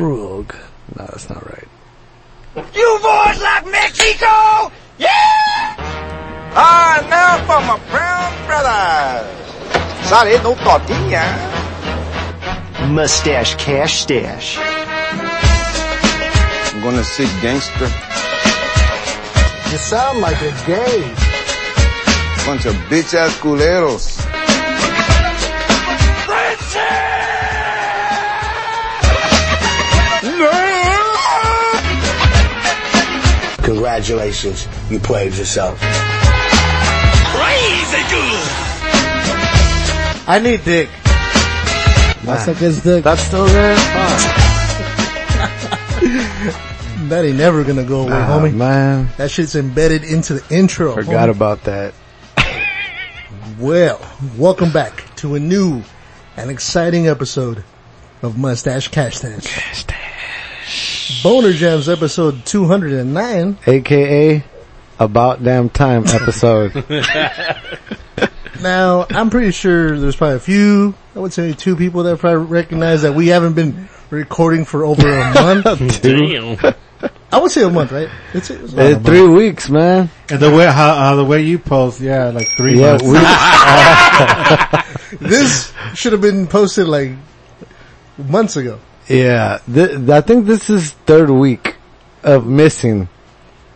Brug. No, that's not right. You boys like Mexico? Yeah! Ah, now for my brown brothers. Sorry, no tortilla. Mustache Cash Stash. I'm gonna say gangster. You sound like a gay. Bunch of bitch ass culeros. Congratulations, you played yourself. I need dick. That's like his dick. That's still there? Fuck. That ain't never gonna go away, Ah, homie. man. That shit's embedded into the intro. Forgot homie. about that. Well, welcome back to a new and exciting episode of Mustache Cash Stash. Boner Jams episode 209. AKA About Damn Time episode. Now, I'm pretty sure there's probably a few, I would say two people that probably recognize that we haven't been recording for over a month. Damn. I would say a month, right? It's, it's Eh, three weeks, man. And the way how uh, the way you post, yeah, like three. Yeah, months. we, this should have been posted like months ago. yeah. Th- I think this is third week of missing.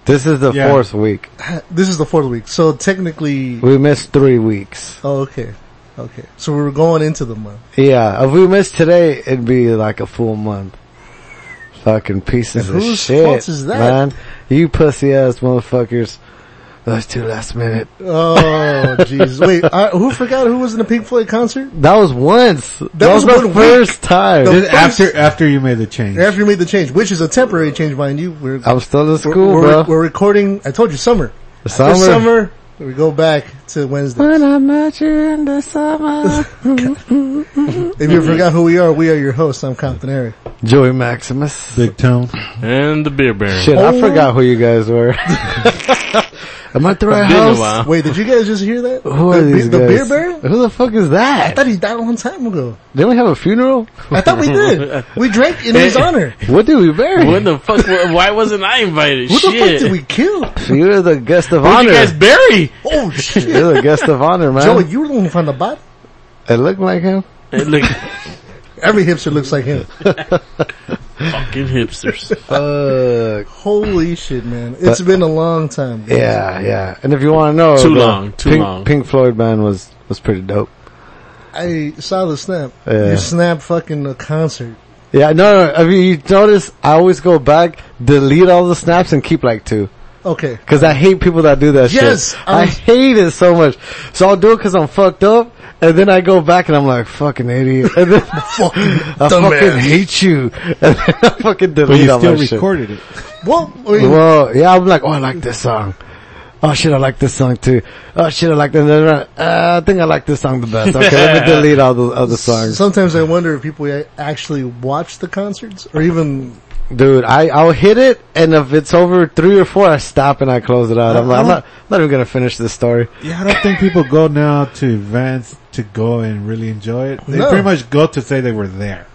This is the Yeah. fourth week. This is the fourth week, so technically, We missed three weeks. oh, okay, okay. So we were going into the month. Yeah, if we missed today, it'd be like a full month. Fucking pieces And of whose shit, fault is that? man. You pussy ass motherfuckers. Those two last minute. Oh, Jesus! Wait, I, who forgot who was in the Pink Floyd concert That was once. That, was, was the one week. first time. This is after after you made the change. after you made the change, which is a temporary change, mind you. We're I'm still in we're, school, we're, bro. we're recording. I told you, summer. The After summer. summer. We go back to Wednesday. When I met you in the summer. If you forgot who we are, we are your hosts. I'm Compton Eric. Joey Maximus. Big tone. And the beer baron. Shit, I forgot who you guys were. Am I at the right Been a house? while. Wait, did you guys just hear that? Uh-huh. Who the, are be- these the guys? beer baron? Who the fuck is I that? thought he died a long time ago. Did we have a funeral? I thought we did. We drank in his honor. What did we bury? What the fuck? wh- Why wasn't I invited? Who the Shit. fuck did we kill? You're the guest of Who'd honor. you guys bury? Oh shit. You're the guest of honor, man. Joey, you were the one who found the body. It looked like him. Hey, Look, Every hipster looks like him. fucking hipsters. Fuck. Holy shit, man. It's been a long time. Yeah, yeah. And if you want to know, Too the long, too Pink, long. Pink Floyd band was was pretty dope. I saw the snap. Yeah. You snap fucking a concert. Yeah, no, no. I mean, you notice I always go back, delete all the snaps, and keep like two. Okay. Cause I hate people that do that Yes, shit. I I was- hate it so much. So I'll do it cause I'm fucked up, and then I go back and I'm like, fucking idiot. And then Fucking I fucking dumbass. hate you. And then I fucking delete But you all still my shit. recorded it. Well, I mean, Well, yeah, I'm like, oh, I like this song. Oh shit, I like this song too. Oh shit, I like this. Uh, I think I like this song the best. Okay, let me delete all the other songs, sometimes I wonder if people a- actually watch the concerts or even. dude. I I'll hit it, and if it's over three or four, I stop and I close it out. I'm like, I'm not, I'm not even gonna finish this story. Yeah, I don't think people go now to events to go and really enjoy it. They No. pretty much go to say they were there.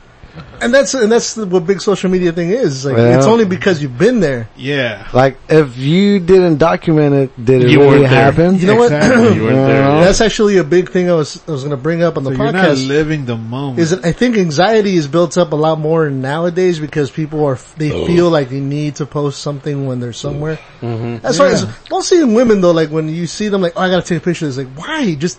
And that's and that's the- what big social media thing is. It's Like Yeah. it's only because you've been there. Yeah. Like, if you didn't document it, did it You really weren't there. happen? You know what? Exactly. You weren't there. That's actually a big thing I was I was going to bring up on the So you're not podcast. living the moment. is that I think anxiety is built up a lot more nowadays because people are they Oh. feel like they need to post something when they're somewhere. Mm-hmm. That's why it's mostly in women though. Like when you see them, like oh, I gotta take a picture. It's like why? Just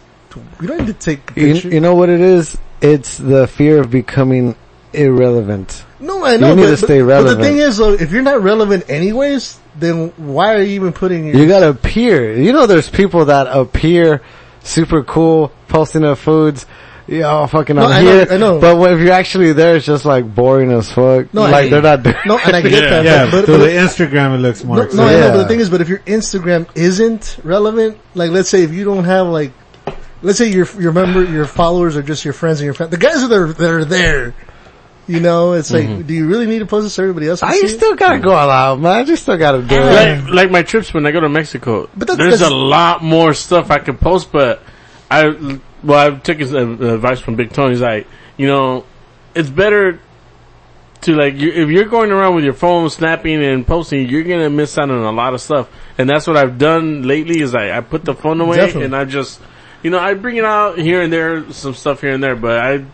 you don't need to take a You, picture. you know what it is? It's the fear of becoming irrelevant. no, I know. you need but, to but- stay But the relevant. thing is, though, if you're not relevant anyways, then why are you even putting your You gotta appear. You know, there's people that appear super cool, posting their foods. Yeah, oh, fucking, No, I'm I know- here. I know. But when- if you're actually there, it's just like boring as fuck. No, I- like they're not doing. no, and I get that. yeah, but, through but, the Instagram it looks more. No, no, I Yeah. know, but the thing is, but if your Instagram isn't relevant, like let's say if you don't have like, let's say your your member your followers are just your friends and your friends, the guys that are that are there, you know, it's like, Mm-hmm. do you really need to post this so everybody else? Can I see you it? still gotta go all out, man. You still gotta do it. like, like my trips when I go to Mexico. But that's- there's that's- a lot more stuff I could post, but I well I took his uh, advice from Big Tony. He's like, you know, it's better to like you, if you're going around with your phone snapping and posting, you're gonna miss out on a lot of stuff. And that's what I've done lately is I, I put the phone away Definitely. and I just, you know, I bring it out here and there, some stuff here and there, but I,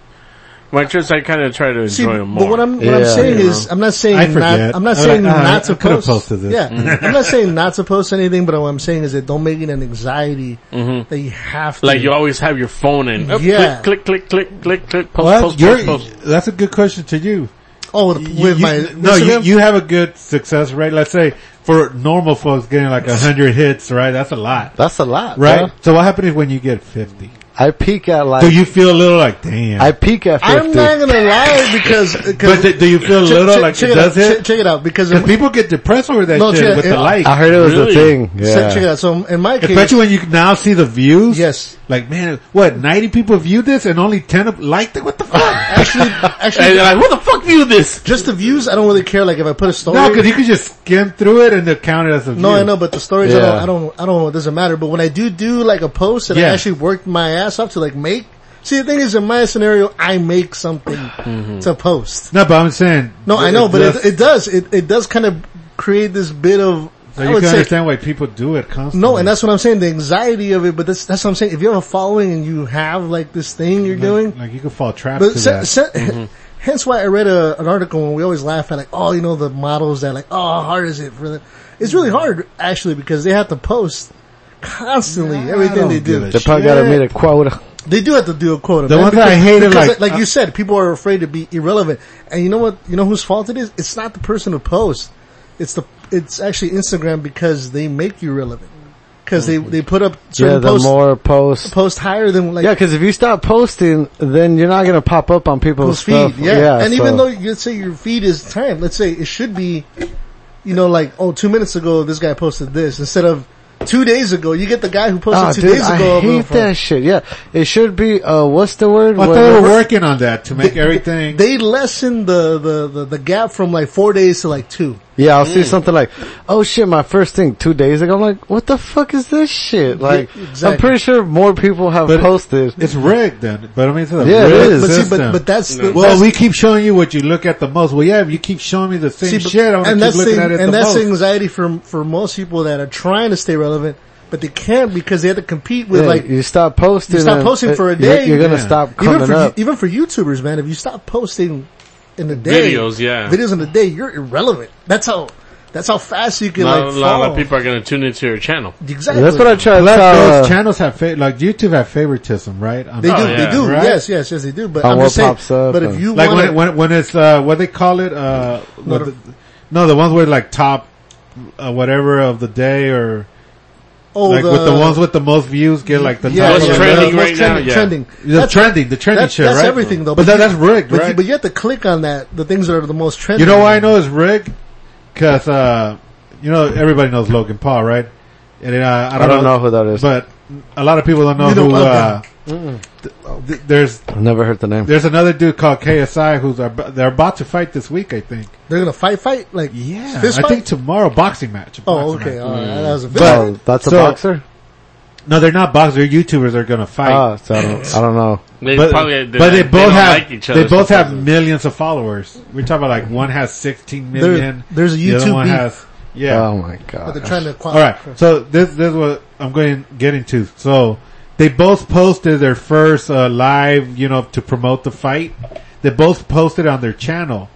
my trips, I kind of try to enjoy See, them more. but what I'm what I'm Yeah, saying you is, I'm not saying I not. forget. I'm not I'm saying like, ah, not I to could've post. posted this. Mm-hmm. Yeah, I'm not saying not to post anything. But what I'm saying is that don't make it an anxiety Mm-hmm. that you have to. Mm. like you always have your phone in. Oh, Yeah. Click, click, click, click, click, click, post, Well, post, you're, post, post. that's a good question to you. oh, with, You- with you- my no, you, Instagram? you have a good success rate. Let's say for normal folks getting like a hundred hits, right? That's a lot, That's a lot, bro. right? So what happens when you get fifty? I peak at like Do you feel a little like damn? I peak at 50 I'm not gonna lie because but because do, do you feel a check- little check- like check it it out, does hit? check- check it out because Because people get depressed over that No, shit check- with the I- like. I heard it was Really? the thing. Yeah. check it out. So in my case, Especially when you now see the views. Yes. Like man, what, 90 people viewed this and only 10 of- liked it? What the fuck? actually And actually you're like, what the fuck view this? just the views. I don't really care. Like if I put a story. no, cause you could just skim through it and they'll count it as a view. No, I know, but the stories Yeah. I don't, I don't, I don't. It doesn't matter. But when I do do like a post that I Yeah. actually worked my ass up to like make. See, the thing is, in my scenario, I make something to post. No, but I'm saying. No, I know, but Mm-hmm. does- it, it does. It, it does kind of create this bit of. So I you would can say understand Mm-hmm. why people do it constantly. no, and that's what I'm saying. The anxiety of it, but that's that's what I'm saying. If you have a following and you have like this thing you're doing, Like, you could fall trapped But to se- that. se- hence why I read a, an article and we always laugh at like, oh, you know, the models that like, oh, how hard is it for them? It's really Mm-hmm. hard actually because they have to post constantly everything don't they give do. a They probably gotta meet a quota. They do have to do a quota. The man, one that I because- hated, because, like- you said, people are afraid to be irrelevant. And you know what? You know whose fault it is? It's not the person who posts. It's the it's actually Instagram because they make you relevant. Because Mm-hmm. they they put up Yeah, certain the posts more posts. post higher than like Yeah, because if you stop posting, then you're not gonna pop up on people's people's feed. stuff. Yeah. and so- even though you- let's say your feed is timed, let's say it should be, you know, like oh, two minutes ago this guy posted this instead of two days ago. You get the guy who Ah, posted two dude, days I ago. hate bro. that shit. Yeah, it should be. Uh, what's the word? I thought Whatever- they were working on that to make everything. They lessen the, the, the, the gap from like four days to like two. Yeah, I'll see Mm. something like, "Oh shit, my first thing two days ago." I'm like, "What the fuck is this shit?" Like, exactly. I'm pretty sure more people have But- posted. it's rigged then, but I mean, it's a Yeah, it rigged is. But see, system. but, but that's the, well, that's- we keep showing you what you look at the most. Well, yeah, if you keep showing me the same see, but- shit, and I'm gonna keep that's looking the, at it and the that's most. the anxiety for for most people that are trying to stay relevant, but they can't because they have to compete with Yeah, like you stop posting. you stop and posting it- for a uh, you're- day, You're, gonna yeah. stop even coming for up. even for YouTubers, man. If you stop posting in the day, Videos, yeah. videos in the day, you're irrelevant. That's how that's how fast you can Not like a lot fall. of people are gonna tune into your channel. Exactly, That's what I try to Plus, tell. those uh, channels have fa- like YouTube have favoritism, right? On They do, Oh, yeah. they do. Right? Yes, yes, yes, they do. But On I'm what just saying. pops up but if and- you like want, when, when when it's uh what they call it uh what Notif- the- no the ones where like top uh, whatever of the day or oh, like with the ones with the most views get like the yeah, top What's yeah, of trending what's right now, trending, yeah. trending. the, the trending the trending that's, shit that's right everything though. but, that, you- that's rigged but, you- right but you have to click on that the things that are the most trending. you know why I know it's rigged because uh you know everybody knows Logan Paul right and uh, I, don't I don't know who that is. but a lot of people don't know You don't who know uh th- th- there's I've never heard the name. there's another dude called KSI who's ab- they're about to fight this week I think. They're gonna fight, fight like Yeah, fist I fight. think tomorrow boxing match. a oh, boxing okay, match. all right, that was a fist Oh, fight. that's a so- boxer. No, they're not boxers. They're YouTubers. They're gonna fight. Oh, so I don't, I don't know. They but probably, they, but they they, both don't have like each other. they both have sometimes. millions of followers. We're talking about like one has 16 million. there's a The other YouTube one beef. has yeah. Oh my But god. they're trying to All right. So this this is what I'm going to get into. So they both posted their first uh, live, you know, to promote the fight. They both posted on their channel.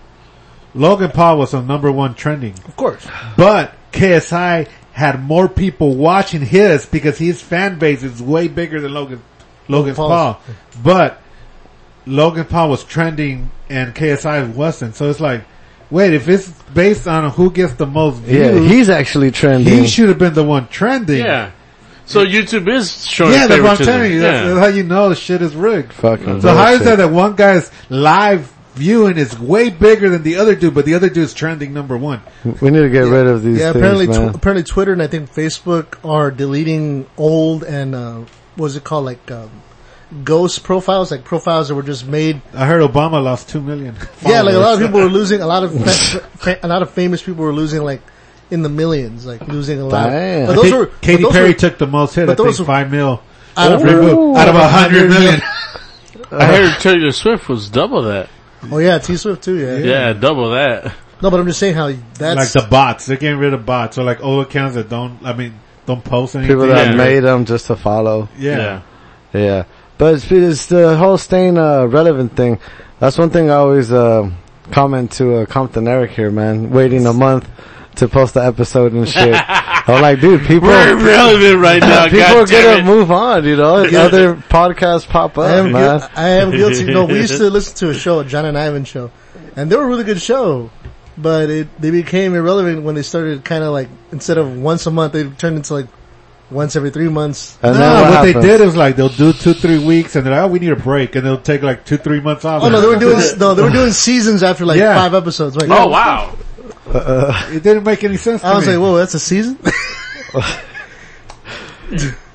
Logan Paul was on number one trending. of course. But KSI had more people watching his because his fan base is way bigger than Logan Logan Paul's. Paul. But Logan Paul was trending and KSI wasn't. So it's like, wait, if it's based on who gets the most Yeah, views, he's actually trending. he should have been the one trending. Yeah. So YouTube is showing Yeah, that's what I'm favoritism. telling you. That's, Yeah. that's how you know the shit is rigged. Fucking So how is bullshit. that that one guy's live viewing is way bigger than the other dude, but the other dude's trending number one? We need to get rid of these. Yeah, things, apparently, man. tw- apparently Twitter and I think Facebook are deleting old and uh, what is it called like um, ghost profiles, like profiles that were just made. I heard Obama lost two million. Yeah, like a lot of followers. people were losing a lot of fa- fa- a lot of famous people were losing like in the millions, like losing a lot. Damn. But I those think were Katy but those Perry were- took the most hit. but I think those were- five mil Out of- Ooh, out of a hundred million. I heard Taylor Swift was double that. Oh yeah, T Swift too. Yeah. Yeah, double that. No, but I'm just saying how that's like the bots. They're getting rid of bots. So like old accounts that don't, I mean, don't post anything. People that Yeah. made them just to follow. yeah. Yeah. Yeah, but it's, it's the whole staying uh, relevant thing. That's one thing I always uh, comment to uh, Compton Eric here, man. Waiting a month to post the episode and shit. I'm like, dude, people. We're relevant right now. People are God damn gonna it. move on, you know. Other podcasts pop I up, am, man. guil- I am guilty. No, we used to listen to a show, John and Ivan show, and they were a really good show, but it, they became irrelevant when they started kind of like, instead of once a month, they turned into like once every three months. And No, then what, they happens? did is like they'll do two, three weeks, and they're like, "Oh, we need a break," and they'll take like two, three months off. Oh no, they were doing, no, they were doing seasons after like Yeah. five episodes. Like, Oh wow. It didn't make any sense. To I was me. like, whoa, that's a season?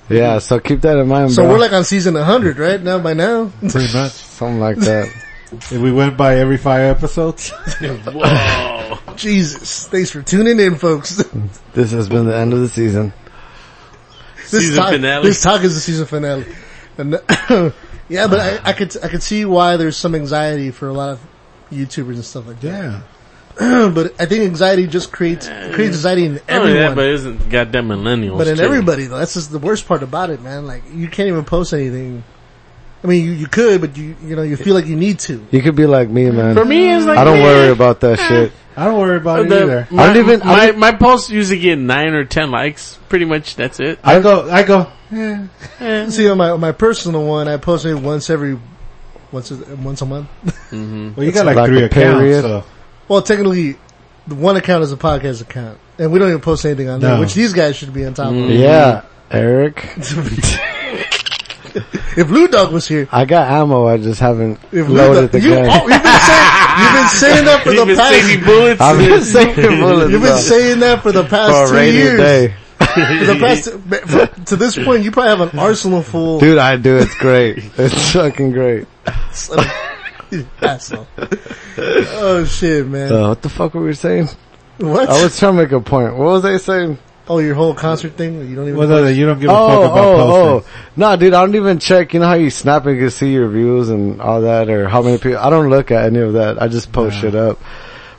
Yeah, so keep that in mind, so bro. we're like on season 100, right? Now, by now? pretty much. Something like that. If we went by every five episodes, Whoa. Oh, Jesus. Thanks for tuning in, folks. this has been the end of the season. this Season talk, finale. This talk is the season finale. And yeah, but I, I could I could see why there's some anxiety for a lot of YouTubers and stuff like that. yeah. But I think anxiety just creates creates anxiety in Oh everyone. yeah, but but, isn't goddamn millennials. in too. everybody though, that's just the worst part about it, man. Like you can't even post anything. I mean, you, you could, but you you know you feel like you need to. You could be like me, man. For me, it's like I don't eh, worry about that shit. I don't worry about it the- either. my, I don't even- I my, don't- my posts usually get nine or ten likes. Pretty much, that's it. I go, I go. Eh. See, on my on my personal one, I post it once every once a, once a month. Well, you got like, Like three a accounts. period. So. Well, technically, the one account is a podcast account, and we don't even post anything on there, No. which these guys should be on top of. Yeah, Eric. If Blue Dog was here, I got ammo. I just haven't if Blue loaded Dog, the you, gun. oh, you've been saying you've been saying that for You've the been past. saving bullets. I've been saving bullets. You've been though, saying that for the for past a two rainy years. day, For the past for- to this point, you probably have an arsenal full. dude. I do. It's great. It's fucking great. Arsenal. Oh shit, man! Uh, what the fuck were we saying? what? I was trying to make a point. What was I saying? oh, your whole concert thing? You don't even. Whether you don't give a Oh, fuck about oh, posting. oh. No, dude, I don't even check. You know how you snap and you can see your views and all that or how many people. I don't look at any of that. I just post shit up.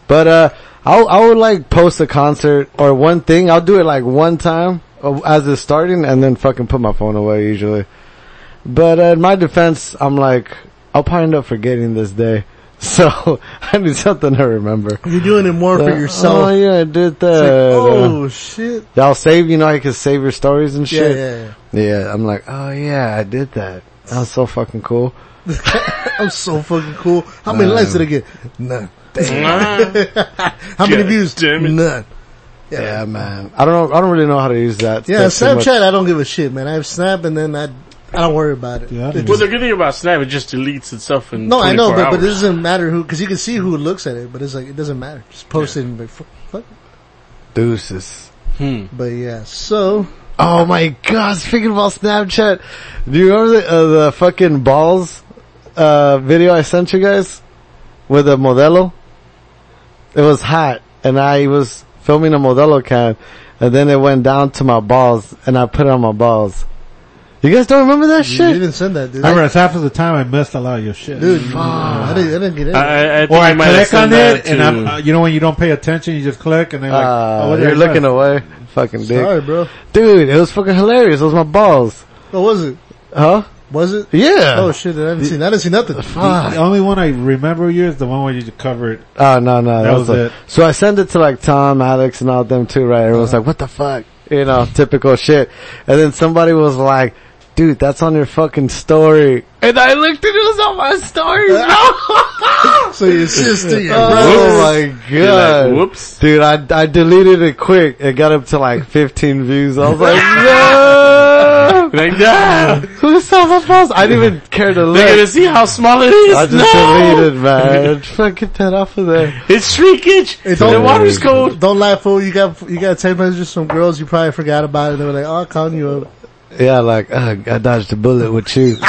But, uh, I, I would like post a concert or one thing. I'll do it like one time uh, as it's starting and then fucking put my phone away usually. But uh, in my defense, I'm like, I'll probably end up forgetting this day. So I need something to remember. You're doing it more for Oh yourself. yeah, I did that. oh shit! I'll save, you know, I can save your stories and Yeah, shit. yeah, yeah. Yeah, I'm like, oh yeah, I did that. That was so fucking cool. I'm so fucking cool. How many Uh, likes did I get? None. How many God views? damn it. None. Yeah, man. I don't know. I don't really know how to use that. Yeah, That's too much- Snapchat, I don't give a shit, man. I have Snap and then I, I don't worry about it. Yeah, I It don't Well, just- the good thing about Snap, it just deletes itself in no, I know, but, but it this doesn't matter who, cause you can see who looks at it, but it's like, it doesn't matter. Just post it and be like, fuck, fuck. Deuces. But yeah, so, Oh my god! Speaking about Snapchat, do you remember the, uh, the fucking balls uh, video I sent you guys with a modelo? It was hot, and I was filming a modelo can, and then it went down to my balls, and I put it on my balls. You guys don't remember that you shit? didn't send that, dude. I realize half of the time I missed a lot of your shit. dude, I didn't, I didn't get it. I, I think Or I you might have click sent on that it, and to- I'm, uh, you know when you don't pay attention, you just click, and then like, oh, Uh, what did I you're miss? looking away. Fucking dick. Sorry, bro. Dude, it was fucking hilarious. It was my balls. What was it? Huh? Was it? Yeah. Oh shit, I haven't seen, I didn't see nothing. Fuck. The only one I remember you is the one where you covered. Oh, no, no. That, was a- it. So I sent it to like Tom, Alex, and all them too, right? Everyone's like, what the fuck? You know, typical shit. And then somebody was like, dude, that's on your fucking story. And I looked and it was on my story, bro. So your sister, your brother. Oh my god. like, whoops. Dude, I, I deleted it quick. It got up to like 15 views. I was like, no! Like, yeah, Who saw my balls? I didn't even care to look. they're gonna see how small it is. I just no! deleted, man. Fuck, get that off of there. It's shrinkage. the don't- water's cold. Don't laugh, fool. You got you got text messages from girls you probably forgot about it. They were like, "Oh, I'm calling you up." Yeah, like, uh, I dodged a bullet with you.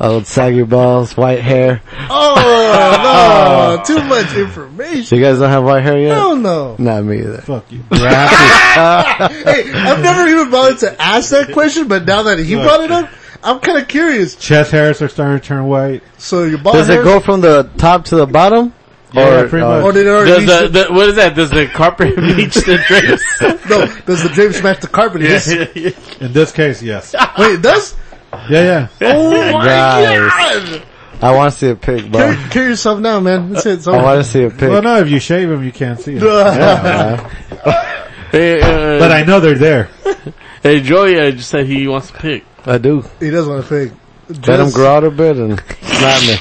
Old saggy balls, white hair. Oh no, too much Do information. you guys don't have white hair yet? Hell no. Not me either. Fuck you. Graphic. Hey, I've never even bothered to ask that question, but now that he brought it up, I'm kind of curious. Chest hairs are starting to turn white. So your bald Does it hair, go from the top to the bottom? Yeah, pretty much. or uh, did it already Does the, reach the, the, what is that? Does the carpet reach the drapes? no? Does the drape smash the carpet? Yes. In this case, yes. Wait, it does. Yeah, yeah. oh my Nice. god! I want to see a pic, bro. Cure, cure yourself now, man. That's it. So, I want to see a pic. Well, no, if you shave them, you can't see them. Hey, uh, But I know they're there. hey, Joey uh, just said he wants to pick. I do. he does want to pick. Let him Just- grow out a bit and slap me.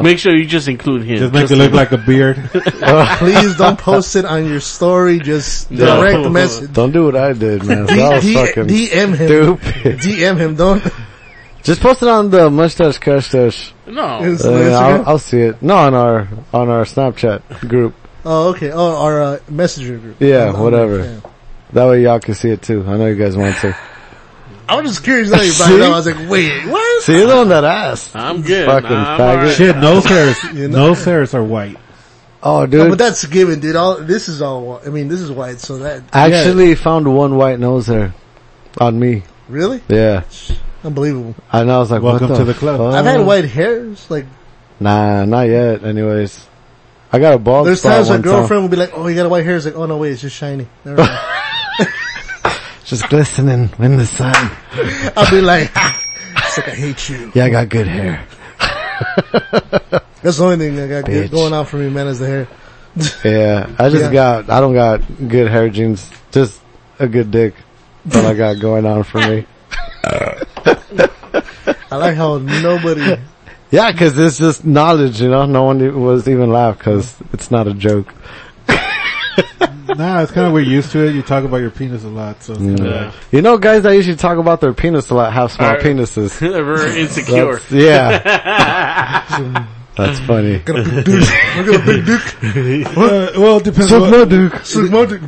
Make sure you just include him. Just make Just- it look like a beard. Oh, Please don't post it on your story. Just No. direct message. Don't do what I did, man. D- That was D- fucking DM him. stupid. Uh, DM him. Don't. Just post it on the mustache custache. no. It's Uh, on Instagram? I'll, I'll see it. No, on our on our Snapchat group. Oh, okay. Oh, our uh, messenger group. Yeah, Oh, whatever. okay. That way y'all can see it too. I know you guys want to. I was just curious how you found out. I was like, wait, what? See it on that ass. I'm good. Fucking Nah, I'm faggot. alright. Shit, nose hairs, nose hairs are white. Oh, No, dude. but that's given, dude. All this is all. whi- I mean, this is white. So that I actually found one white nose there on me. really Yeah. unbelievable. And I was like, Welcome what to the club. fuck? I've had white hairs. Like Nah, not yet. Anyways, I got a bald there's spot times my one girlfriend time. will be like, "Oh, you got a white hair." It's like, "Oh no, wait, it's just shiny." Never mind. Just glistening in the sun. I'll be like, "It's like I hate you." Yeah, I got good hair. That's the only thing that got Bitch. good going on for me, man, is the hair. Yeah, I just Yeah. got. I don't got good hair genes. Just a good dick. That I got going on for me. I like how nobody. Yeah, because it's just knowledge, you know. No one e, was even laugh because it's not a joke. Nah, it's kind of we're used to it. You talk about your penis a lot, so it's kind of Yeah. like, You know, guys that usually talk about their penis a lot have small Alright. penises. They're very insecure. That's- yeah, that's funny. uh, well, it depends. Suck What, my dick.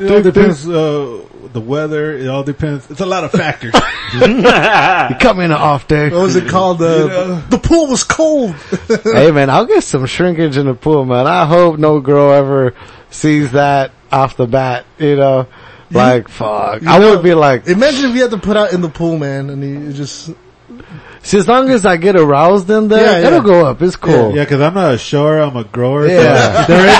it all depends. Uh, the weather. It all depends. It's a lot of factors. You come in an off day. What was it called? The the pool was cold. hey man, I'll get some shrinkage in the pool, man. I hope no girl ever sees that off the bat, you know? Like, fuck. I would be like, Imagine if you had to put out in the pool, man, and you you just see, as long as I get aroused in there, Yeah, yeah. it'll go up. It's cool. yeah, because I'm not a shower. I'm a grower. so Yeah. there is.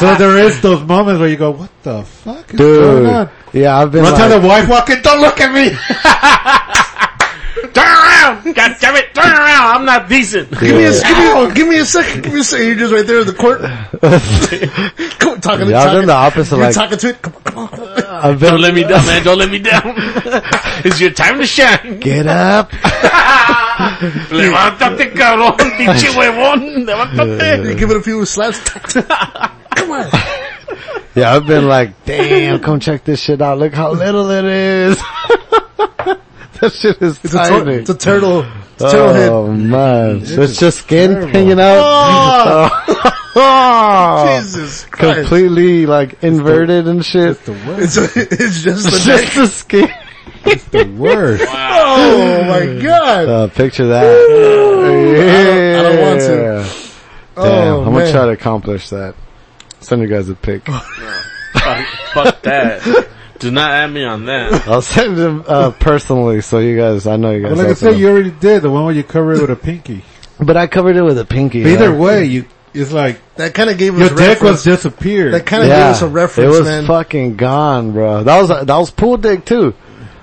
So there is those moments where you go, "What the fuck is going Dude. on?" Yeah, I've been One time like, the wife walked in, don't look at me! Turn around! God damn it! Turn around! I'm not decent. give me a give me a, give me a second. Give me a second. You're just right there in the court. Come on, talking, yeah, I've talking, done the opposite. you're Like, talking to it. Come on, come on. I've Don't been, let me down, man. Don't let me down. it's your time to shine. get up. Levántate, cabrón. Pinche huevón. Levántate. You give it a few slaps. Come on. Yeah, I've been like, damn, come check this shit out. Look how little it is. that shit is It's a, tur- tiny. it's a turtle. It's a turtle Oh man, it's just skin hanging out. head. Oh. Jesus Christ. completely like inverted and shit. The worst. It's, it's just It's the neck. just the skin. The worst. Oh my god. Uh, picture that. Yeah. I don't want to. Damn, oh, I'm man. gonna try to accomplish that. Send you guys a pic. Fuck, fuck that. Do not add me on that. I'll send them uh, personally, so you guys, I know you guys. But like I open said, them. you already did the one where you cover it with a pinky. but I covered it with a pinky. But Either yeah. way, you it's like That kind of gave us your reference. dick was disappeared. that kind of Yeah. gave us a reference, It was man. fucking gone, bro. That was that was pool dick too.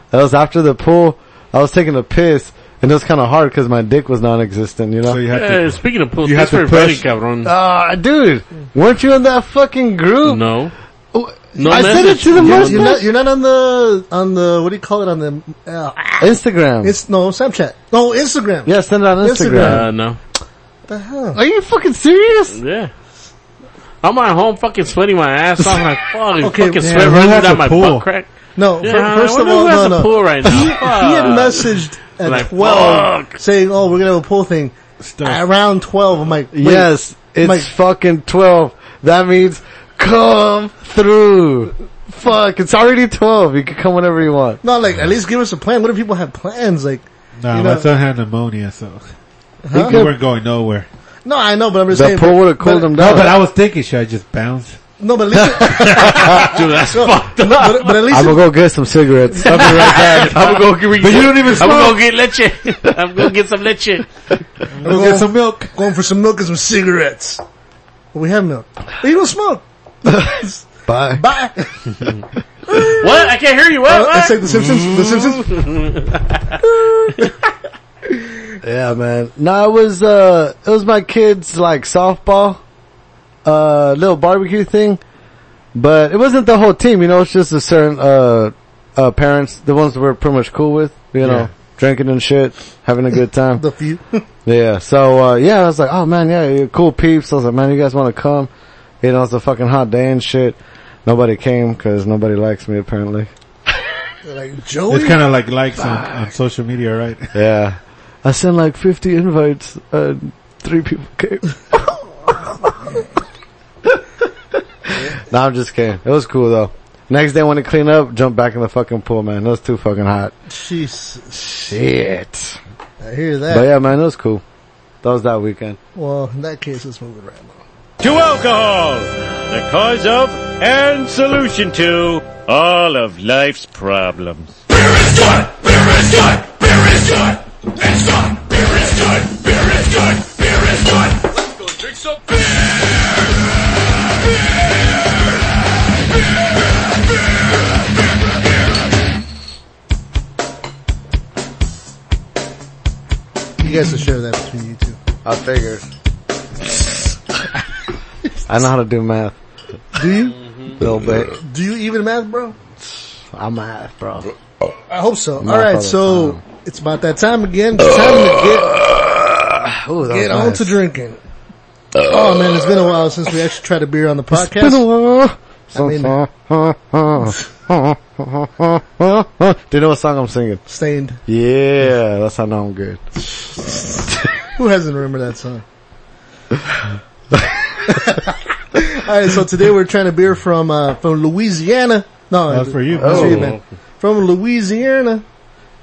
That was after the pool. I was taking a piss, and it was kind of hard because my dick was non-existent. You know. so you had Hey, to. Uh, speaking of pull, You have thanks for to inviting, push. cabrón. Ah, dude, weren't you in that fucking group? No. Oh, No I sent it message. to the You're, mustache. you're not, you're not on the, on the, what do you call it, on the, uh, Instagram. it's, no, Snapchat. No, Instagram. yeah, send it on Instagram. Uh, no. What the hell? Are you fucking serious? Yeah. I'm at home fucking sweating my ass off. I'm like, fuck, Okay, fucking yeah, sweat who running has down a my pool? butt crack. No, Yeah, fir- I first of wonder all, who has no, a no. pool right now. He, he had Fuck. messaged at Like, 12 fuck. saying, oh, we're gonna have a pool thing. Stuff. Around 12, I'm like, wait, Yes, it's Mike. fucking 12. That means come through. Fuck, it's already 12. You can come whenever you want. No, like, at least give us a plan. What do people have plans? Like, Nah, you my know- son had pneumonia, so You we could- weren't going nowhere. no, I know, but I'm just the saying. pool but- would have cooled but- him No, down. but I was thinking, should I just bounce? no, but at least, it, Dude, that's fucked up. but, but at least I'm it, gonna go get some cigarettes. I'll be right back. I'm gonna go get, But you don't even I'm smoke. gonna get leche. I'm gonna get some leche. Go get some milk. going for some milk and some cigarettes. Well, we have milk, but you don't smoke. Bye. Bye. What? I can't hear you. Oh, It's What? what? like The Simpsons. The Simpsons. Yeah, man. No, it was uh, it was my kids like softball, uh, little barbecue thing, but it wasn't the whole team. You know, it's just a certain uh, uh, parents, the ones we're pretty much cool with. You know, Yeah. drinking and shit, having a good time. The few. yeah. So uh, yeah, I was like, oh man, yeah, you're cool peeps. I was like, man, you guys want to come? You know, it's a fucking hot day and shit. Nobody came because nobody likes me apparently. Like Joey. It's kind of like likes on, on social media, right? Yeah. I sent like 50 invites and three people came. no, I'm just kidding. It was cool though. Next day when it cleaned up, jump back in the fucking pool, man. It was too fucking hot. Jeez. Shit. I hear But that. yeah, man, it was cool. That was that weekend. Well, in that case, let's move it right along. to alcohol, the cause of and solution to all of life's problems. You guys should share that between you two. I figured. I know how to do math. Do you? little bit. Do you even math, bro? I'm math, bro. I hope so. Math All all right, the so it's about that time again. It's time to Ooh, that get, was get on nice. to drinking. Oh man, it's been a while since we actually tried a beer on the podcast. I mean- Do you know what song I'm singing? Stained. Yeah, that's how I know I'm good. Who hasn't remembered that song? All right, so today we're trying a beer from uh, from Louisiana. No, That's for you. That's for you, Oh. man. From Louisiana.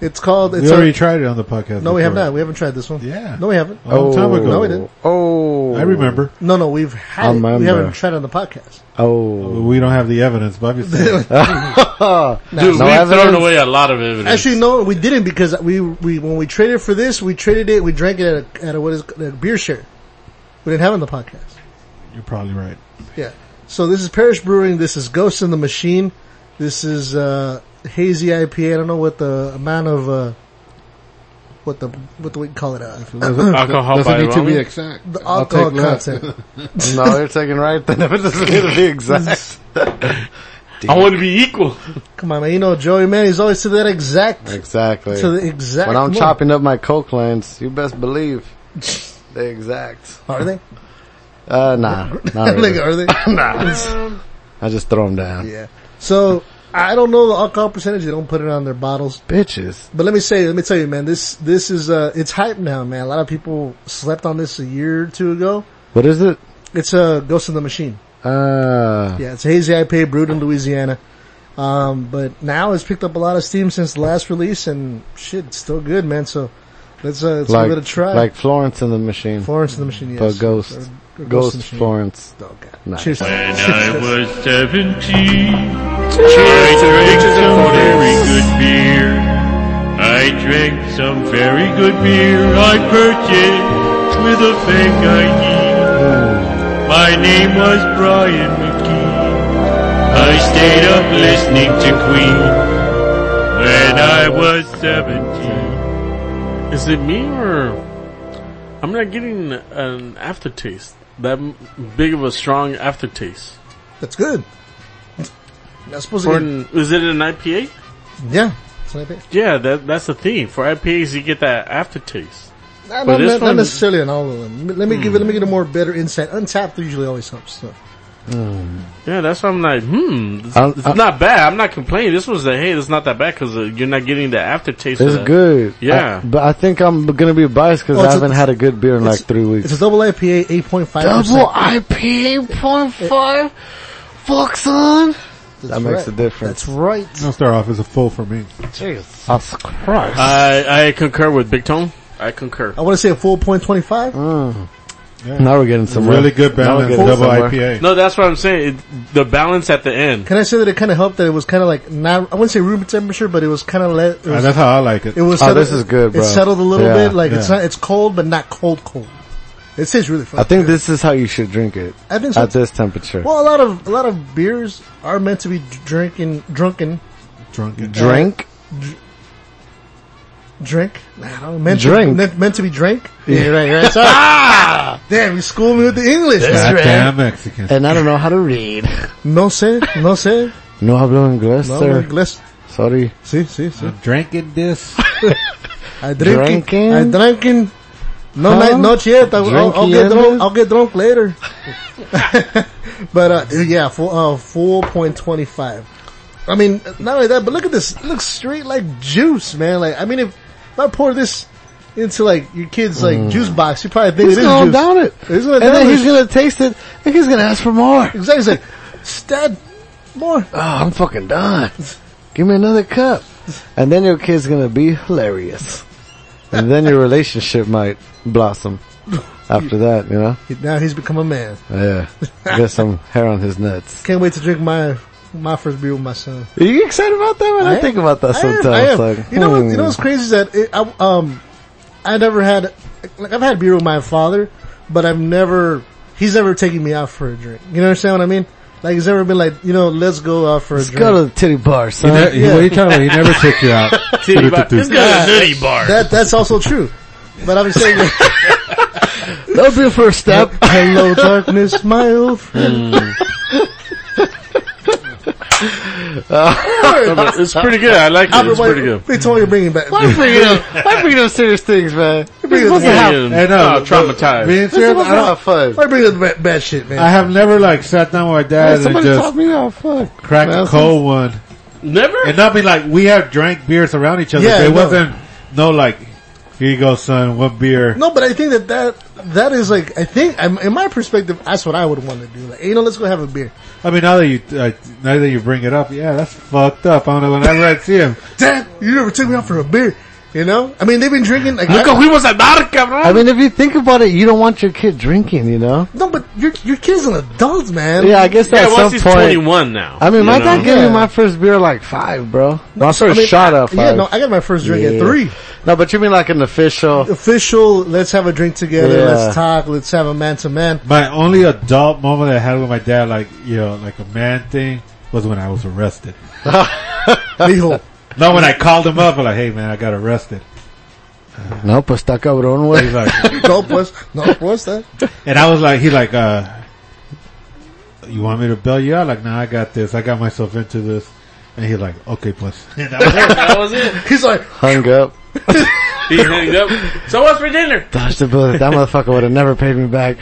It's called. It's we already a, tried it on the podcast. no, we have before. not. We haven't tried Oh. this one. Yeah. No, we haven't. A long time ago. No, we didn't. Oh, I remember. No, no, we've had it. We Remember. haven't tried it on the podcast. Oh, We don't have the evidence, but obviously. Dude, No we've thrown evidence? away a lot of evidence. Actually, no, we didn't because we we when we traded for this, we traded it. We drank it at a, at a what is it, at a beer share. We didn't have it on the podcast. You're probably right. Yeah. So this is Parish Brewing. This is Ghost in the Machine. This is uh, hazy IPA. I don't know what the amount of uh, what the what the we call it uh, alcohol Doesn't by need to be volume. exact. the I'll alcohol take less. content. no, they're taking right. Then if it doesn't need to be exact, I want to be equal. Come on, man. You know Joey, man. He's always to that exact exactly. to the exact. When I'm one. chopping up my coke lines, you best believe they exact. are they? Uh, nah, not like, really. are they? I just throw them down. yeah. So I don't know the alcohol percentage. They don't put it on their bottles. Bitches. But let me say, let me tell you, man, this, this is, uh, it's hype now, man. A lot of people slept on this a year or two ago. What is it? It's, uh, Ghost in the Machine. Uh, Yeah, it's a hazy IPA brewed in Louisiana. Um, but now it's picked up a lot of steam since the last release and shit, it's still good, man. So let's, uh, let's like give it a try. like Florence and the Machine, Florence in the Machine, yes. but Ghost, Or- or Ghost, in the Machine. Florence. Oh, God. Nice. Cheers. When I was 17, I drank some very good beer. I drank some very good beer I purchased with a fake ID. My name was Brian McKee. I stayed up listening to Queen when I was 17. Is it me or I'm not getting an aftertaste that m- big of a strong aftertaste? That's good. That's supposed For to an, is it an IPA? be, yeah. It's an IPA. Yeah, that that's the thing. For IPAs, you get that aftertaste. Not, But not, this not one- necessarily on all of them. Let me give it. Let me get a more better insight. Untapped usually always helps. So. Yeah, that's why I'm like, hmm, this, I'm- this I'm- is not bad. I'm not complaining. This was like, hey, it's not that bad because uh, you're not getting the Uh, aftertaste. of It's that. good. Yeah. I- but I think I'm gonna be biased because Oh, I it's a- haven't had a good beer in like It's- three It's weeks. a double IPA, eight point five percent. IPA point five. Fuck son. That makes a difference. That's right. Don't start off as a fool for me. Jesus Christ. I I concur with Big Tone. I concur. Uh-huh. I want to say a full point twenty five. Now we're getting somewhere. Really good Now we're balance, getting double somewhere. IPA. No, that's what I'm saying. It, the balance at the end. Can I say that it kind of helped that it was kind of like not I wouldn't say room temperature, but it was kind of let. It Ah, was, that's how I like it. it was Oh, settled, this is good, It bro. settled a little Yeah. bit. Like it's Yeah. not it's cold, but not cold cold. It tastes really fun. I think this is how you should drink it. I think so. At this temperature. well, a lot of a lot of beers are meant to be drinking, drunken, Drunken. Drink? drink. I don't know, meant Drink. to, meant- meant to be drank. Yeah, you're right, you're right. Sorry. Damn, you schooled me with the English. man. Goddamn Mexican. And I don't know how to read. No sé, no sé, No hablo inglés, no sir. inglés. Sorry. Sí, sí, sí. Drinking this. I drinking, Drinking? I drinking. No, Huh? night, not yet. I, will I'll get Drinking? drunk. I'll get drunk later. but uh, yeah, four, uh, four point twenty five. I mean, not only that, but look at this. It looks straight like juice, man. Like, I mean, if, if I pour this into like your kid's like juice box, you probably think He's it is gonna juice. down Mm. it. He's gonna and then down he's it. gonna taste it and he's gonna ask for more. Exactly. He's like, Dad, more. Oh, I'm fucking done. Give me another cup. And then your kid's gonna be hilarious. And then your relationship might blossom after that, you know? Now he's become a man. Yeah. Get some hair on his nuts. Can't wait to drink my my first beer with my son. Are you excited about that? When I, am. think about that I am, sometimes. I am. Like, you know what? hmm. You know what's crazy is that it, I, um, I never had like I've had beer with my father, but I've never he's never taken me out for a drink. You understand what I mean? Like he's never been like you know let's go out for a Let's drink. go to the titty bar, He son. ne- he- What are you talking about? He never took you out. Titty bar. This Yeah. guy's a nutty bar. that that's also true. But I'm just saying, That'll be your first step. hello darkness, my old friend. it's pretty good. I like it. Albert, It's why, pretty good. they told me to bring it back. I'm bringing up, I'm bringing up serious things, man. You're supposed to have, Yeah. I know. Oh, traumatized. Being you're serious, supposed I, to don't, have fun. Why bring up bad, bad shit, man? I have never like sat down with my dad and Somebody taught just me how. Fuck. cracked a That's- cold one. Never. And not be like, we have drank beers around each other. Yeah, but it no. wasn't, no like, here you go son, one beer. No, but I think that that, that is like, I think, I'm- in my perspective, that's what I would want to do. Like, you know, let's go have a beer. I mean, now that you, uh, now that you bring it up, yeah, that's fucked up. I don't know, whenever I see him, Dad, you never took me out for a beer. You know? I mean, they've been drinking, like, I- Nunca fuimos a andar, I cabrón. mean, if you think about it, you don't want your kid drinking, you know? no, but your, your kid's an adult, man. Yeah, I guess Yeah, at once some he's point. 21 now. I mean, you my know? dad gave Yeah. me my first beer like five, bro. No, I I started mean, shot up. Yeah, no, I got my first drink at three. No, but you mean like an official? Official, let's have a drink together, Yeah. let's talk, let's have a man to man. my only adult moment I had with my dad, like, you know, like a man thing, was when I was arrested. Mijo. No, when I called him up, I'm like, hey man, I got arrested. No, pues está cabrón, He's güey. like, No, pues, no, pues, eh. that. and I was like, he like, uh, you want me to bail you out? Like, nah, I got this. I got myself into this. And he's like, okay, plus. that was it. He's like, Hung up. He hanged up. So what's for dinner? Dodged the bullet. That motherfucker would have never paid me back.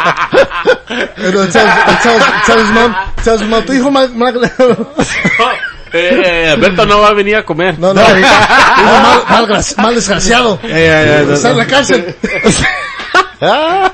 and uh, tells, tells, tells his mom, tells his mom, "Tu hijo, mal- mal- Eh, eh, Beto no va a venir a comer. No, no, dijo, mal, mal, gra- mal desgraciado. yeah, yeah. Está en la cárcel.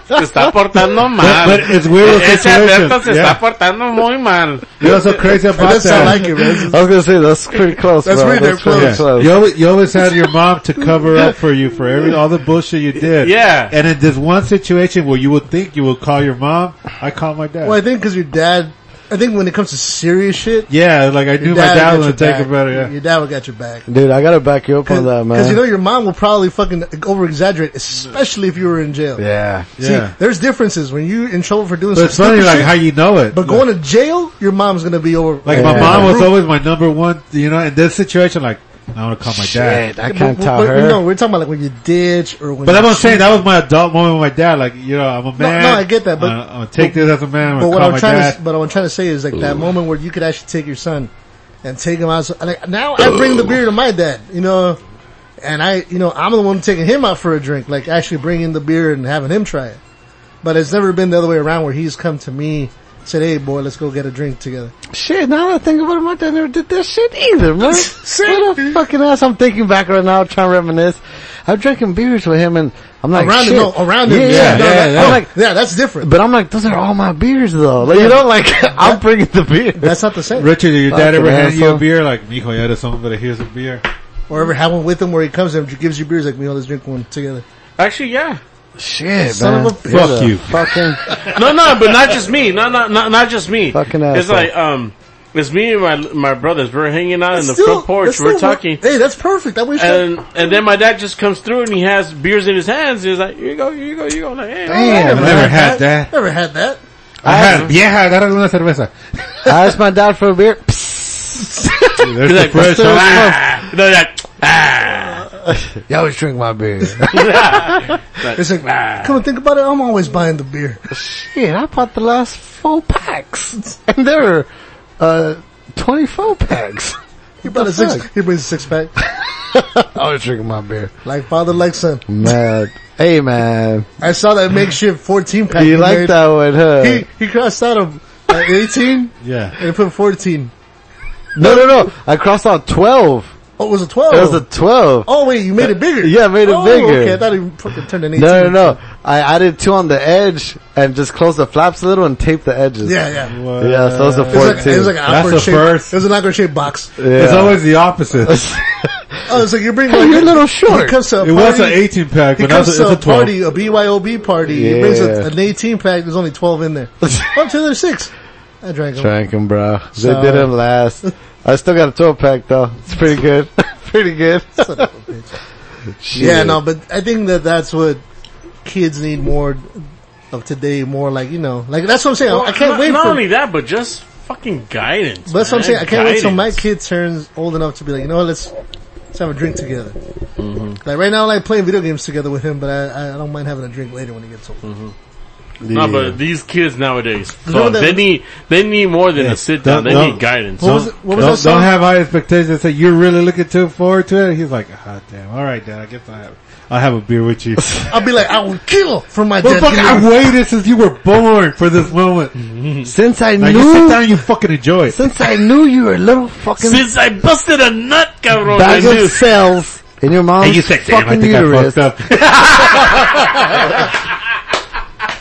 Se está portando mal. But it's weird e- those Ese Alberto se está situations. Yeah. portando muy mal. You know, so crazy It about doesn't that. sound like it, I man. was gonna say that's pretty close. That's bro. pretty That's damn pretty Yeah. close. You always, you always had your mom to cover up for you for every all the bullshit you did. Yeah. And in this one situation where you would think you would call your mom, I called my dad. Well, I think because your dad, I think when it comes to serious shit, Yeah, like I knew my dad would was got your gonna take it back. better. Yeah. Your dad would got your back. Dude, I gotta back you up on that, man. Because you know your mom will probably fucking over exaggerate, especially if you were in jail. yeah. See, Yeah. there's differences when you're in trouble for doing But some it's funny, stupid like shit. how you know it. but going to jail, your mom's gonna be over. like Yeah. my mom was always my number one. You know, in this situation, like I want to call my dad. Shit, I can't But- tell but- her. No, we're talking about like when you ditch or when. But you I'm not cheat. saying that was my adult moment with my dad. Like you know, I'm a man. no, I get that, but- I'm gonna- I'm gonna take this as a man. I'm But gonna what call I'm my trying dad. to, but what I'm trying to say is like that moment where you could actually take your son and take him out. So, like now, I bring the beer to my dad, you know, and I, you know, I'm the one taking him out for a drink, like actually bringing the beer and having him try it. But it's never been the other way around where he's come to me, said, "Hey, boy, let's go get a drink together." Shit, now that I think about it, my dad never did that shit either, man. what a fucking ass. I'm thinking back right now, trying to reminisce. I'm drinking beers with him and I'm like, around shit. him, no, around him, Yeah, yeah, yeah, no, yeah, that- yeah. I'm like, yeah, that's different. But I'm like, those are all my beers though. Like, you know, like, I'm bringing the beer. That's not the same. Richard, did your dad Fucking ever hand you a asshole. beer? Like, mijo, ya eres hombre, here's a beer. Or ever have one with him where he comes and gives you beers like, "We all let's drink one together." Actually, yeah. Shit, Son man. of a- You're Fuck the you. Fucking, No, no, but not just me. No, no, not, not just me. Fucking it's asshole. like um, it's me and my my brothers. We're hanging out in the Still- front porch. that's We're still- talking, Hey, that's perfect. That way, you and and then my dad just comes through and he has beers in his hands. He's like, "Here you go, here you go, here you go." I'm like, hey, damn, man. I've never had that. never had that. I had vieja, agarra una cerveza. I asked my dad for a beer. He's There's the like, "What's pressure. up?" Ah. No, he's like, ah. You always drink my beer. It's like, come and think about it. I'm always buying the beer. Shit, I bought the last four packs. And there were, uh, 24 packs. He bought a six. He brings a six pack. I was drinking my beer. Like father, like son. Mad. Hey, man. I saw that makeshift 14 pack. You he like made. Mm. that one, huh? He he crossed out of uh, 18 Yeah. and put 14. No, no, no. I crossed out 12. Oh, it was a 12. It was a 12. oh wait, you made it bigger. Yeah, I made it oh, bigger. Okay, I thought he fucking turned an 18. No, no, no. I added two on the edge and just closed the flaps a little and taped the edges. Yeah, yeah. Yeah, so it's a It was, like, 14. it was like an That's awkward the shape. first. It was an awkward shaped box. It's Yeah. always the opposite. Oh, it's like you're bringing Hey, like you're a little He short. comes to a It was an party- 18 pack, He but now comes it's to a a 12. party, a BYOB party. He brings a, Yeah. an 18 pack. There's only 12 in there. Up to there's six. I drank them. Drank 'em, bro. They So- didn't last. I still got a 12 pack though. It's pretty good. pretty good. Yeah, no, but I think that that's what kids need more of today. More like you know, like that's what I'm saying. I can't not, wait Not for. only that, but just fucking guidance. but that's what I'm man. saying. I can't wait till my Guidance. kid turns old enough to be like, you know, what, let's let's have a drink together. Like right now, I like playing video games together with him, but I, I don't mind having a drink later when he gets old. No, but these kids nowadays, Remember fuck, that- they need they need more than Yeah. a sit down. Don't- They don't- need guidance. What was it? What was don't, that song? don't have high expectations. Say you're really looking to forward to it. He's like, ah, damn. All right, dad. I guess I have. I'll have a beer with you. but I'll be like, I will kill for my dad. fuck, I waited since you were born for this moment. Since I Now you sit knew, down, you fucking enjoy it. since I knew you were a little fucking Since I busted a nut, cabrón, I bag knew. of cells in your mom's And you said, damn, I fucking think I uterus. fucked up.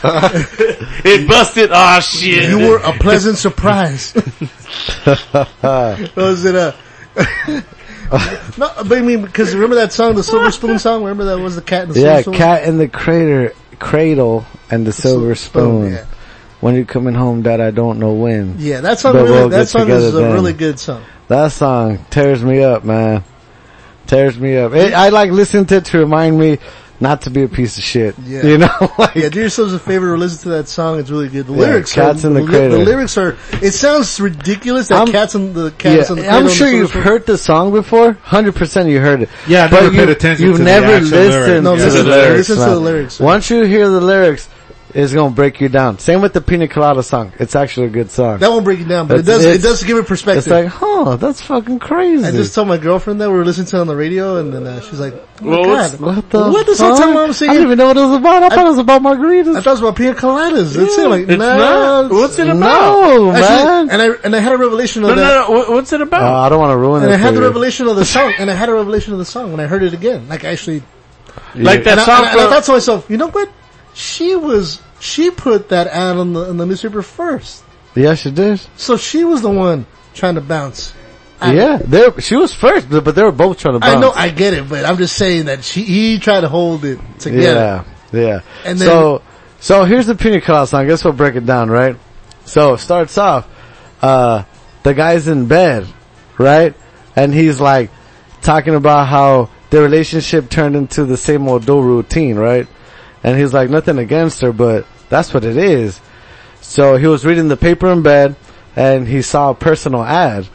it busted. Oh shit! You were a pleasant surprise. was it a? no, but I mean, because remember that song, the Silver Spoon song. Remember that was the cat and the Yeah, Silver cat in the crater, cradle and the silver spoon. yeah. When you're coming home, dad, I don't know when. Spoon. Yeah, that song. But Really, we'll that get song together is a then. really good song. That song tears me up, man. Tears me up. It, I like listening to it to remind me not to be a piece of shit. Yeah. You know, like, Yeah, do yourselves a favor to listen to that song. It's really good. The Yeah, lyrics, Cats are, in the li- Cradle. The lyrics are. It sounds ridiculous that I'm- cats and the cats and the cradle I'm and the sure Silver you've Spoon- heard the song before. Hundred percent, you heard it. Yeah, I but never you, paid attention You've to the never actual listened lyrics. No, to, listen the to the- lyrics, listen to man. the lyrics. Once you hear the lyrics, it's gonna break you down. Same with the Pina Colada song. It's actually a good song. That won't break it down, but it That's- does. It it's- does give it perspective. it's like, huh, that's fucking crazy. I just told my girlfriend that we were listening to it on the radio, and then uh, she's like, oh my Well, what's- God, what the What does that fuck? time mom I didn't singing? even know what it was about. I, thought it was about margaritas. I thought it was about pina coladas. That's it. Like, It's nah. not. What's it about? no, man. Actually, and I and I had a revelation of No, no, that. no. what- What's it about? Uh, I don't want to ruin Oh. And it. I had for the you. revelation of the song, and I had a revelation of the song when I heard it again. Like actually, like that and, I, song and, I, and I from- thought to myself, you know what? She was she put that ad on the on the newspaper first, Yes, you did. so she was the one trying to bounce. I- yeah, they she was first, but but they were both trying to. Bounce. I know, I get it, but I'm just saying that she he tried to hold it together. Yeah, yeah. And so, so here's the pina colada song. I guess we'll break it down, right? So it starts off, uh, the guy's in bed, right? And he's like talking about how their relationship turned into the same old dull routine, right? And he's like, nothing against her, but that's what it is. So he was reading the paper in bed and he saw a personal ad.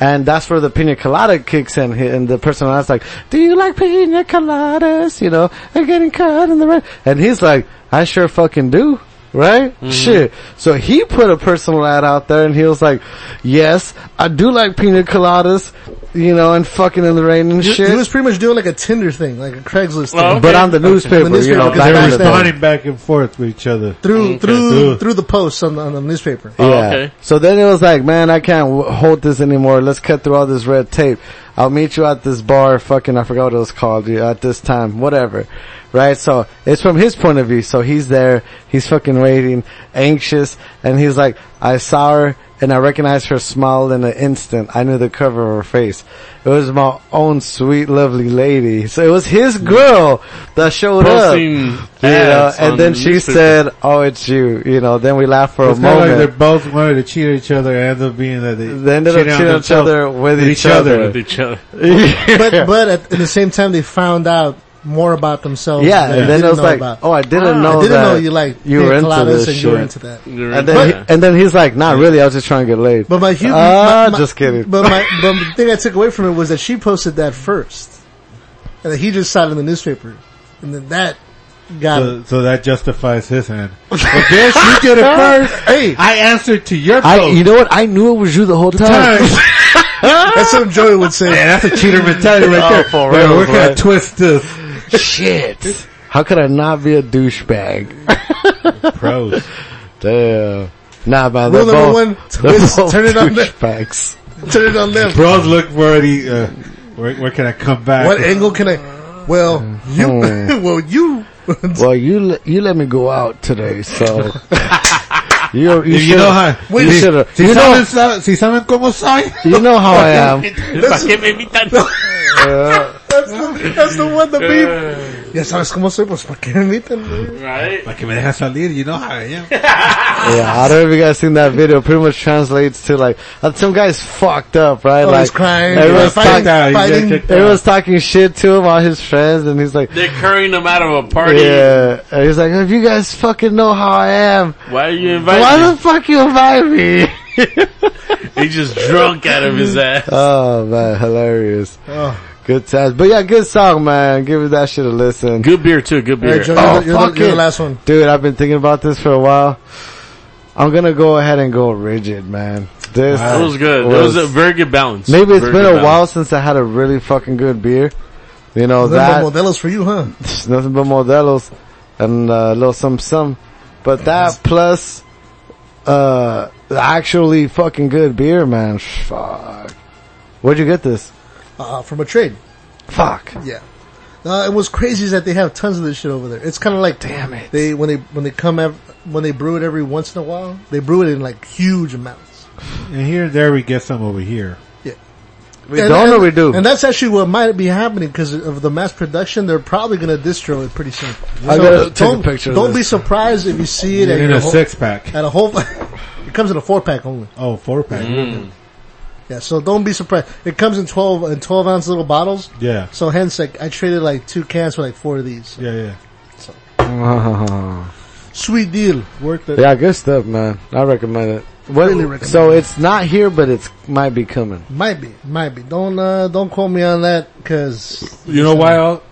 And that's where the pina colada kicks in. He- And the personal ad's like, do you like pina coladas? You know, I'm getting caught in the red. And he's like, I sure fucking do. Right? Mm-hmm. Shit. So he put a personal ad out there and he was like, yes, I do like pina coladas, you know, and fucking in the rain and He- shit. He was pretty much doing like a Tinder thing, like a Craigslist thing. Well, but on the newspaper, On the you know, newspaper, 'cause back They're in the day. responding back and forth with each other. through through Through. through the posts on the, on the newspaper. Oh, yeah. okay. So then it was like, man, I can't w- hold this anymore. Let's cut through all this red tape. I'll meet you at this bar. Fucking, I forgot what it was called yeah, at this time, whatever. Right. So it's from his point of view. So he's there. He's fucking waiting, anxious. And he's like, I saw her and I recognized her smile in an instant. I knew the cover of her face. It was my own sweet, lovely lady. So it was his girl that showed up. Posting You know, ads on and then the she newspaper. said, "Oh, it's you." You know. Then we laughed for It's a kind of like moment. they're both wanted to cheat on each other and ended up being that they, They ended up cheated on cheating on each themselves other with each with each other. But but at, at the same time, they found out more about themselves. yeah, that they and then didn't it was know like, about. "Oh, I didn't know I didn't that know you like you were pina into coladas this and shit." you're into that. You're And right. then, Yeah. he, and then he's like, "Not really. I was just trying to get laid." But my huge, Ah, my- my- just kidding. But my but the thing I took away from it was that she posted that first, and that he just saw it in the newspaper, and then that got So, so that justifies his hand. Well, bitch, you did it first. Oh. Hey. I answered to your I, post. you know what? I knew it was you the whole time. That's what Joey would say. Man, that's a cheater mentality right Oh, there. for Wait, real, we're boy. gonna twist this. Shit. How could I not be a douchebag? Pros. Damn. Nah, man. Rule they're both- number one, they're twist, both turn it on the- douchebags. Turn it on them. Bros look for the, uh, where, where can I come back? What angle can I? Well, you. Mm. well, you. Well, you le- you let me go out today, so you you, you, should, know how, you should si, you know saben, sa- si saben como soy. you know how I am. ¿Para qué me invitan? Yeah. That's the, that's the one. The beef. Ya sabes cómo soy, pues para qué me invitan. güey? Right? Para que me deja salir, you know how I am. yeah, I don't know if you guys seen that video. Pretty much translates to like uh, some guy's fucked up, right? Oh, like he's crying. Everyone's, Fighting- talk- out, he's fighting- kicked out. everyone's talking shit to him, all his friends, and he's like, They're currying them out of a party. yeah. And he's like, if you guys fucking know how I am, Why are you why inviting the fuck you invite me? me? He just drunk out of his ass. Oh man, hilarious. Oh. Good times. But yeah, good song, man. Give that shit a listen. Good beer too, good All beer. right, Joey, Oh, you're, the, you're, fuck the, you're it. the last one. Dude, I've been thinking about this for a while. I'm gonna go ahead and go rigid, man. This that was good. That was a very good balance. maybe it's Very been good a while balance. since I had a really fucking good beer. You know That, that Modelo's for you, huh? nothing but Modelo's and uh, a little some some, but that plus uh actually fucking good beer, man. Fuck. Where'd you get this? Uh, from a trade. Fuck. Yeah. Uh, and what's crazy is that they have tons of this shit over there. It's kind of like Damn it. They when they when they come ev- when they brew it every once in a while, they brew it in like huge amounts. And here and there we get some over here. We don't know we do. And that's actually what might be happening because of the mass production. They're probably going to distro it pretty soon. I So gotta take don't, a picture of Don't this. be surprised if you see it at, In your a whole- six pack. at a whole. it comes in a four pack only. Oh, four pack. Mm. Yeah, so don't be surprised. It comes in twelve in twelve ounce little bottles. Yeah. So hence, like I traded like two cans for like four of these. Yeah, yeah. Sweet deal. Worth it. Yeah, good stuff, man. I recommend it. What- Really recommend so it's not here, but it's might be coming. Might be, might be. Don't uh, don't quote me on that because You know why? I'll,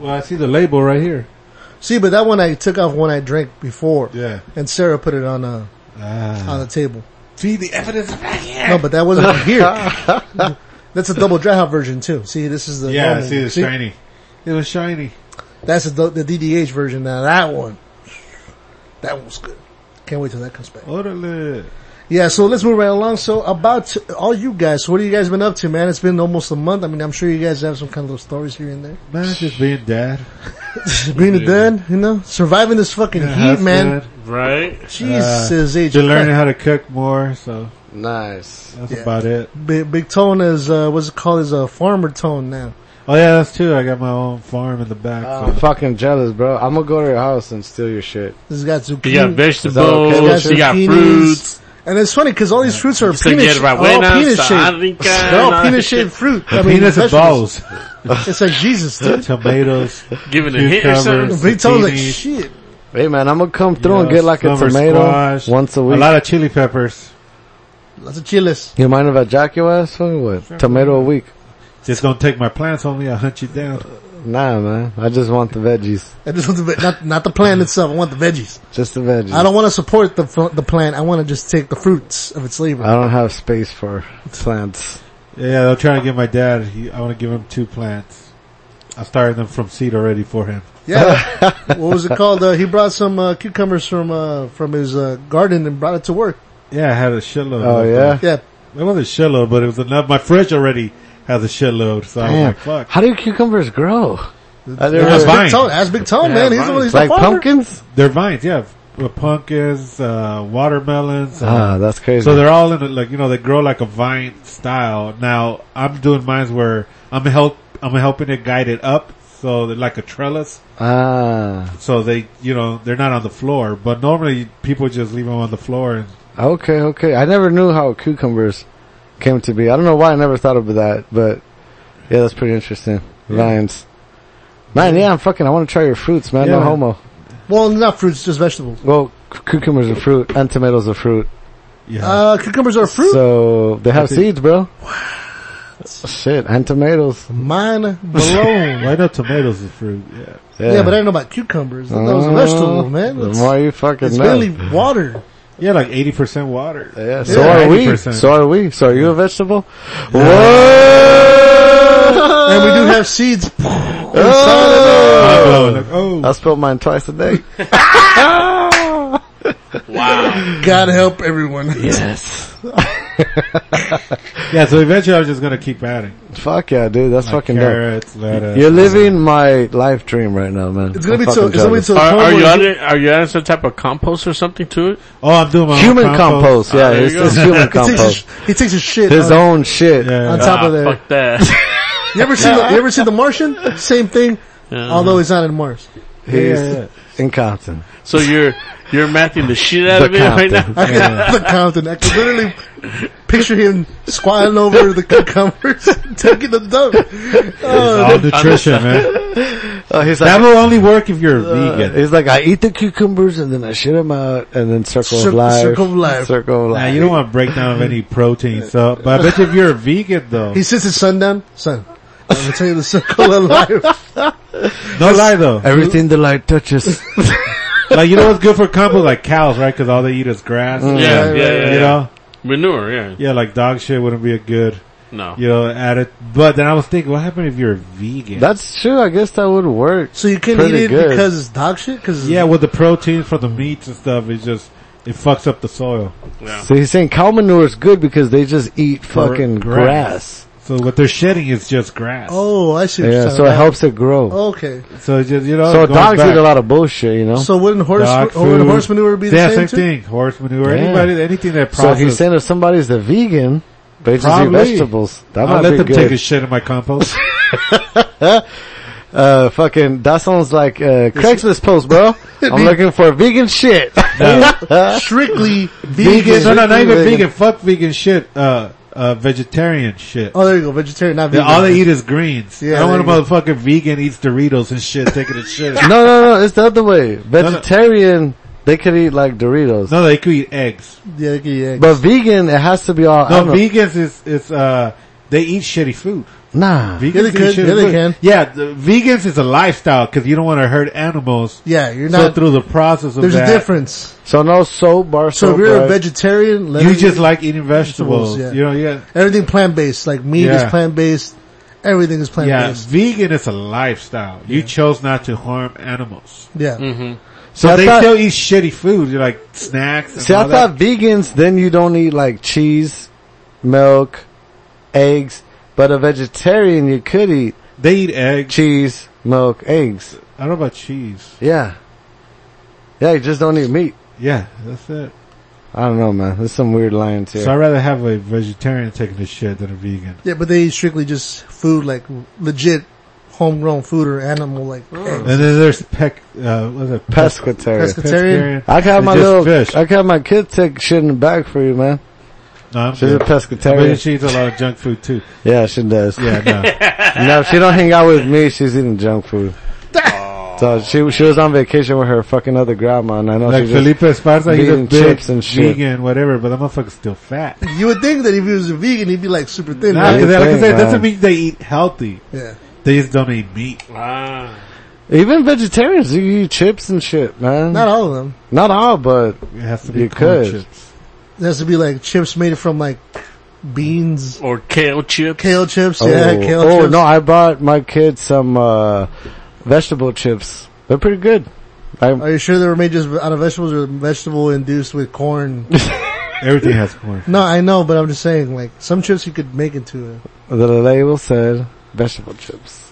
well, I see the label right here. see, but that one I took off when I drank before, Yeah. and Sarah put it on uh, Ah. on the table. See the evidence of that here. No, but that wasn't here. That's a double dry hop version too. See, this is the Yeah, normal see one. the shiny. It was shiny. That's the, the DDH version. Now that one, that one was good. Can't wait till that comes back. Orale. Yeah, so let's move right along. So about all you guys, so what have you guys been up to, man? It's been almost a month. I mean, I'm sure you guys have some kind of little stories here and there. Man, it's just being dad. Being a dad, you know, surviving this fucking heat, man. Husband. Right? Jesus, Uh, age. Just learning how to cook more, so Nice. that's Yeah. about it. Big, Big Tone is uh, what's it called? Is a farmer tone now. Oh yeah, that's true. I got my own farm in the back. I'm so. fucking jealous, bro. I'm gonna go to your house and steal your shit. He's got zucchini. Oh, You got okay? vegetables, you got zucchinis. fruits. and it's funny because all these fruits are So peanut, get Oh, are all rabuenas, peanut shaped. sardinas, They're all all peanut that shaped shit. fruit. I mean, Peanuts and vegetables. balls, It's like Jesus, dude. tomatoes, Giving a hit or something. Cucumbers. Big Tone's like Zucchini. shit. Hey, man, I'm gonna come through and you know, get like a summer tomato squash, once a A week. lot of chili peppers. Lots of chiles. you mind if I jack your ass? Fucking What? Tomato a week? Just don't take my plants on me. I'll hunt you down. Nah, man. I just want the veggies. I just want the ve- not not the plant itself. I want the veggies. Just the veggies. I don't want to support the fl- the plant. I want to just take the fruits of its labor. I don't have space for plants. Yeah, they'll try to get my dad. He, I want to give him two plants. I started them from seed already for him. Yeah. what was it called? Uh, he brought some uh, cucumbers from uh, from his uh, garden and brought it to work. Yeah, I had a shitload. Oh, of yeah? them. Yeah. It wasn't a shitload, but it was enough. My fridge already has a shitload, so I was Damn. like, Oh fuck. How do cucumbers grow? Are they Yeah, That's really- vine. Big Tone. Uh, That's Big Tone, Yeah, man. He's the vine. one. He's like the farmer. pumpkins? They're vines, yeah. uh, pumpkins, uh, watermelons. uh, Ah, that's crazy. so they're all in a, like you know they grow like a vine style. Now I'm doing mines where I'm help I'm helping it guide it up, so they're like a trellis. ah, So they you know they're not on the floor, but normally people just leave them on the floor. And okay, okay. I never knew how cucumbers came to be. I don't know why I never thought of that, but yeah, that's pretty interesting. Vines. Man, yeah, I'm fucking, I want to try your fruits, man. Yeah, no man. homo. Well, not fruits, just vegetables. Well, c- cucumbers are fruit and tomatoes are fruit. yeah, Uh, cucumbers are fruit. So they have seeds, bro. Shit, and tomatoes. Mine Malone, why not tomatoes is fruit? Yeah, Yeah. but I didn't know about cucumbers. That was a Uh, vegetable, man. It's, Why you fucking it's know? mainly water. yeah, like eighty percent water. yeah, so Yeah, are we. 90%. So are we. So are you a vegetable? Whoa! And we do have seeds. Oh, like, oh, I spilled mine twice a day. God help everyone. yeah. So eventually I was just gonna keep adding Fuck yeah, dude. That's like fucking carrots, dope. lettuce. You're living my life dream right now, man. It's gonna I'm be so. fucking It's gonna be jealous. so. Are, are you adding, are you adding some type of compost or something to it? Oh, I'm doing my own Human compost, yeah, Ah, there it's, you go. it's human He takes, his, compost. he takes his shit His on, own shit. Yeah. on top Ah, of there. fuck that. You ever seen? The, you ever seen The Martian? Same thing. Although he's not in Mars. He's Yeah, yeah. in Compton. so you're you're mathing the shit out The of it right now. Compton. I can look Compton. I can literally picture him squatting over the cucumbers, taking the dump. Oh, All nutrition, man. Uh, he's like, That will only work if you're uh, vegan. he's like, I eat the cucumbers and then I shit them out and then circle Cir- of life. circle of life. Circle of Nah, life. you don't want to break down of any protein, so, but I bet you if you're a vegan though, he sits at sundown. Son, I'm gonna tell you the circle of life. no lie though, Everything the light touches. like you know what's good for compost? Like cows, right? Cause all they eat is grass. Mm. Yeah, yeah, yeah, You yeah. know? Manure, yeah. Yeah, like dog shit wouldn't be a good, No. you know, added, but then I was thinking, what happened if you're a vegan? That's true. I guess that would work. So you can't Pretty eat it good. because it's dog shit. Because yeah, with the protein from the meats and stuff, it just, it fucks up the soil. So he's saying cow manure is good because they just eat fucking Gr- grass. So what they're shedding is just grass. oh, I see. What you're Yeah, talking so it about. helps it grow. Okay, So Oh, it just, you know, so going dogs back, eat a lot of bullshit, you know. So, so wouldn't horse oh, dog wouldn't food. horse manure be the yeah, same, too? thing. Horse manure, Yeah. anybody, anything that processes. he's saying if somebody's the vegan, they just eat Probably. vegetables. That I'll might let be them good. take a shit in my compost. uh, fucking that sounds like uh, Craigslist post, bro. I'm looking for vegan shit. Strictly vegan. vegan. No, no, not even Vegan. vegan. Fuck vegan shit. Uh, uh, vegetarian shit. Oh, there you go. Vegetarian, not They- vegan. all they eat is greens. Yeah, I don't there want a motherfucking vegan eats Doritos and shit, taking a shit. no, no, no. It's the other way. Vegetarian, they could eat like Doritos, No, they could eat eggs. Yeah, they can eat eggs. but vegan, it has to be all. I No, don't know. vegans is is uh, they eat shitty food. nah. Vegans Yeah, they eat could. shitty Yeah, they food. can. Yeah, the, vegans is a lifestyle because you don't want to hurt animals. yeah, you're So not. through the process of there's that, a difference. So no soap bar. So soap if you're a bread. vegetarian, let you it- just like eating vegetables. Vegetables, yeah. You know, yeah, everything plant based. Like meat Yeah. is plant based. Everything is plant yeah. based. Vegan is a lifestyle. You chose not to harm animals. Yeah. So But I they thought- still eat shitty food, you like snacks. And See, I all that. thought vegans, then you don't eat like cheese, milk, eggs, but a vegetarian, you could eat they eat eggs. cheese, milk, eggs. I don't know about cheese. Yeah. Yeah, you just don't eat meat. Yeah, that's it. I don't know, man. There's some weird lines here. So I'd rather have a vegetarian taking a shit than a vegan. Yeah, but they eat strictly just food, like legit homegrown food or animal, like eggs. And then there's peck. Uh, what's it? Pescatarian. Pesca- Pescatarian. I can have They my just little, fish. I can have my kid take shit in the bag for you, man. No, I'm She's a good. I bet pescatarian. she eats a lot of junk food too. yeah, she does. Yeah, no. No, if she don't hang out with me, she's eating junk food. So she she was on vacation with her fucking other grandma, and I know like she just, Felipe Esparza, he's a vegan big chips and shit. vegan, whatever, but that motherfucker's still fat. You would think that if he was a vegan, he'd be like super thin. Nah, right? 'cause you like I think, said, it doesn't man? mean they eat healthy. Yeah. They just don't eat meat. Ah. even vegetarians you eat chips and shit, man. Not all of them. Not all, but It has to be You corn could. chips. It has to be like chips made from like beans, Or kale chips. kale chips. Yeah, oh, kale oh, chips. no, I bought my kids some uh vegetable chips. They're pretty good. I Are you sure they were made just out of vegetables or vegetable induced with corn? Everything has corn. no, I know, but I'm just saying, like some chips you could make into it. the label said vegetable chips.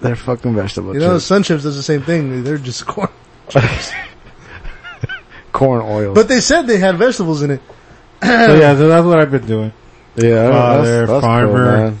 They're fucking vegetable You know, chips. sun chips does the same thing. They're just corn. corn oil. But they said they had vegetables in it. So yeah, so that's what I've been doing. yeah, Father, farmer. man.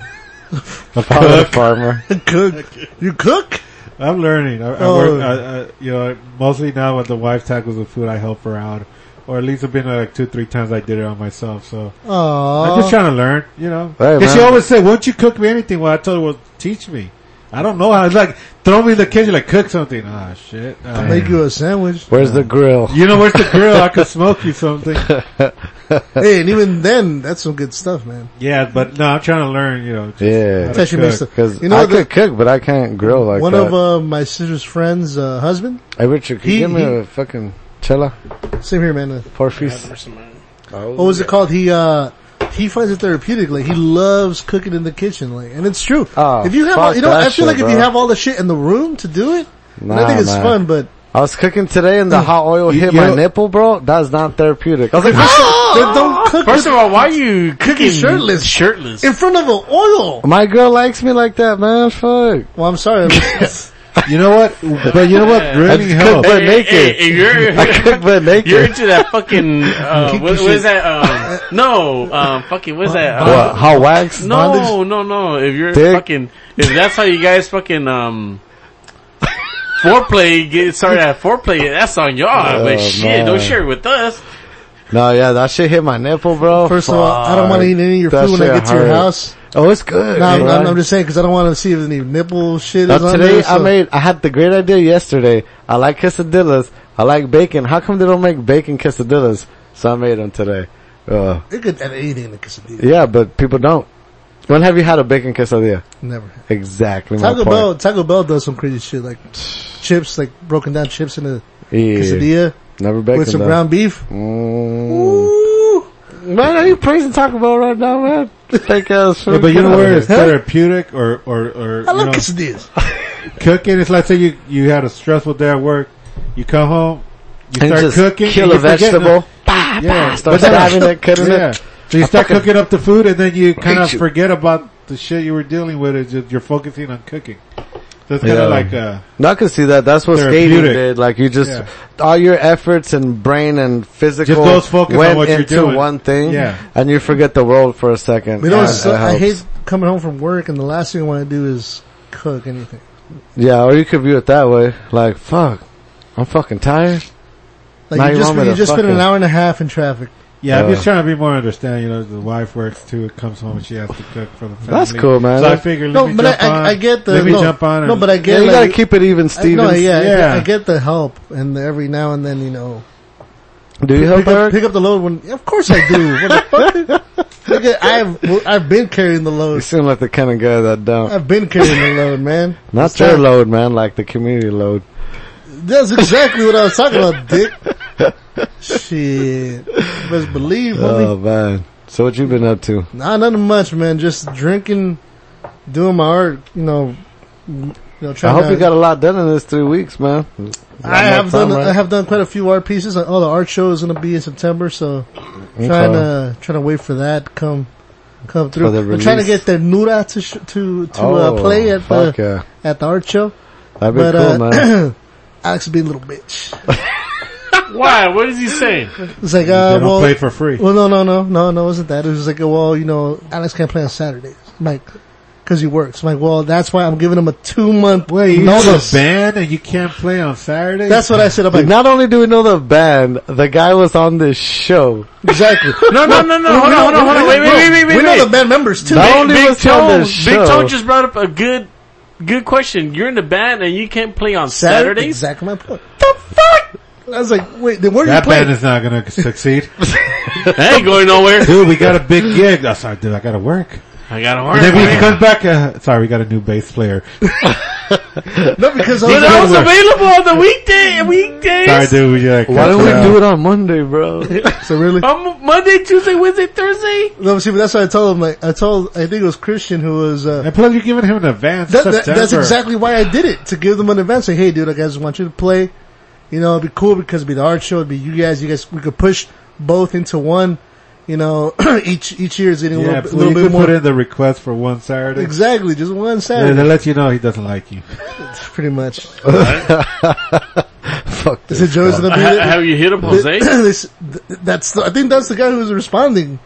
A Father, cook. farmer. Cook. You cook? I'm learning. I, I Oh. work, I, I, you know, mostly now when the wife tackles the food, I help her out. Or at least I've been like two, three times I did it on myself, so. I'm just Aww. trying to learn, you know. Oh. Hey, Because she man. always said, "Won't you cook me anything?" Well, I told her, "Well, teach me." I don't know. I was like, "Throw me in the kitchen, like cook something." Ah, shit. Ah. Make you a sandwich. Where's the grill? you know where's the grill? I could smoke you something. hey, and even then, that's some good stuff, man. Yeah, but no, I'm trying to learn. You know, just Yeah. how to Actually makes cook. Cause You know I the- could cook, but I can't grill like One that. of uh, my sister's friends' uh, husband. hey Richard, can he- you give me he- a fucking chela? Same here, man. Uh, Porfis? what was it called? He uh, he finds it therapeutic. Like he loves cooking in the kitchen. Like, and it's true. Oh, if you have, all, fuck you know, I that feel like shit, if you bro. have all the shit in the room to do it, and I Nah, think it's man. fun. But I was cooking today and the Mm. hot oil hit you my know- nipple, bro. That's not therapeutic. I was like, then don't cook First of all, why are you cooking shirtless. Shirtless. in front of an oil. my girl likes me like that, man. Fuck. Well, I'm sorry. You know what? But you know what? Really I just cooked helped. but naked. Hey, hey, you're, I cooked but naked. you're into that fucking, uh, what, what is that, um, no, um, fucking, what is that? uh, what? Hot wax? No, Bondage? no, no. If you're Dick. fucking, if that's how you guys fucking um, foreplay get started at foreplay, that's on y'all. Oh, but shit, man. don't share it with us. No, yeah, that shit hit my nipple, bro. First of all, I don't want to eat any of your That food when I shit get to your hurt. house. Oh, it's good. No, I'm, bro. I'm, I'm just saying because I don't want to see if any nipple shit Now is on today there. I so- made, I had the great idea yesterday. I like quesadillas. I like bacon. How come they don't make bacon quesadillas? So I made them today. Uh, They're good at anything in the quesadilla. yeah, but people don't. When have you had a bacon quesadilla? Never. Exactly. my Taco point. Bell, Taco Bell does some crazy shit like chips, like broken down chips in a Yeah. quesadilla Never bacon. with some though. ground beef. Mm. Man, are you praising Taco Bell right now, man? Fake ass food. Yeah, but you know where it's Huh? therapeutic or or or you I love know, quesadillas. cooking. It's like say you you had a stressful day at work. You come home. You And start just cooking. kill and a you forget- vegetable. Yeah, Start but then- stabbing it, cutting yeah. it. So you start fucking cooking up the food, and then you kind of hate you. forget about the shit you were dealing with. It's just you're focusing on cooking. So it's kind Yeah. of like uh, No, I can see that. That's what skating Therapeutic. did. Like you just Yeah. all your efforts and brain and physical Just goes focus on went what you're into doing. one thing, Yeah. and you forget the world for a second. You know, Yeah, it's so, that I helps. hate coming home from work and the last thing I want to do is cook anything. Yeah, or you could view it that way. Like, fuck, I'm fucking tired. Like Now you you just want me you to just spent an fucking- hour and a half in traffic. yeah. I'm Yeah. just trying to be more understanding. You know, the wife works too. It comes home and she has to cook for the family. That's cool, man. So I figure let No, me but jump I, on. I, I get the let me no, jump on. No, and- but I Yeah, get you like, gotta keep it even, I, no, Stevens. yeah, I get- Yeah. I get the help and every now and then you know Do you help pick up, Eric? pick up the load when of course I do. What the fuck? Nigga, I've I've been carrying the You load. seem like the kind of guy that don't. I've been carrying the load, man. Not It's your time. load, man. Like the community load. That's exactly what I was talking about, dick. Shit. Best believe, homie. Oh man. So what you been up to? Nah, nothing much, man. Just drinking, doing my art, you know. You know I trying hope to, you got a lot done in this three weeks, man. I have Not done. time, right? I have done quite a few art pieces. Oh, the art show is going to be in September, so trying to trying to wait for that to come come through. the I'm trying to release. get the Nura to sh- to to Oh, uh, play at the fuck yeah. at the art show. That'd be But cool, man. uh, Alex being a little bitch. Why? What is he saying? It's like They uh, don't well, play for free. well, no, no, no, no, no, it wasn't that? It was like, well, you know, Alex can't play on Saturdays, I'm like, because he works. I'm like, well, that's why I'm giving him a two month Wait, you know the notice. band and you can't play on Saturday. That's what I said. I'm like, Not only do we know the band, the guy was on this show. exactly. No, no, no, no. Hold on, hold on, hold on. Wait, wait, wait, wait, wait. we know wait. the band members too. Not Big, only Big was he on Toe, the Big show- Toe just brought up a good, good question. You're in the band and you can't play on Saturdays. Exactly my point. The fuck? I was like, wait, then where are you that playing? band is not going to succeed. I ain't going nowhere. dude, we got a big gig. Oh, sorry, dude, I got to work. I got a And then when he hard. comes back, uh, sorry, we got a new bass player. no, because I was But I like, was available on the weekday, weekdays. Sorry, dude, we Why uh, cut don't we out. do it on Monday, bro? so really? On Monday, Tuesday, Wednesday, Thursday. No, see, but that's what I told him. Like, I told, I think it was Christian who was. Uh, And plus, you're giving him an advance. that, that, September. that's exactly why I did it to give them an advance. Say, hey, dude, I guys want you to play. You know, it'd be cool because it'd be the art show. It'd be you guys. You guys, we could push both into one. You know, each each year is getting Yeah, a but little, little you bit can put more. in the request for one Saturday. Exactly, just one They, Saturday, they let you know he doesn't like you. pretty much. fuck this. Is it Joe's gonna be Ha- there? have you hit up Jose? This- that's the, I think that's the guy who's responding,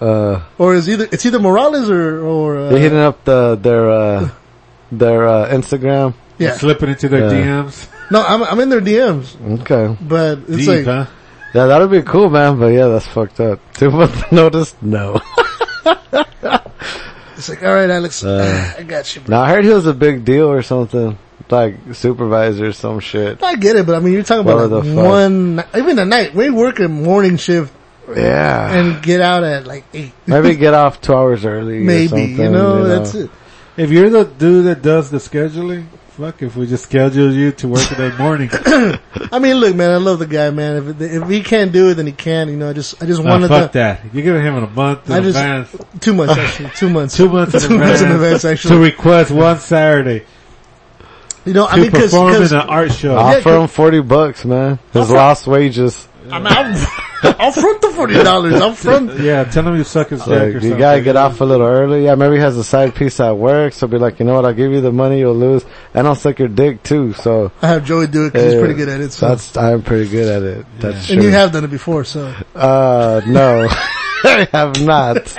Uh, or is either it's either Morales or or uh, they're hitting up the their uh, their uh, Instagram. yeah. Slipping into their Yeah. DMs. No, I'm I'm in their DMs, Okay, but it's like Deep, huh? yeah, that'd be cool, man. But yeah, that's fucked up. Two month notice? No. it's like all right, Alex, Uh, I got you. Bro. Now I heard he was a big deal or something, like supervisor or some shit. I get it, but I mean, you're talking What about like the fuck? one, ni- even at night. We work a morning shift Yeah, and get out at like eight, maybe get off two hours early. or maybe. something, You know, that's it. If you're the dude that does the scheduling, fuck if we just schedule you to work in the morning. I mean, look, man, I love the guy, man. If if he can't do it, then he can. You know, I just I just Nah, wanted uh, fuck the, that. You give him a month in I just- advance. two months actually, two months, Two months in two months in advance to actually. request one Saturday You know, I to mean, because perform in an art show. Yeah, Offer him forty bucks, man. His lost wages. I'm, I'm, I'll front the forty dollars. I'll front. yeah, tell him you suck his dick or Like, you something. gotta get off a little early. Yeah, maybe he has a side piece at work, so be like, you know what? I'll give you the money you'll lose, and I'll suck your dick too. So I have Joey do it because he's uh, pretty good at it. So. That's I'm pretty good at it. That's and true. you have done it before, so uh, no, I have not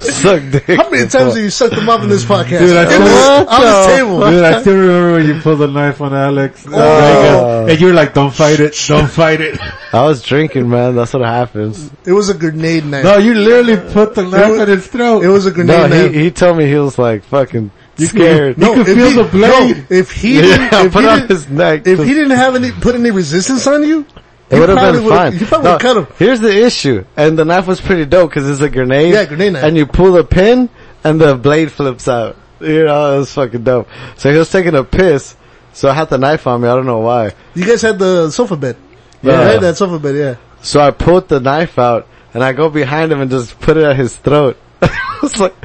sucked dick. how many times have you sucked them up in this podcast? Dude, I In still- this- on this table. Dude, I still remember when you pulled the knife on Alex in Vegas, and you were like, "Don't fight it, don't fight it." I was drinking, man. That's what happens. It was a grenade night. No, you literally put the knife was- in his throat. It was a No, grenade he, night. he told me he was like fucking scared. you could if feel he- the blade. no, if he yeah, didn't, if, put he on didn't, his neck. if he didn't have any put any resistance on you, It you would have probably been would've- fine. You probably No, would cut him. Here's the issue, and the knife was pretty dope because it's a grenade. Yeah, grenade knife. And you pull the pin, and the blade flips out. You know, it was fucking dope. So he was taking a piss, so I had the knife on me. I don't know why. You guys had the sofa bed, Yeah. right? That sofa bed, yeah. So I pulled the knife out, and I go behind him and just put it at his throat. I was like,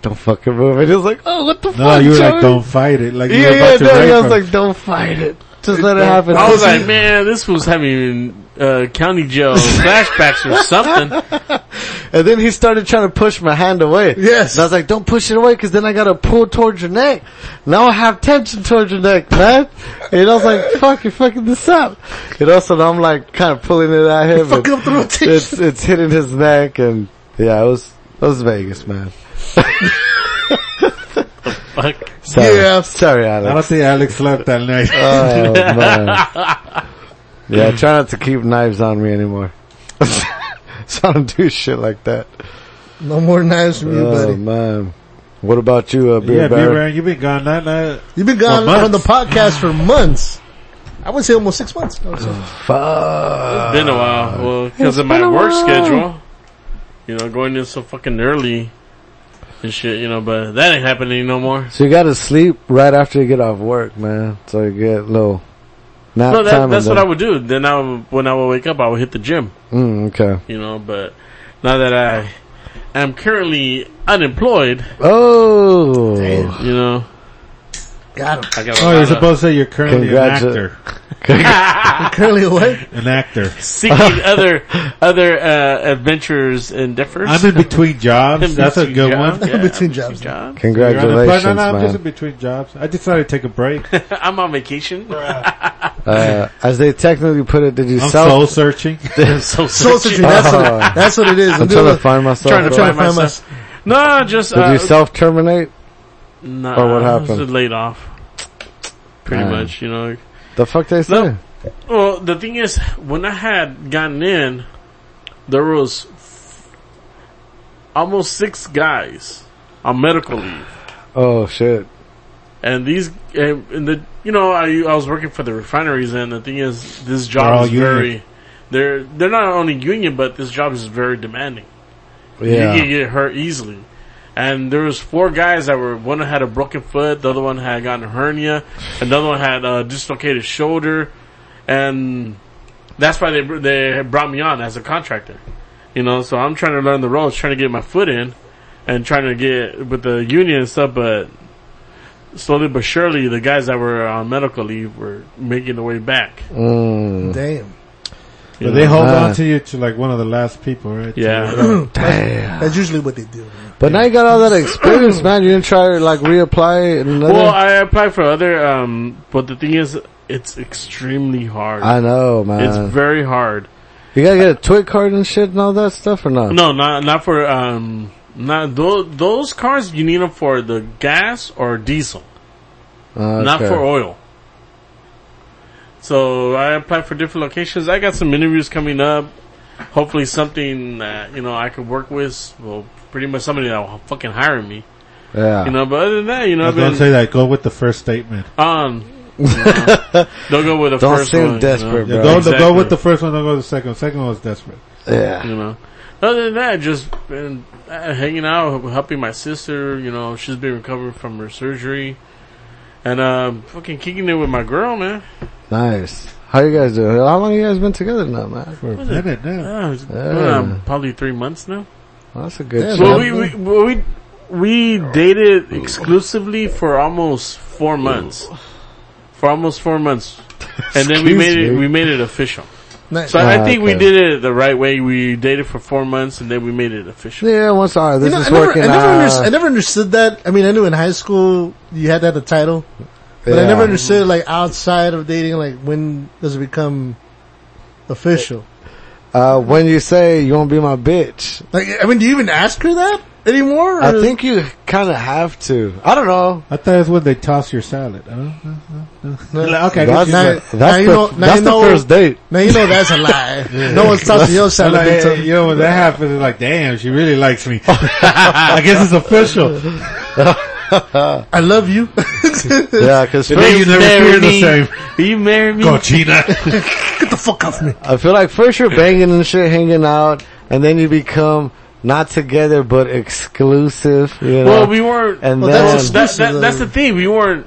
"Don't fucking move!" And he was like, "Oh, what the fuck?" no, you were like, Joey?" "Don't fight it." Like, you Yeah, were yeah, about to no, rape yeah, I him. was like, "Don't fight it. Just let it happen." I was like, man, this was having uh, county jail flashbacks or something. And then he started trying to push my hand away. Yes. And I was like, don't push it away because then I gotta pull towards your neck. Now I have tension towards your neck, man. And I was like, fuck, you're fucking this up. You know, so now I'm like kind of pulling it at him. Fucking and up the rotation. It's, it's hitting his neck and yeah, it was, it was Vegas, man. Fuck. Sorry. Yeah. Sorry, I don't Alex. think Alex slept that night. Oh, man. Yeah, try not to keep knives on me anymore. so I don't do shit like that. No more knives from you, oh, buddy. man. What about you, uh, Beer yeah, Baron? beer Baron, you've been gone that night. You've been gone For months. from the podcast for months. I would say almost six months. No, so- Fuck. Been a while. Well, because of my work schedule, you know, going in so fucking early and shit, you know, but that ain't happening no more. So you gotta sleep right after you get off work, man. So you get low. Nap No, that, time that's and what I then- would do. Then I would, when I would wake up, I would hit the gym, Mm, okay. you know, but now that I am currently unemployed, Oh. you know, Got him. I got a Oh, lot you're of supposed to say you're currently Congrats- an actor. Currently away. An actor. seeking other, other, uh, adventures, endeavors. I'm in between jobs. That's a good one. Yeah, Between I'm jobs. jobs. You're unemployed? Congratulations, no, no, I'm just in man. between jobs. I decided to take a break. I'm on vacation. Uh, as they technically put it, did you I'm sell? soul searching. so Soul searching. That's, Oh. what, that's what it is. I'm trying to find myself. trying to bro. find myself. No, just Did uh, you self terminate? nah, or what I was happened? laid off, pretty Man. much. You know. The fuck they No. say? Well, the thing is, when I had gotten in, there was f- almost six guys on medical leave, Oh shit. and these and, and the you know I I was working for the refineries, and the thing is, this They're job all is union. very they're they're not only union, but this job is very demanding. Yeah. you can get hurt easily. And there was four guys that were one had a broken foot, the other one had gotten a hernia, another one had a dislocated shoulder, and that's why they they had brought me on as a contractor. You know, so I'm trying to learn the ropes, trying to get my foot in, and trying to get with the union and stuff. But slowly but surely, the guys that were on medical leave were making their way back. Mm. Damn. But they hold Man. on to you to like one of the last people, right? Yeah. To- uh, Damn. That's usually what they do. man. But now you got all that experience, man. You didn't try to like reapply in another. Well, I applied for other, um, but the thing is, it's extremely hard. I know, man. it's very hard. you gotta get a twit card and shit and all that stuff or not? No, not not for um, not those those cars. You need them for the gas or diesel, Uh, Okay. not for oil. So I applied for different locations. I got some interviews coming up. Hopefully, something that you know I could work with. Well, pretty much somebody that will fucking hire me. Yeah. You know, but other than that, you know, I I've was gonna been- say that. Go with the first statement. Um, they'll go with the Don't first seem one. desperate, you bro. know? Yeah, go, go Exactly. with the first one. Don't go with the second. one. Second one was desperate. yeah. You know, other than that, just been uh, hanging out, helping my sister. You know, she's been recovering from her surgery, and um, fucking kicking it with my girl, man. Nice. How you guys doing? How long you guys been together now, man? For a minute now. Uh, it's been, Yeah. um, probably three months now. Well, that's a good Yeah, shit. Well, man. we we well, we we dated exclusively for almost four months. For almost four months, and then we Excuse made it. me. We made it official. Nice. So I Ah, think we okay. did it the right way. We dated for four months and then we made it official. Yeah, once all right, this You know, is I never, working ah. I never, out. underst- I never understood that. I mean, I knew in high school you had to have the title, but I Yeah. never understood like outside of dating, like when does it become official? Uh, when you say you want to be my bitch, Like, I mean, do you even ask her that anymore? I or- think you kind of have to. I don't know. I thought it was when they toss your salad. Huh? Huh? Huh? Huh? Okay, I get That's, you. now- that's now the, you know- now that's you the know- first date. now you know that's a lie. No one's talking your side. I'm of like, it, so- hey, you know, when that happens, it's like, damn, she really likes me. I guess it's official. I love you. Yeah, because Then you never feel the same. Will you marry me? Cochina. Get the fuck off me. I feel like first you're banging and shit, hanging out, and then you become not together but exclusive. You know? Well, we weren't. and Well, then that's just- that, that, Exclusive. that's the thing. We weren't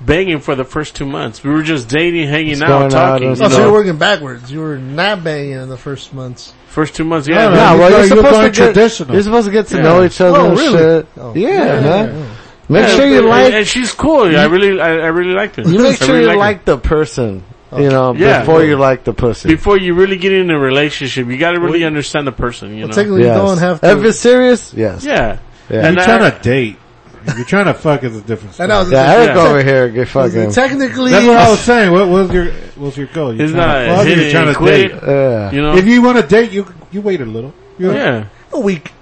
banging for the first two months. We were just dating, hanging Just out, going out talking. and you Oh, so know. you're working backwards. You were not banging in the first months. first two months, yeah. No, man. Nah, You well, go- you're, you supposed go to get, traditional. you're supposed to get to Yeah. know each other Oh, and really? shit. Oh. Yeah, man. Make Yeah, sure you and- like, And she's cool. Yeah, I really, I, I really liked her. you make I sure really you liked her. like the person, you know, Yeah. before you like the pussy. Before you really get in a relationship, you got to really understand the person. You Well, know. technically, Yes. you don't have to. If it's serious, yes. yeah. Yeah. And uh, You're I- trying to date. If you're trying to fuck, it's a different I story. know, it's- Yeah, Eric Yeah. over here, get fucking. Technically, That's what I was saying. What was your, what was your goal? You're It's trying not to fuck or hit you're it trying and to quit. date? Yeah. You know. If you want to date, you, you wait a little. You know? yeah. a week.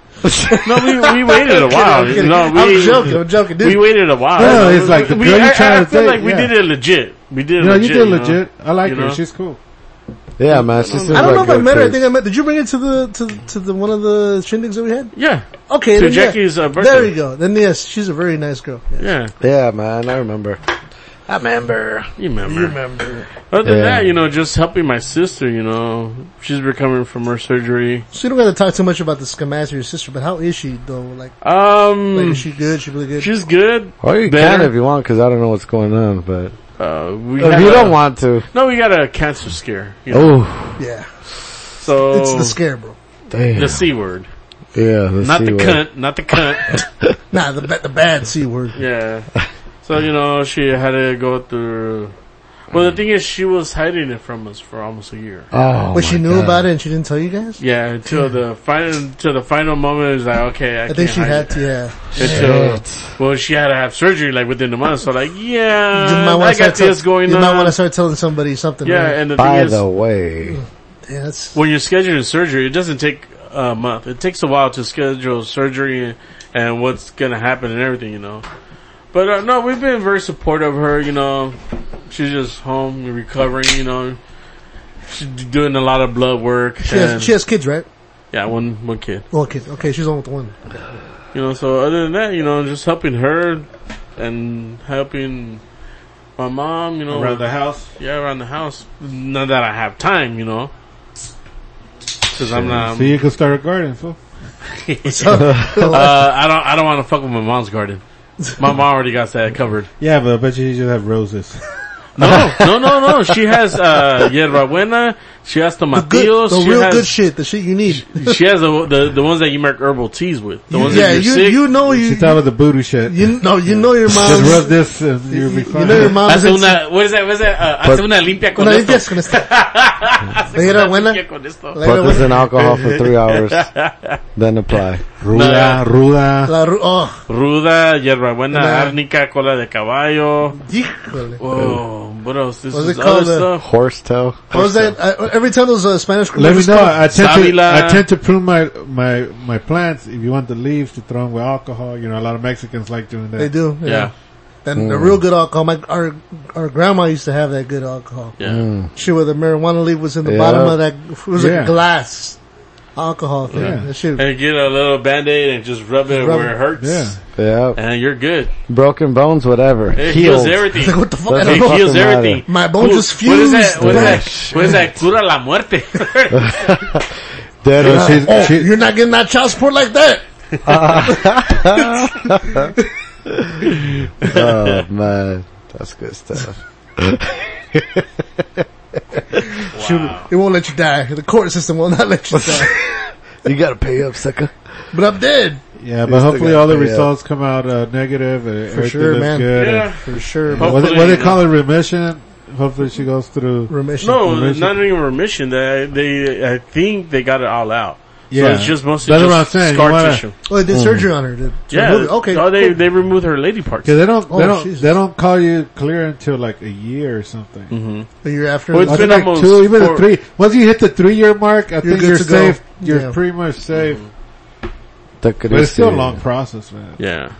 No, we, we waited a while. I'm kidding. No, we, I'm joking. I'm joking. Dude, we waited a while. No, it's like the we, girl I, you're I- trying I to feel date, like we yeah. did it legit. We did it You know, you legit. did know? legit. I like You her. know? She's cool. Yeah, man. She's I don't know if I met her. I think I met. Did you bring it to the to to the one of the shindigs that we had? Yeah, Okay, To then yeah. Jackie's, uh, birthday. There you go. Then yes, she's a very nice girl. Yeah. yeah. Yeah, man. I remember. I remember. You remember. You remember. Other than Yeah. that, you know, just helping my sister, you know. She's recovering from her surgery. So you don't got to talk too much about the schematics of your sister, but how is she though? Like, Um, like is she good? She really good? she's good. Or you Better. can if you want, because I don't know what's going on. But Uh, we if had Oh, you a- don't want to, No, we got a cancer scare. You know? oh yeah, So, it's the scare, bro. damn, the C word. yeah, the Not the C-word. cunt. Not the cunt. Nah, the ba- the bad c word. yeah. So, you know, she had to go through. Well, the thing is, she was hiding it from us for almost a year. Oh, but she my knew God. about it and she didn't tell you guys. Yeah, until the final, until the final moment, it was like, okay, I, I think can't she hide had it. to. Yeah, Until, well, she had to have surgery like within a month. So like, yeah, you might wanna Uh, I got start tell- this going You on. might want to start telling somebody something. yeah, right? and the By thing is, the way, yeah, that's when you're scheduling surgery, it doesn't take a month. It takes a while to schedule surgery and what's gonna happen and everything, you know. But uh, no, we've been very supportive of her. You know, she's just home recovering. You know, she's doing a lot of blood work. she and- has, she has kids, right? yeah, one one kid. Well, kids. Okay, she's on with one. You know, so other than that, you know, just helping her and helping my mom, you know, Around with- the house. yeah, around the house. Not that I have time, you know, because I'm not. so you can start a garden, fool. Uh, I don't. I don't want to fuck with my mom's garden. My mom already got that covered. Yeah, but I bet you just have roses. No, no, no, no. She has uh, yerba buena. She has The good, tomatillos. the she real has, good shit, the shit you need. She has the, the the ones that you make herbal teas with. The ones yeah, that you you're sick. you know you She thought of the voodoo shit. you know you know your Just mom's rub this and you'll be you, fine. you know your mom's Hace una, what is that? What is that? Uh, hace una limpia con Una esto. limpias con esta. Le era buena. Limpia con esto. La era Put this buena. in alcohol for three hours, then apply. ruda, ruda. La ru- oh, Ruda, hierbabuena, Una- árnica, cola de caballo. híjole. Oh. What Whoa, what else? This What's is it other called, uh, stuff. Horse tail. was that? I, every time those uh, Spanish Let me commercials know. come- I tend to Savila. I tend to prune my my my plants. If you want the leaves to throw them with alcohol, you know a lot of Mexicans like doing that. They do. Yeah. Yeah, And Mm. the real good alcohol. My our our grandma used to have that good alcohol. yeah. Shit where the marijuana leaf was in the Yeah. bottom of that it was Yeah. a glass alcohol thing. Yeah. That shit. And get a little band aid and just rub it Rub where it. it hurts. Yeah. Yeah. And you're good. Broken bones, whatever. It Healed. heals everything. Like, oh, what the fuck? That's I It don't know. heals fucking everything. My bone Who- just What is that? fused. What is Yeah. that? What is that? Cura la muerte. Dead So or she's- Oh, she- you're not getting that child support like that. Oh man, that's good stuff. It won't let you die. The court system will not let you die. You gotta pay up, sucker. but I'm dead. yeah, Used but to hopefully get- all the yeah. results come out uh, negative. And everything sure, looks man. Good yeah. For sure. Hope- What, they- what Hopefully, uh, they call it remission. Hopefully she goes through. Remission. No, Remission. not even remission. They, they, I think they got it all out. Yeah. so it's just mostly That's just what I'm saying. You scar wanna- tissue. Oh, they did surgery on her. To, to Yeah, remove it. Okay. Oh, they cool. they removed her lady parts. Cause they don't, Oh, they don't, Jesus. they don't call you clear until like a year or something. A year after. Mm-hmm. Well, it's I been think like almost two, even four- a three. Once you hit the three year mark, I think good you're to go. safe. You're Yeah. pretty much safe. Mm-hmm. The But it's still a long process, man. Yeah,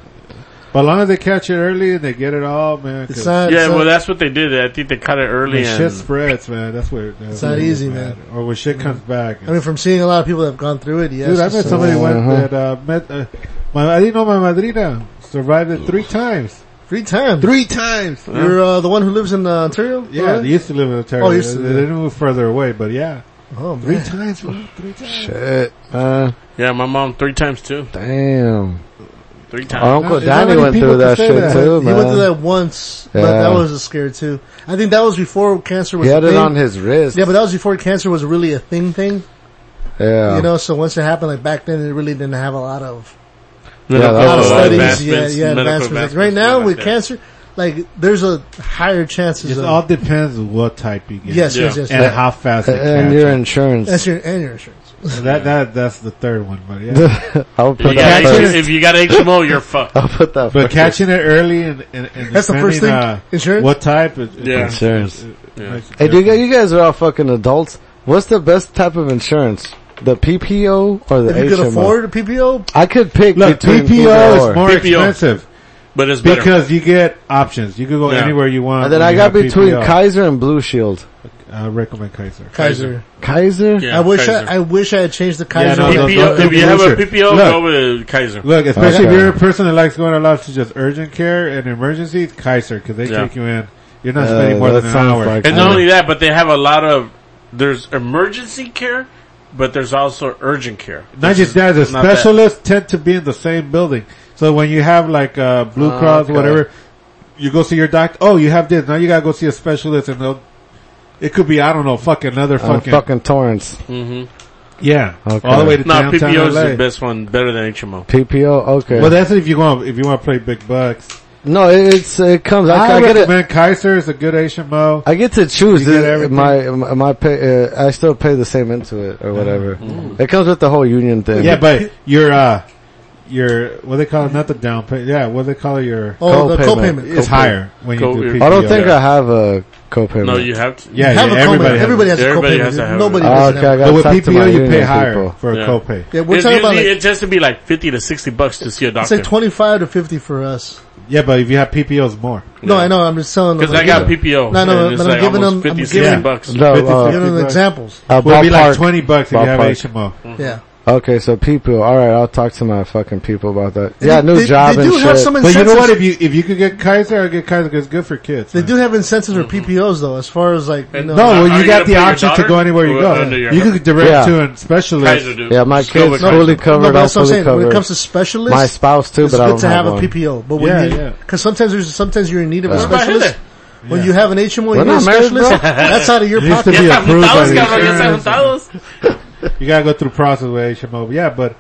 But as long as they catch it early and they get it all, man. 'cause it's not, yeah. it's not- Well, that's what they did. I think they cut it when early. shit And, spreads, man. That's where that's not where it easy, gets man. Mm-hmm. bad. Or when shit comes back. I mean, from seeing a lot of people that have gone through it, yes. Dude, I met it's- somebody went that uh, met. Uh, my, I didn't know my madrina survived it three times. three times. Three times. You're uh, the one who lives in uh, Ontario. Yeah, they used to live in Ontario. Oh, used to, they, yeah. they didn't move further away, but yeah, Oh man. three times. bro. Three times. Shit, man. yeah, my mom three times too. Uh, Damn. Three Our times. Uncle There's not Danny many went people through to that say shit that. too, He man. went through that once, but Yeah. that was a scare too. I think that was before cancer was. he a had it thing. on his wrist. Yeah, but that was before cancer was really a thing thing. yeah. You know, so once it happened, like back then, it really didn't have a lot of yeah, Oh, that a lot was of a lot of studies. Yeah, advancements, yeah, uh, medical advancements. Like right advancements, now with stuff like that. cancer, like there's a higher chances It of all depends on what type you get. yes, Yeah. yes, yes, and how fast. They and catch your it. insurance. That's your and your insurance. that that that's the third one, but yeah. I would If put you that got H- first. if you got HMO, you're fucked. I'll put that But first. catching it early and, and, and That's the first depending, thing? Uh, Insurance? What type? It, it- Yeah. Insurance. it makes a Hey, do you, guys- difference. you guys are all fucking adults. What's the best type of insurance? The PPO or the If you HMO? could afford a PPO, I could pick Look, between PPO is more PPO. expensive But it's better. because you get options. You can go Yeah. anywhere you want. And then when I you got have between PPO. Kaiser and Blue Shield. I recommend Kaiser. Kaiser. Kaiser? Yeah, I wish Kaiser. I, I wish I had changed the Kaiser. no, one. no, PPO, don't- if don't you do have a shit. PPO, Look. go with Kaiser. Look, especially Okay. if you're a person that likes going a lot to just urgent care and emergencies, Kaiser because they Yeah. take you in. You're not Uh, spending more that than an sounds hour. like- And uh, not only that, but they have a lot of there's emergency care, but there's also urgent care. Not just that, the not that. specialists tend to be in the same building. So when you have like uh, Blue Oh, Cross, okay. whatever, you go see your doctor. Oh, you have this. Now you gotta go see a specialist, and they'll. It could be I don't know, fucking another Uh, fucking, fucking Torrance. Mm. yeah, Okay. all the way to No, downtown PPO is LA. the best one, better than HMO. PPO? Okay. Well, that's if you want if you want to play big bucks. no, it- it's, it comes. I, I, I get it. recommend Kaiser is a good HMO. I get to choose You get it- everything. my my- my pay. Uh, I still pay the same into it or whatever. It comes with the whole union thing. Mm. yeah, but your uh, your what they call it, not the down payment. Yeah, what they call it, your Oh, the Co-payment. copayment. it's higher when you Co- do PPO. I don't think Yeah. I have a copayment. No, you have to. yeah, Have yeah, a everybody copayment. has Everybody it. has a Everybody has copayment. to have Nobody it. Oh, doesn't okay, have I it. got But with talk to my PPO, you union pay higher people. for a Yeah. copay. Yeah, we're It's talking about usually, like, it tends to be like fifty to sixty bucks to see a it's doctor. like twenty five to fifty for us. Yeah, but if you have PPOs, more. No, I know. I'm just telling them. Because I got PPO. No, no, and it's but I'm like giving almost them- I'm 50, giving- 60 bucks. No, uh, Give them 50 bucks. examples. a It would be like Uh, ballpark. twenty bucks if Ballpark. you have Mm-hmm. HMO. Yeah. Okay, so people. All right, I'll talk to my fucking people about that. Yeah, new they, job They and do shit. have some But you incentives. know what? If you if you could get Kaiser, I get Kaiser. 'cause It's good for kids. they man. do have incentives for PPOs though, as far as like you And- know. No, Are well, you you gonna got put the your option to daughter go anywhere you or go. under your- You could direct Yeah. to a specialist. Kaiser do. yeah, my Just go kids with Kaiser. fully No, covered. but I'm that's what I'm fully saying. When it covered. comes to specialists, My spouse too, it's but I good don't to have have a one. PPO. But when Yeah, you, yeah. because sometimes there's sometimes you're in need of a What about specialist. Hitler? When you have an HMO, We're you're a not married, specialist. bro. That's out of your It used to pocket. be Ya está approved by juntados, the cabrón, ya está insurance. juntados. You gotta go through process with HMO. Yeah, but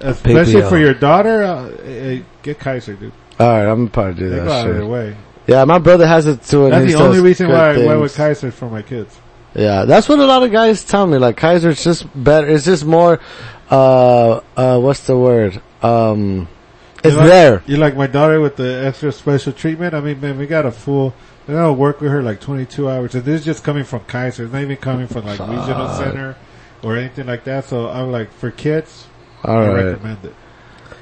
especially PPO. for your daughter, uh, eh, eh, get Kaiser, dude. Alright, I'm gonna probably do They go out that of their shit. way. Yeah, my brother has it too. And That's he the only sells reason good why I went things. with Kaiser for my kids. Yeah, that's what a lot of guys tell me. Like Kaiser's just better. It's just more. Uh, uh, what's the word? Um, it's You like- there. You like my daughter with the extra special treatment? I mean, man, we got a fool. And I'll work with her like 22 hours. And this is just coming from Kaiser. It's not even coming from like regional center or anything like that. So I'm like, for kids, All I right. recommend it.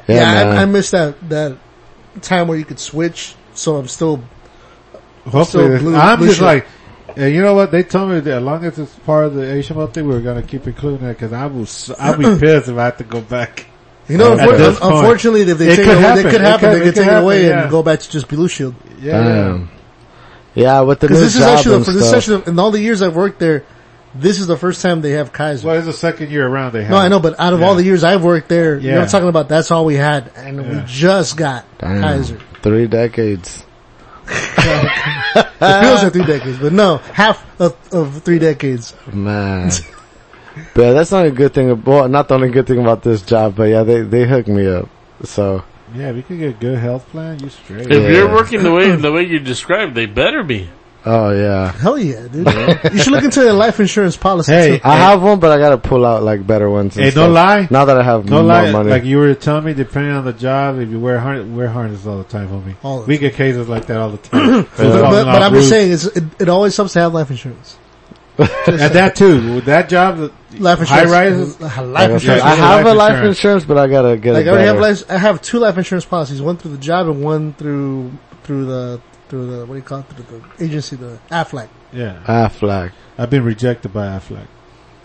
Yeah, Yeah, man. I, I miss that that time where you could switch. So I'm still Hopefully, So this- blue- I'm blue just shirt. like, and you know what? They told me that as long as it's part of the HMO thing, we're gonna keep including it because I will, s- I'll be pissed if I have to go back. You know, At unfor- this point. unfortunately, if they It take could it away, happen. they could It happen. could- they it could could take it away happen, yeah. and go back to just Blue Shield. Yeah, Damn. Yeah, with the new Because this is job actually and the, for this stuff. actually in all the years I've worked there, this is the first time they have Kaiser. well, it's the second year around they have. no, I know, but out of Yeah. all the years I've worked there, you know, Yeah. I'm talking about that's all we had, and we Yeah. just got Damn. Kaiser. Three decades. It feels like three decades, but no, half of, of three decades. Man. but that's not a good thing. ab- Well, not the only good thing about this job, but yeah, they, they hooked me up. So, Yeah, if you can get a good health plan, you straight. If you're Yeah. working the way the way you described, they better be. oh yeah. Hell yeah, dude! you should look into their life insurance policy. Hey, too. I have one, but I gotta pull out like better ones. And Hey, no stuff. lie. Now that I have No more lie, money. like you were telling me, depending on the job, if you wear harness, wear harness all the time, homie. All the we get cases like that all the time. but, but- but I'm just saying, it's, it, it always helps to have life insurance. and that too, with that job, Life high insurance, rises. life I insurance. have Life a life insurance. insurance, but I gotta get Like it I already have better. life, I have two life insurance policies, one through the job and one through through the through the what do you call it through the agency, the Aflac. Yeah, Aflac. I've been rejected by Affleck.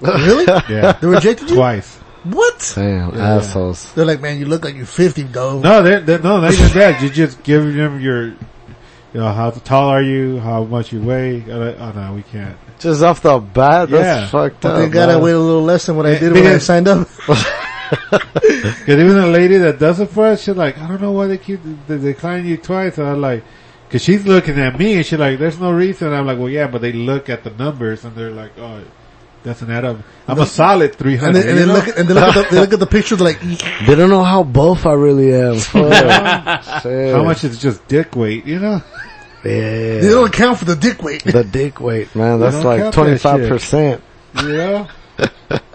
Really? Yeah, They rejected you? twice. What? Damn, assholes. They're like, man, you look like you're 50, though. No, they're, they're, no, not even that. You just give them your, you know, how tall are you, how much you weigh. Uh, Oh no, we can't. Just off the bat, Yeah. that's fucked But up. they gotta man. wait a little less than what I Yeah, did when I because- signed up. Because even the lady that does it for us, she's like, I don't know why they keep they decline you twice. And I'm like, because she's looking at me and she's like, there's no reason. I'm like, well, yeah, but they look at the numbers and they're like, oh, it doesn't add up. I'm a solid three And hundred. they, and they look, and they look, at the, they look at the picture, they're like, They don't know how buff I really am. Fuck. Shit. How much is just dick weight? You know, Yeah. they don't account for the dick weight. the dick weight, man. That's don't like count that twenty shit. five percent. yeah.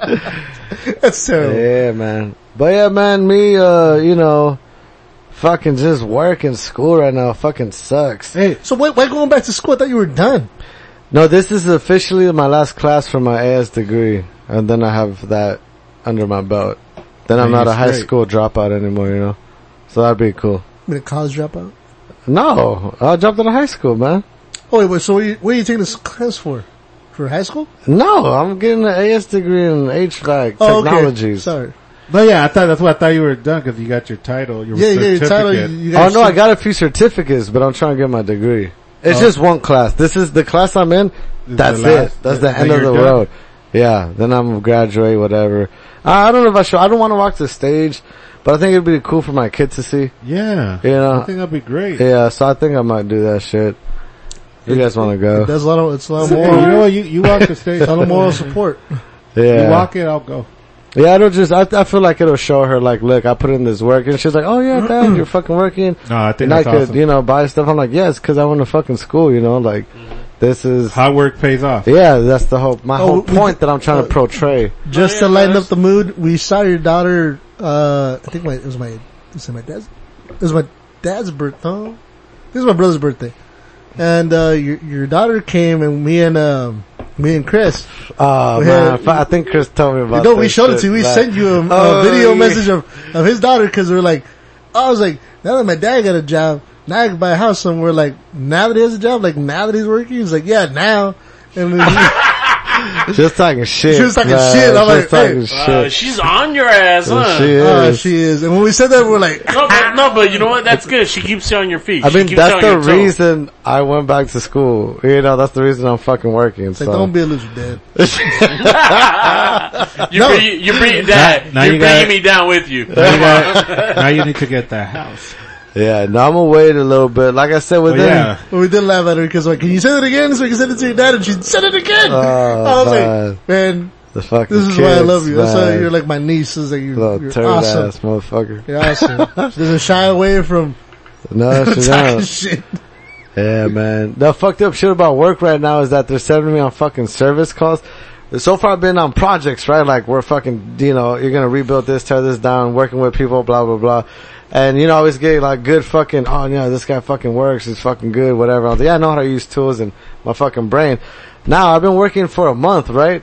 That's terrible. Yeah, man. But yeah, man, me, uh, you know, fucking just work in school right now fucking sucks. Hey, So why, why going back to school? I thought you were done. No, this is officially my last class for my AS degree, and then I have that under my belt. Then I'm Yeah, not a that's high great. school dropout anymore, you know. So that'd be cool. I mean, a college dropout. No, I dropped out of high school, man. Oh, wait, wait, so what are, you, what are you taking this class for? For high school? No, I'm getting an AS degree in HVAC Oh, okay. technologies. Sorry. no, yeah, I thought that's what I thought you were done because you got your title, your Yeah, you got your certificate. title. You, you Oh got no, your I got a few certificates, but I'm trying to get my degree. It's just one class. This is the class I'm in. Oh. This is That's the last- it. That's the then end of the you're done. road. Yeah. Then I'm graduate, whatever. I, I don't know if I should. I don't want to walk the stage, but I think it'd be cool for my kids to see. Yeah, You know. I think that'd be great. Yeah. So I think I might do that shit. You guys want to go? That's a lot of, it's a lot of Hey, you moral, know what? You you walk the stage. a lot of moral support. You Yeah. walk it, I'll go. Yeah. It'll just. I, I feel like it'll show her. Like, look, I put in this work, and she's like, oh yeah, dad, you're fucking working. No, I think And I that's could, awesome. you know, buy stuff. I'm like, yes, because I went to fucking school. You know, like Mm-hmm. this is. Hard work pays off. Yeah, that's the whole my Oh, whole we- we- point that I'm trying to portray. Just yeah, to lighten that's- up the mood, we saw your daughter, uh, I think my, it was my, was it my dad's, it was my dad's birthday. No, this is my brother's birthday. And, uh, your, your daughter came and me and, um, me and Chris, Oh Yeah. man, I I think Chris told me about. Uh, you know, we this showed it shit, to you. We man. sent you a, a Oh, video yeah. message of, of his daughter because we were like, I was like, now that my dad got a job, now I can buy a house somewhere. Like, now that he has a job, like, now that he's working, he's like, yeah, now. And then- Just talking shit. She was talking man. shit. I'm Just like, talking hey. Uh, shit. she's on your ass, huh? She is. oh, she is. And when we said that, we were like, No, but no, but you know what? That's good. She keeps you on your feet. I She mean, keeps that's you on the your toes. reason I went back to school. You know, that's the reason I'm fucking working. like, So. don't be a loser, dad. You No. bring, you bring that. Now- now you're you bringing got- me down with you. Now you, got- now you need to get that house. Yeah, no, I'm gonna wait a little bit. Like I said, But within yeah, Well, we did laugh at her because like, can you send it again? So we can send it to your dad, and she said it again. I was Oh, man. like, man, the fucking this is kids, why I love you. Man. That's why you're like my niece. Is that you, little you're turd awesome. ass motherfucker. You're awesome. she doesn't shy away from No, she's talking not. shit. Yeah, man. The fucked up shit about work right now is that they're sending me on fucking service calls. So far I've been on projects, right? Like we're fucking, you know, you're gonna rebuild this, tear this down, working with people, blah, blah, blah. And you know, I always get like good fucking, oh yeah, this guy fucking works, he's fucking good, whatever. I was like, yeah, I know how to use tools and my fucking brain. Now I've been working for a month, right?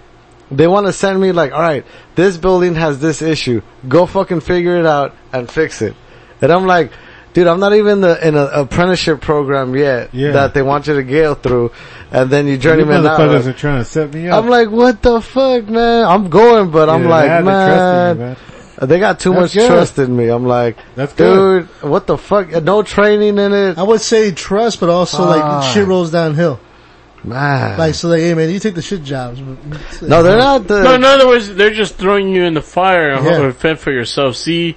They want to send me like, alright, this building has this issue. Go fucking figure it out and fix it. And I'm like, dude, I'm not even the, in an apprenticeship program yet Yeah. that they want you to go through. And then you you journeyman out. motherfuckers are trying to set me up. I'm like, what the fuck, man? I'm going, but I'm Yeah, like, they're man, trusting you, man. they got too That's much good. trust in me. I'm like, That's dude, what the fuck? No training in it, I would say trust, but also like shit rolls downhill. man. Like so, like hey man, you take the shit jobs. but- no, they're not the. No, in other words, they're just throwing you in the fire and Yeah. hoping fed for yourself. See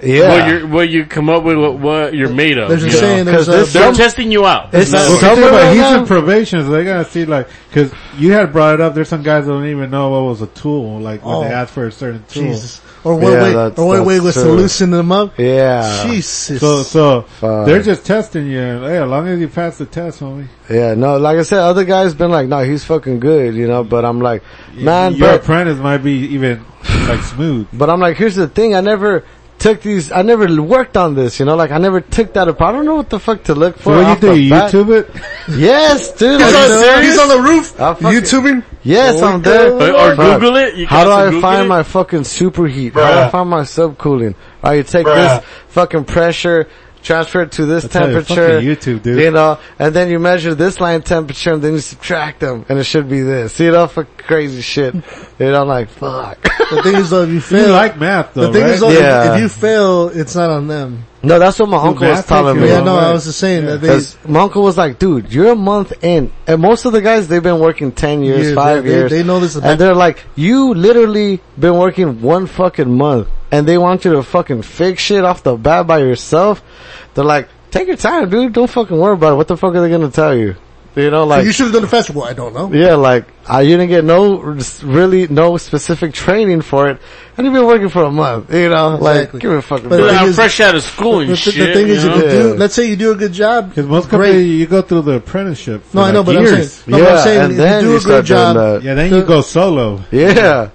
what yeah, you what you come up with, what, what you're made of. There's a you know? saying uh, there's 'cause a this- They're Some- testing you out. it's Well, not think something about it, right he's now. in probation, so they gotta see like, cause you had brought it up, there's some guys that don't even know what was a tool, like when Oh. they asked for a certain tool. Jesus. Or one Yeah, way, that's- or one way that's was to true. loosen them up. Yeah, Jesus. So, so, Fuck. they're just testing you, hey, as long as you pass the test, homie. yeah. No, like I said, other guys been like, no, he's fucking good, you know. But I'm like, man, Your but apprentice might be even, like, smooth. But I'm like, here's the thing. I never took these. I never worked on this. You know, like I never took that. up- I don't know what the fuck to look for. So what off do the you do, bat. YouTube it? Yes, dude. He's I on- know. He's on the roof. I fucking- YouTubing. Yes, Oh, I'm there. Or- or Fuck. Google it. You can How do also I Google find it. my fucking superheat? How do I find my subcooling? All right, you take this fucking pressure, transfer it to this That's how you temperature. fucking YouTube, dude. You know, and then you measure this line temperature and then you subtract them and it should be this. You know, for crazy shit. You know, I'm like, fuck. The thing is though, if you fail, You like math though, the thing right? is though, Yeah. if you fail, it's not on them. No, that's what my uncle was math telling teacher. me. Yeah, on no, I them. was just saying that they, Because my uncle was like, dude, you're a month in. And most of the guys, they've been working 10 years, Years, 5 yeah, they- years. they know this is And bad. they're like, you literally been working one fucking month. And they want you to fucking fix shit off the bat by yourself. They're like, take your time, dude. Don't fucking worry about it. What the fuck are they going to tell you? You know, like, you should have done the faster. Well, I don't know. yeah, like, I, you didn't get no, r- s- really, no specific training for it. And you've been working for a month. You know, Exactly. like, give me a fucking But break. Dude, thing I'm is- fresh out of school The, and the- the shit. thing is, you if know? you know? do, Yeah. let's say you do a good job. Cause most great. companies, you go through the apprenticeship. for, No, I like, know, but I'm years. saying, no, but I'm saying and if then you do a start doing good job, that. Yeah, then you go solo. Yeah.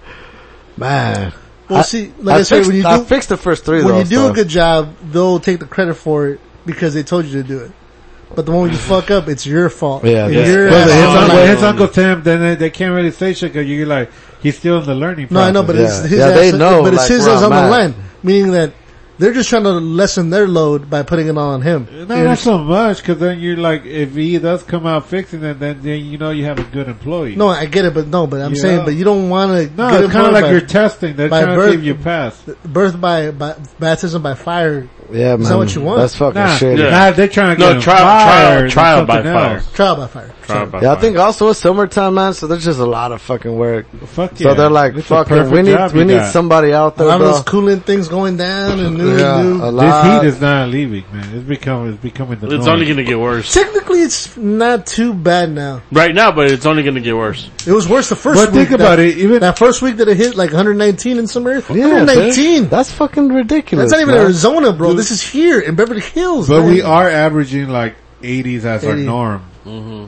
Man. Well, I- see, like I, I, said, fixed, when you do, I fixed the first three when though, you do so. a good job, they'll take the credit for it because they told you to do it. But the moment you fuck up, it's your fault. Yeah, And that's- your Well, ass his, is uncle, like- his Uncle Tim, then they, they can't really say shit because you're like, he's still in the learning No, process. I know, but it's Yeah. his Yeah, ass, they know, but it's like, his where ass on I'm the at. line, meaning that they're just trying to lessen their load by putting it on him. No, not so much, because then you're like, if he does come out fixing it, then, then you know you have a good employee. No, I get it, but no, but I'm Yeah. saying, but you don't want to no, get it's kind of employed like by- you're testing. They're by trying birth- to see if you pass. birth by, by baptism by fire, yeah, man. that what you want? That's fucking Nah, shit. Yeah. Yeah. nah, they're trying to No, get trial- trial- fired. trial by fire. trial by fire. Trial by I fire. think also it's summertime, man. So there's just a lot of fucking work. Fuck So yeah. they're like, It's a fuck it. perfect We need, job we you need got. somebody out A there, lot of those bro. cooling things going down and new Yeah, and a new. lot. This heat is not leaving, man. It's becoming, it's becoming the It's norm. only going to get worse. Technically, it's not too bad now. Right now, but it's only going to get worse. It was worse the first But week. think about that, it, even That first week that it hit like 119 in some areas. Yeah, dude. 119. That's fucking ridiculous. That's not even man. Arizona, bro. This is here in Beverly Hills. But we man. are averaging like 80s as our 80. norm.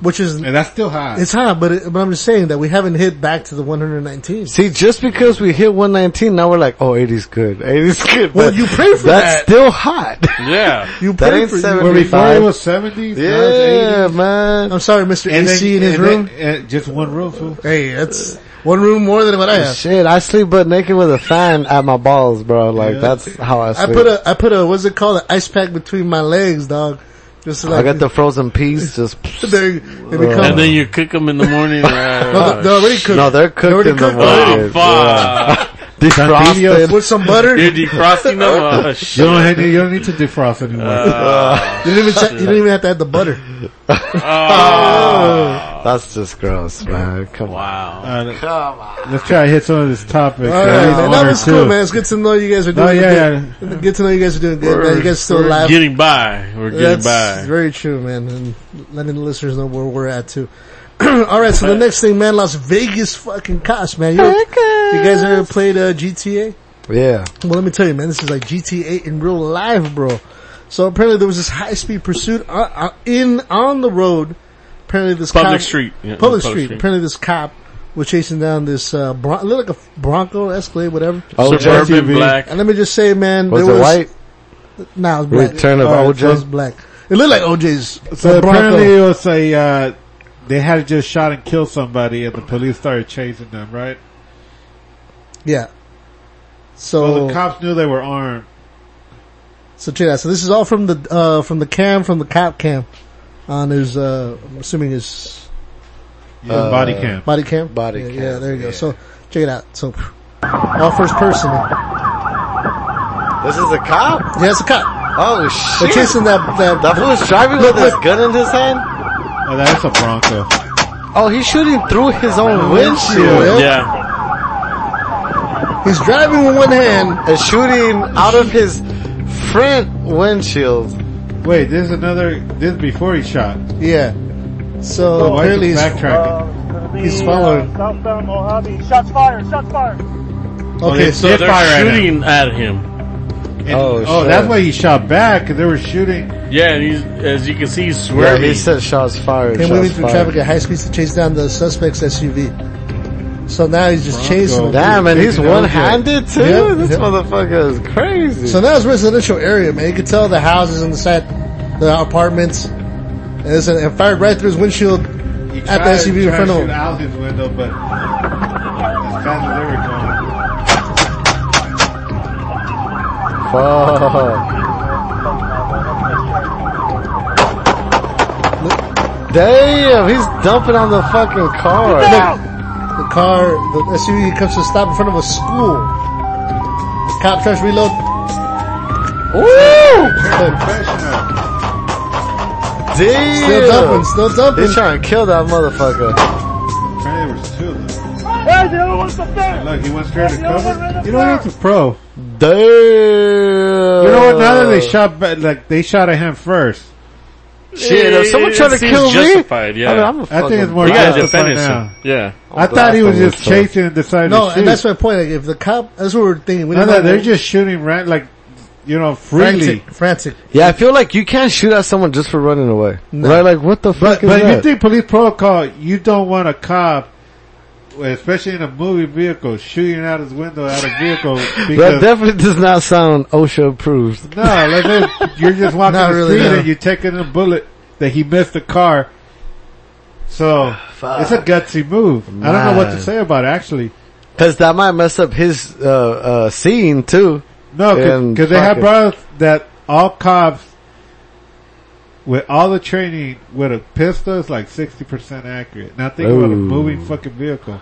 which is And that's still high. it's hot, but, it, but I'm just saying that we haven't hit back to the 119. See, just because we hit 119, now we're like, oh, 80's good. 80's good. Well, but you pray for That's that. still hot. Yeah. You that pray ain't for you. Where before 75. it was 70s, now it's 80s. yeah, man. I'm sorry, Mr. then- AC in his and room. then- and just one room. fool. hey, that's one room more than what I have. Shit, I sleep butt naked with a fan at my balls, bro. Like that's how I I sleep. put a I put a what's it called an ice pack between my legs, dog. Just so I like got the frozen peas. Just they, they become. And then you cook them in the morning. no, uh, they're already cooked. no, they're cooked already in the cooked already. Oh, morning. fuck. Defrosted. with some butter. You're you defrosting them? Oh, shit. You don't, have, you don't need to defrost Uh, anymore. didn't even ch- you didn't even have to add the butter. Oh. That's just gross, man. Come on. Wow. Uh, Let's try to hit some of this topic. All right, man. That was cool, man. It's good to know you guys are doing Oh, yeah, good. Good to know you guys are doing good, man. You guys still we're alive. Getting by. We're getting That's by. very true, man. And letting the listeners know where we're at too. All right, so the next thing, man, Las Vegas fucking cost, man. You, you guys ever played uh, GTA? Yeah. Well, let me tell you, man, this is like GTA in real life, bro. So apparently there was this high speed pursuit uh, uh, in on the road. Apparently this Public cop- street. Yeah, public, street. Apparently this cop was chasing down this uh, bron- looked like a Bronco, Escalade, whatever. Oh, Suburban black. And let me just say, man, Was there it was white? Nah, it was black. Return of All OJ? It was black. It looked like uh, OJ's. So So Bronco. apparently it was a, uh, they had just shot and killed somebody and the police started chasing them, right? yeah. Well, So, the cops knew they were armed. so check that. So this is all from the uh, from the cam from the cop cam on his. Uh, I'm assuming his Yeah, body cam. body cam. Body yeah, cam, Yeah, there you go. So check it out. So all first person. Yeah, This is a cop? it's a cop. Oh They're shit. chasing that that. that fool's driving with his gun in his hand? Oh, that's a Bronco. Oh, he's shooting through his own windshield. Yeah. Yeah. He's driving with one hand. And shooting out of his front windshield. Wait, this is another, this is before he shot. Yeah. So Oh, why is apparently he he's, uh, backtracking? he's following. Southbound Mojave. Shots fired. Shots fired. Oh, Okay, so So Hit fire they're at him. shooting at him. And- Oh, oh, shit. that's why he shot back, cause they were shooting. Yeah, and he's, as you can see, he's Yeah, swerving. he said shots fired. Came Shots moving through traffic fired. at high speeds to chase down the suspect's SUV. So now he's just chasing him. Damn, and he's one handed too? Yeah, this yeah. motherfucker is crazy. So now it's residential area, man. You can tell the houses on the side, the apartments. And, it's, and fired right through his windshield He at the tried- SUV in tried front to of shoot him. out his window, but as fast as they were going. Fuck. Oh. Damn, he's dumping on the fucking car. The car, the SUV comes to a stop in front of a school. Cop tries to reload. Still dumping, Damn. still He's dumping. trying to kill that motherfucker. Apparently there was two of them. Guys, the other one's the third. Look, he went straight to The other one cover. ran up You know there. what? It's a pro. Damn. You know what? Now that Uh. they shot, ba- like they shot at him first. Shit, if someone tried to It seems kill me, justified, I mean, yeah. I'm a I fucking think it's more you gotta justified defend now. yourself. Yeah. I thought he was blast just him with chasing and decided No, to shoot. and that's my point. Like, if the cop, that's what we're thinking. We no, didn't no, know- they're just shooting ran like you know freely. frantic, frantic. Yeah, I feel like you can't shoot at someone just for running away. Right? Like, what the fuck But, is but that? you think police protocol? You don't want a cop, especially in a movie vehicle, shooting out his window at a vehicle that because definitely does not sound OSHA approved. no, like this, you're just walking Not the really, street no. and you take in a bullet that he missed the car. So it's a gutsy move. I don't know what to Man. say about it actually. Cause that might mess up his, uh, uh, scene too. No, And because they have fucking- brought us that all cops with all the training with a pistol is like sixty percent accurate. Now think about a Ooh. moving fucking vehicle,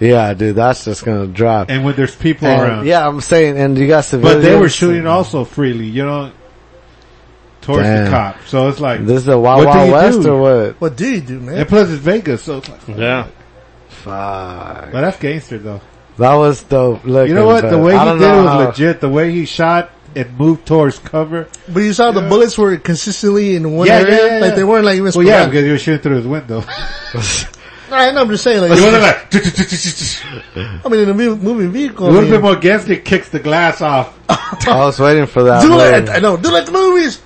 Yeah, dude, that's just gonna drop. and when there's people And- around. yeah, I'm saying, and you got but civilians. they were shooting also freely, you know, towards Damn. the cop. So it's like, This is a Wild What do Wild you West do? or what? What do you do, man? and plus it's Vegas, so it's like, Yeah. Fuck. but that's gangster though. That was dope. Look, You know what? The way he I did don't it know was how- legit. The way he shot and moved towards cover. But you saw the bullets were consistently in one Yeah, area, yeah, yeah, like yeah. they weren't like even. Well, yeah, sporadic. because he was shooting through his window. I know. I'm just saying. Like, It wasn't like, it I mean, in a mu- moving vehicle, I would have mean, been more gangster. Kicks the glass off. I was waiting for that. do Like, like I know, do like the movies.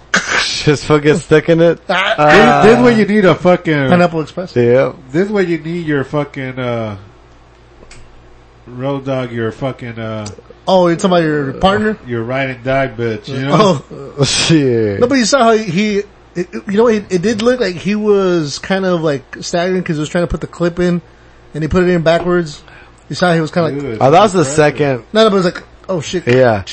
Just fucking sticking it. Ah, Uh, This- this is where you need a fucking. Pineapple Express. Yep. This is where you need your fucking uh, road dog. Your fucking uh, Oh, you're talking about your partner? your ride and die bitch. You know. Oh, Shit. no, but you saw how he. It, it- you know, it, it did look like he was kind of like staggering because he was trying to put the clip in, and he put it in backwards. You saw he was kind of like, Dude. Oh, that was the second. no, no, but it was like, oh shit. Yeah.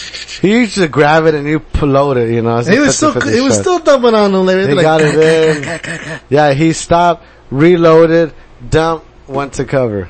He used to grab it and you float it, you know. It's And a he was still, 50-50 he was shot. still dumping on him. Like, He like, got it in. Yeah, he stopped, reloaded, dumped, went to cover.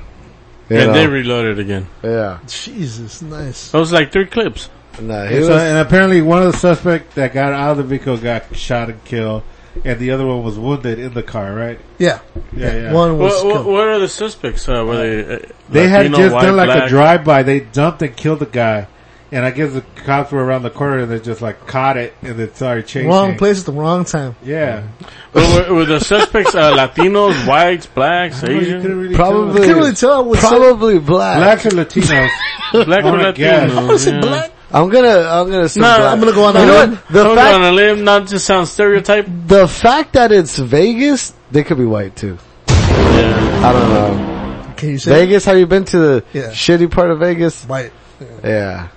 You And know? they reloaded again. yeah. Jesus, nice. That was like three clips. No, he And, so- was, and apparently, one of the suspects that got out of the vehicle got shot and killed. and the other one was wounded in the car, right? Yeah. Yeah, yeah. One was What, what, killed. what are the suspects? Uh, were they? Uh, They had Latino, just white, done like black? a drive-by. They dumped and killed the guy, and I guess the cops were around the corner and they just like caught it and they started chasing. wrong place at the wrong time. Yeah. But were, were the suspects uh, Latinos, whites, blacks, Well, you couldn't Asian, really Probably. tell. Can't really tell. What's up. Probably black. blacks and Latinos. black Oh or my God. Latino? I said yeah. black. I'm gonna, I'm gonna say No, black. I'm gonna go on You a know limb. what? The I'm fact, gonna live not to sound stereotype. the fact that it's Vegas, they could be white too. I don't know. Can you say Vegas, have you been to the Yeah. shitty part of Vegas? white? Yeah.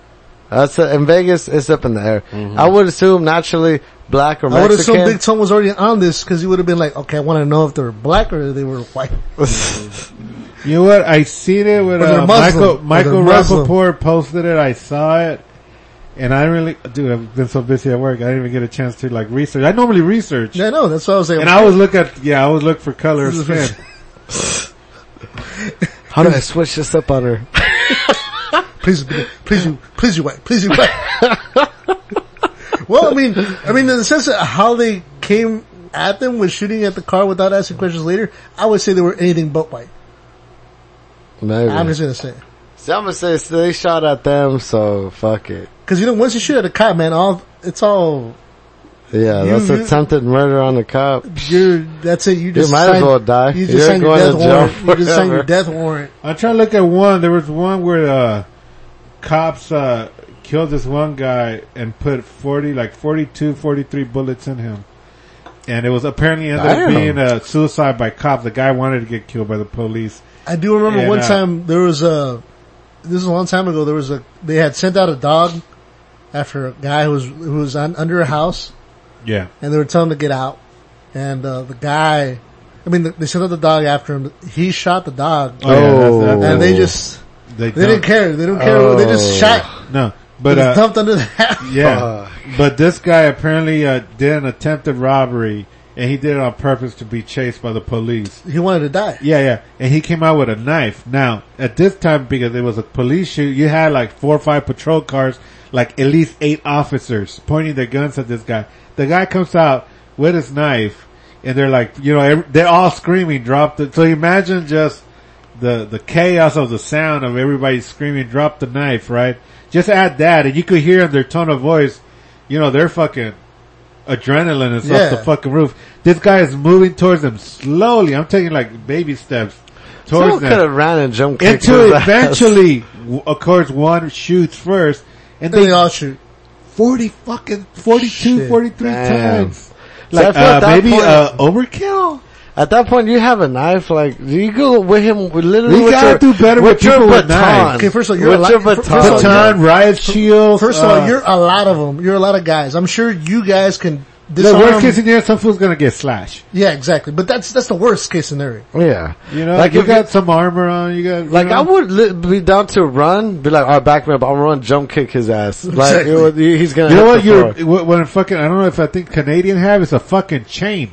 That's a, in Vegas, it's up in the air. I would assume naturally black or I would assume Mexican. Big Tom was already on this because he would have been like, okay, I want to know if they were black or they were white. You know what? I seen it with Or they're Muslim. uh, Michael. Or Michael they're Muslim. Rappaport posted it. I saw it, and I really, dude, I've been so busy at work. I didn't even get a chance to like research. I normally research, Yeah, I know. That's why I was like, and I always look at, yeah, I always look for color of skin. How do I switch this up on her? please, please, you, please, you white, please, you white. well, I mean, I mean, in the sense of how they came at them with shooting at the car without asking questions later, I would say they were anything but white. Maybe. I'm just gonna say. See, I'm gonna say so they shot at them, so fuck it. Cause you know, once you shoot at a cop, man, all, it's all, Yeah, You- that's you- attempted murder on the cop. you're, that's it, you just might as signed- well die. You just You're signed your going death to jail warrant. You just signed your forever. death warrant. I'm trying to look at one. There was one where uh, cops uh, killed this one guy and put 40, like 42, 43 bullets in him. And it was apparently ended Damn. up being a suicide by cop. The guy wanted to get killed by the police. I do remember And, one uh, time there was a. This is a long time ago. There was a. They had sent out a dog after a guy who was who was on, under a house, Yeah. and they were telling him to get out. And uh, the guy, I mean, they sent out the dog after him. He shot the dog, Oh, yeah, that's- that's- and they just They, they didn't dumped- care. They didn't care. They just shot. No. But Oh. But, uh, dumped under the house. yeah. Fuck. But this guy apparently uh, did an attempted robbery and he did it on purpose to be chased by the police. He wanted to die. Yeah, yeah. And he came out with a knife. Now, at this time, because it was a police shoot, you had like four or five patrol cars, like at least eight officers pointing their guns at this guy. The guy comes out with his knife and they're like, you know, every, they're all screaming, drop the, so imagine just the, the chaos of the sound of everybody screaming, drop the knife, right? Just add that and you could hear in their tone of voice, you know, they're fucking, adrenaline is Yeah. off the fucking roof. This guy is moving towards them slowly. I'm taking like baby steps towards Someone could them have ran and jumped kicked until his ass. eventually, w- of course, one shoots first, and And they they all shoot. 40 fucking 42, uh, Shit. 43 Damn. times. I Like feel at uh, that maybe point- uh, overkill. At that point, you have a knife. Like you go with him, with literally We with gotta your, do better with with your people with baton. knives. Okay, first of all, you're with a lot- your first of baton. all, you're- Baton, riot shield. First of uh, all, you're a lot of them. You're a lot of guys. I'm sure you guys can. the Disarm. worst case scenario, some fool's gonna get slashed. yeah, exactly. But that's that's the worst case scenario. Yeah, You know, like you if got some armor on. You got you Like know? I would li- be down to run, be like, "All right, back me up. I'll run, jump kick his ass. Like Exactly. it would- he- he's gonna. You know hit what? the You're floor. what, what a fucking. I don't know if I think Canadian have is a fucking chain.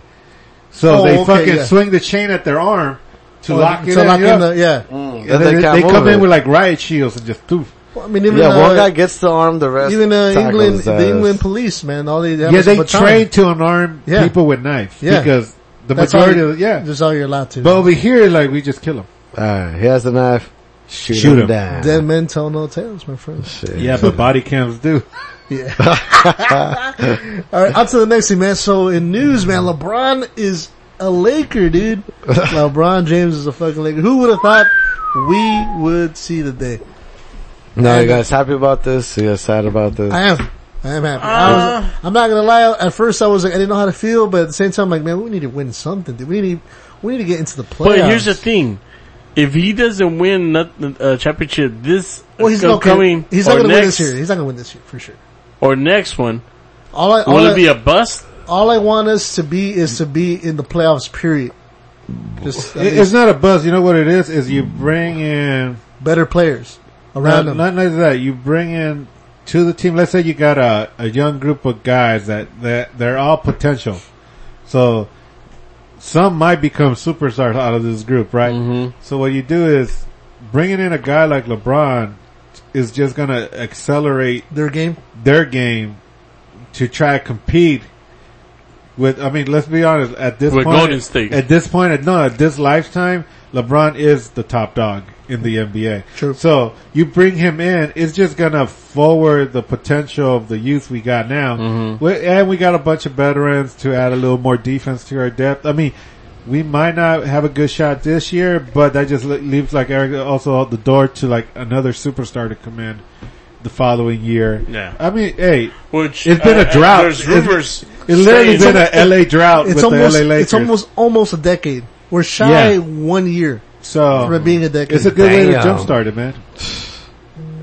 So Oh, they okay, fucking yeah. Oh, swing the chain at their arm to lock it to in. lock you know? in the, yeah. And That they then they, can't they come move in it. with like riot shields and just doof. Well, I mean, even yeah, uh, one guy gets the arm, the rest even uh, tackles England, his the ass. England police, man, all they have Yeah, is they a baton. train to unarm Yeah. people with knives Yeah. because the That's all majority you- of yeah. That's all you're allowed to. But over here, like we just kill them. All right, he has the knife. Shoot, Shoot him, him. down. Dead men tell no tales, my friend. Shit. Yeah, but body cams do. All right, on to the next thing, man. So in news, man, LeBron is a Laker, dude. LeBron James is a fucking Laker. Who would have thought we would see the day? No, you guys happy about this? You guys sad about this? I am. I am happy. I was, I'm not gonna lie. At first, I was like, I didn't know how to feel, but at the same time, like, man, we need to win something. Dude. We need, to, we need to get into the playoffs. But here's the thing: if he doesn't win not- uh, championship this Well, he's not upcoming, coming. He's not or going to win next this year. He's not going to win this year for sure. or next one, All I all will I, it be a bust? all I want us to be is to be in the playoffs. Period. Just I It- mean, it's not a buzz. You know what it is? Is you bring in better players around Not, them. not like that. You bring in to the team. Let's say you got a, a young group of guys that, that they're all potential. So some might become superstars out of this group, right? So what you do is bringing in a guy like LeBron is just going to accelerate Their game. their game to try to compete With I mean, let's be honest. At this With point, Golden State. At this point, no, at this lifetime, LeBron is the top dog in the NBA. True. So you bring him in, it's just gonna forward the potential of the youth we got now, Mm-hmm. We- and we got a bunch of veterans to add a little more defense to our depth. I mean. We might not have a good shot this year, but that just le- leaves like Eric also the door to like another superstar to come in the following year. Yeah. I mean, hey, Which it's been uh, a drought. There's rumors. It's, it's literally saying- been an LA drought It's with almost the LA Lakers. it's almost almost a decade. We're shy Yeah. one year so from it being a decade. it's a good way to Damn. jumpstart it, man.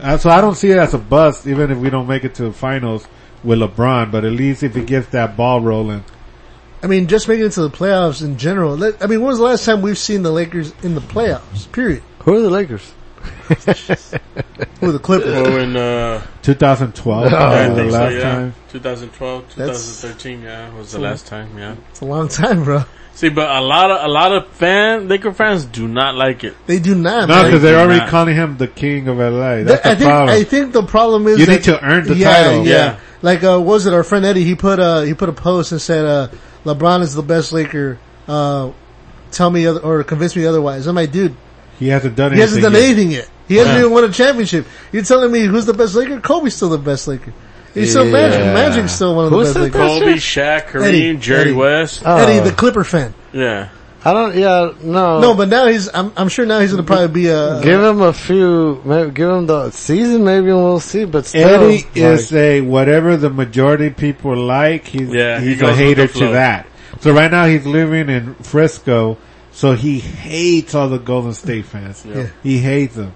Uh, so I don't see it as a bust, even if we don't make it to the finals with LeBron. But at least if he gets that ball rolling, I mean, just making it to the playoffs in general. Let- I mean, when was the last time we've seen the Lakers in the playoffs? Period. Who are the Lakers? With the Clippers. Well, in uh, 2012 I that was Oh, the think so, last yeah. time. 2012, 2013, yeah, was the last time, yeah. It's a long time, bro. See, but a lot of a lot of fan Laker fans do not like it. They do not. No, man. because they're They already cannot. calling him the king of LA. Th- That's I the think problem. I think the problem is You that- need to earn the yeah, title. Yeah. Yeah. Like uh, what was it our friend Eddie? He put uh he put a post and said uh LeBron is the best Laker. Uh, tell me other, or convince me otherwise. I'm like, dude, he hasn't done anything. he hasn't done yet. anything yet. He hasn't Yeah. even won a championship. You're telling me who's the best Laker? Kobe's still the best Laker. He's still Magic. Yeah. Magic's still one of the Who best said Lakers. that? That's Kobe, Shaq, Kareem, Eddie, Jerry Eddie. Uh, West. Oh. Eddie, the Clipper fan. Yeah. I don't. Yeah, no. Oh. No, but uh, now he's. I'm, I'm sure now he's going to probably be a. give him a few. Maybe give him the season, maybe, and we'll see. But still, Eddie Oh, like- is a whatever the majority of people like. He's Yeah, he he's goes a with hater the flow. to that. So right now he's living in Frisco, so he hates all the Golden State fans. Yeah. He hates them.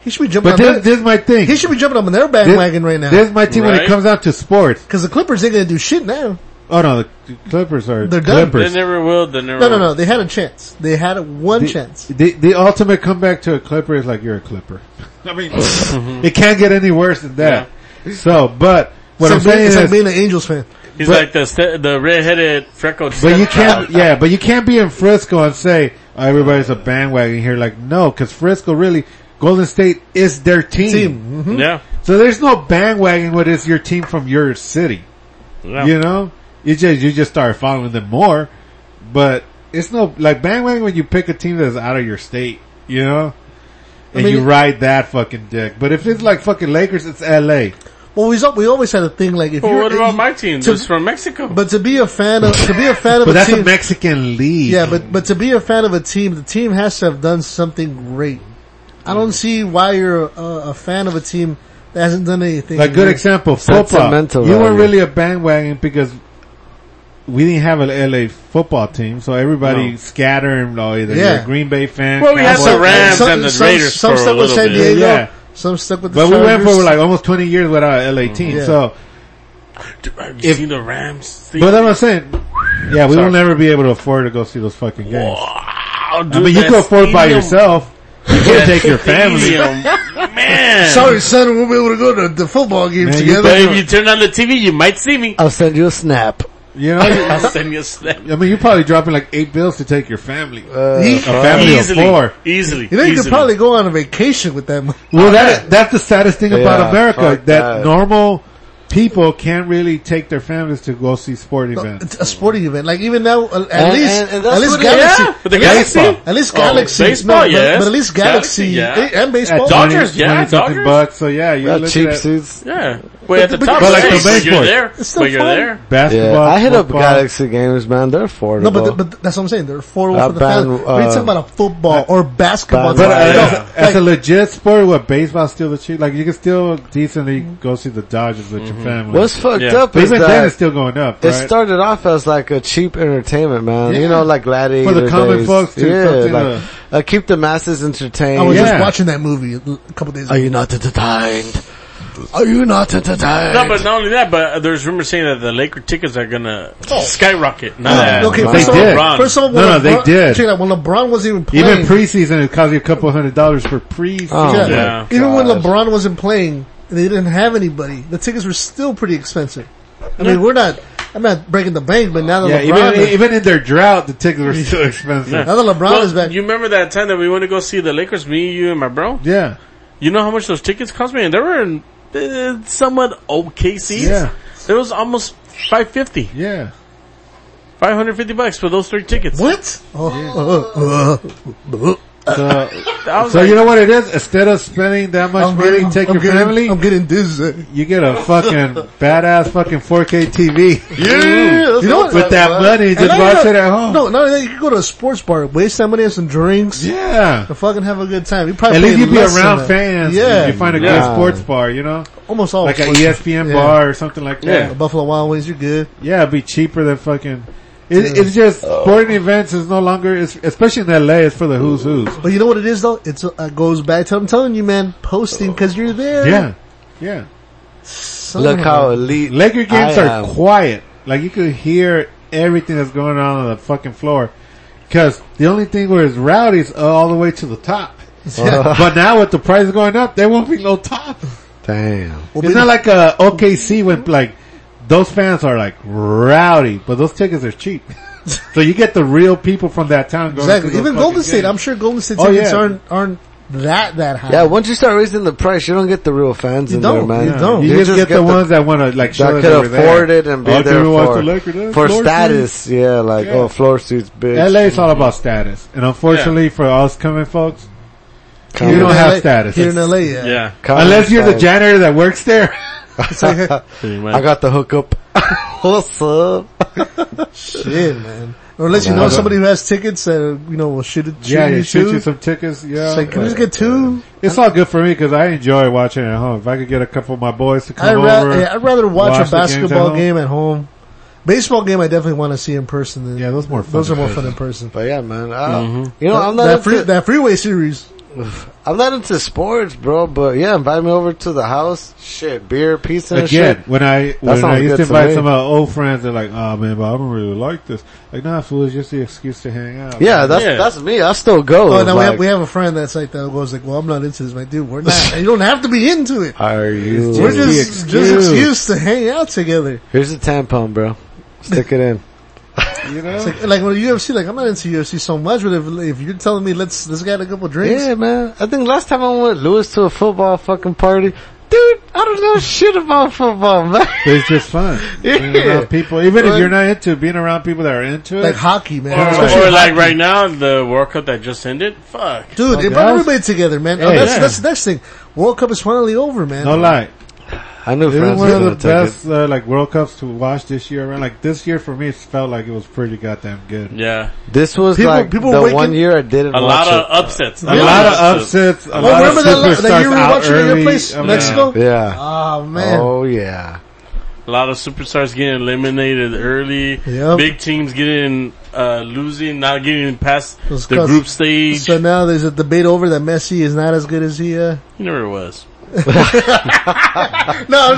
he should be jumping. But on this, their, this is my thing. he should be jumping on their this, bandwagon right now This is my team when Right? it comes out to sports. because the Clippers ain't going to do shit now. Oh no, the Clippers are They're done. They Clippers. never will. They never No, no, will. no. They had a chance. They had a one The- chance. The, the ultimate comeback to a Clipper is like you're a Clipper. I mean, Hmm. it can't get any worse than that. So, but what it's I'm like being, saying it's is, like being an Angels fan. He's But- like the st- the redheaded freckled. But you stepchild. can't, yeah, but you can't be in Frisco and say, "Oh, everybody's a bandwagon here. Like, no, cause Frisco really, Golden State is their team. Team. Mm-hmm. hmm Yeah. So there's no bandwagon when it's your team from your city. Yeah. You know? You just, you just start following them more. But it's no, like bandwagon when you pick a team that's out of your state, you know? And mean- you ride that fucking dick. But if it's like fucking Lakers, it's LA. Well, we, we always had a thing like if Well, you're. what about my team? to- It's from Mexico. But to be a fan of to be a fan of But a that's team, a Mexican league. yeah, but but to be a fan of a team, the team has to have done something great. I don't see why you're a, a fan of a team that hasn't done anything. Like good great. example, football. Sentimental You weren't value. really a bandwagon because we didn't have an LA football team, so everybody No. scattering. Oh, either Yeah. you're a Green Bay fan. Well, we had Cowboys- the Rams some- and the some- Raiders Some for a stuck with little San bit. Diego. Yeah. Some stuck with. The but we went Chargers. for like almost twenty years without an LA team. Yeah. So, Have you if- seen the Rams? but uh, that's what I'm saying. Yeah, we Sorry. will never be able to afford to go see those fucking games. Wow, dude, I mean, you that can afford by stadium- yourself. You that can't take your family. stadium, Man. Sorry, son, we'll be able to go to the football game Man, you together. But if you turn on the TV, you might see me. Uh, I'll send you a snap. You know, I'll send you a snap. I mean, you're probably dropping like eight bills to take your family. He- a family easily, of four. Easily. you know, you could easily. probably go on a vacation with them. Well, that that's the saddest thing about Yeah, America that, fuck that. normal people can't really take their families to go see sport events. It's a sporting event. Like even now, uh, at And- least, and- and that's at least what it- Galaxy, Yeah, but the at least- Galaxy? at least Galaxy, Oh, baseball, but- yes. but at least Galaxy, Galaxy, yeah. eh, and baseball. Dodgers, yeah, something Dodgers. bucks. So yeah, you're Yeah, looking cheap at suits. Yeah. Wait, at the but- top but of like the the but baseball. you're there. It's still But you're fun. there. Yeah, basketball. I hit up football. Galaxy Games, man. They're affordable. no, but, but that's what I'm saying. They're affordable Uh, for the ban- family. we ain't talking uh, about a football or basketball. ban- But uh, Yeah. as, No, as a like, legit sport, what baseball's still the cheap. Like you can still decently go see the Dodgers with your family. Mm-hmm. What's fucked Yeah. up is Even then, that it's still going up. it Right? started off as like a cheap entertainment, man. You Yeah. know, like gladiator For the common days. folks to yeah, something Oh, like uh, keep the masses entertained. I was Yeah. just watching that movie a couple days Are ago. you not entertained? Are you not entertained? No, but not only that, but uh, there's rumors saying that the Laker tickets are gonna Oh. skyrocket. Now that okay, They first of, did. all, first of all, No, no, when they LeBron- did. Check it out. When LeBron wasn't even playing, even preseason, it costs you a couple hundred dollars for preseason. Oh, yeah. Yeah. even when God. LeBron wasn't playing, and they didn't have anybody. The tickets were still pretty expensive. I mean, we're not. I'm not breaking the bank, but now that Yeah, LeBron, even, even in their drought, the tickets were still expensive. Yeah. now that LeBron Well, is back, You remember that time that we went to go see the Lakers, me, you, and my bro? yeah. You know how much those tickets cost me, and they were in uh, somewhat okay seats. Yeah. It was almost five fifty. Five hundred fifty bucks for those three tickets. What? Oh, So, I was so like, you know what it is? Instead of spending that much money, take I'm your getting, family. I'm getting dizzy. you get a fucking badass fucking 4K TV. Yeah, You know what? With that money, just And not watch even- it at home. No, no, you could go to a sports bar, waste that money on some drinks, Yeah. and fucking have a good time. You probably At least pay you'd be less than around that. fans. Yeah, You find a good Yeah. sports bar, you know? almost all Like E an sports- ESPN yeah. bar or something like that. The Buffalo Wild Wings, you're good. Yeah, it'd be cheaper than fucking. It, It's just Oh. sporting events is no longer, it's, especially in LA, it's for the who's who's. But you know what it is though? It's uh, goes back to I'm telling you, man, posting because you're there. Yeah, yeah. Son Look of how a- elite. Laker games I are am. quiet. Like you could hear everything that's going on on the fucking floor. Cause the only thing where it's rowdy is all the way to the top. but now with the price going up, there won't be no top. Damn. it's not like uh, a OKC when like those fans are like rowdy, but those tickets are cheap. so you get the real people from that town going exactly. to those Even Golden fucking State, games. I'm sure Golden State Oh, tickets yeah. aren't aren't that that high. Yeah, once you start raising the price, you don't get the real fans You in don't, there, man. you don't. You, You just, just get, get the, the- ones that want to like show that that could they were there. afford it and be Oh, can there we watch for, the Lakers? Yeah, for floor status. Yeah, like, Yeah. oh, floor suits, bitch. LA is all about status, and unfortunately for us coming folks, Come you on. don't in have LA status here in LA. Yeah, yeah, Come unless you're the on. janitor that works there. it's like pretty I much. got the hookup. What's up? shit, man. Or unless you know somebody who has tickets that uh, you know will shoot, it- shoot yeah, you you shoot you too. some tickets. Yeah, It's like, can we but just get two? it's all good for me because I enjoy watching at home. If I could get a couple of my boys to come I'd, ra- over, yeah, I'd rather watch, watch a the games at basketball home. game at home. Baseball game, I definitely want to see in person. Than, yeah, those more fun. those are than more this. fun in person. But yeah, man. I, You know, I'm not Mm-hmm. that, into, free, that freeway series. I'm not into sports, bro. But yeah, invite me over to the house. Shit, beer, pizza, and Again, shit. when I when I sounds good used to to invite me. some of my old friends, they're like, "Oh man, but I don't really like this." Like, nah, fool, it's just the excuse to hang out. Yeah, that's Yeah. that's me. I still go. Oh, now we have Like, we have a friend that's like that goes like, well, I'm not into this, my dude. We're not. you don't have to be into it. Are you? We're just the just just excuse. excuse to hang out together. Here's a tampon, bro. Stick it in. you know. It's like like with UFC, like I'm not into UFC so much, but if if you're telling me let's let's get a couple drinks, Yeah, man. I think last time I went with Lewis to a football fucking party, dude. I don't know shit about football, man. It's just fun. Yeah. Being around people, even if Like- you're not into it, being around people that are into it. like hockey, man. Or, Especially or like hockey. right now, the World Cup that just ended. Fuck. dude, it brought guys. everybody together, man. Oh, Hey. that's Yeah. that's the next thing. World Cup is finally over, man. no lie, I knew it was friends one were gonna of the take it. best uh, like World Cups to watch this year around. Like this year for me, it felt like it was pretty goddamn good. Yeah, This was People- like people the waking- one year I didn't a watch lot of upsets. A lot of upsets. A oh, lot remember of that, la- superstars that you were out watching at your early. Oh, place, I mean, Mexico? it. Yeah. Oh man, Oh yeah. A lot of superstars getting eliminated early. Yep. Big teams getting uh, losing, not getting past Those the cuts. group stage. so now there's a debate over that Messi is not as good as he. Uh, He never was. No,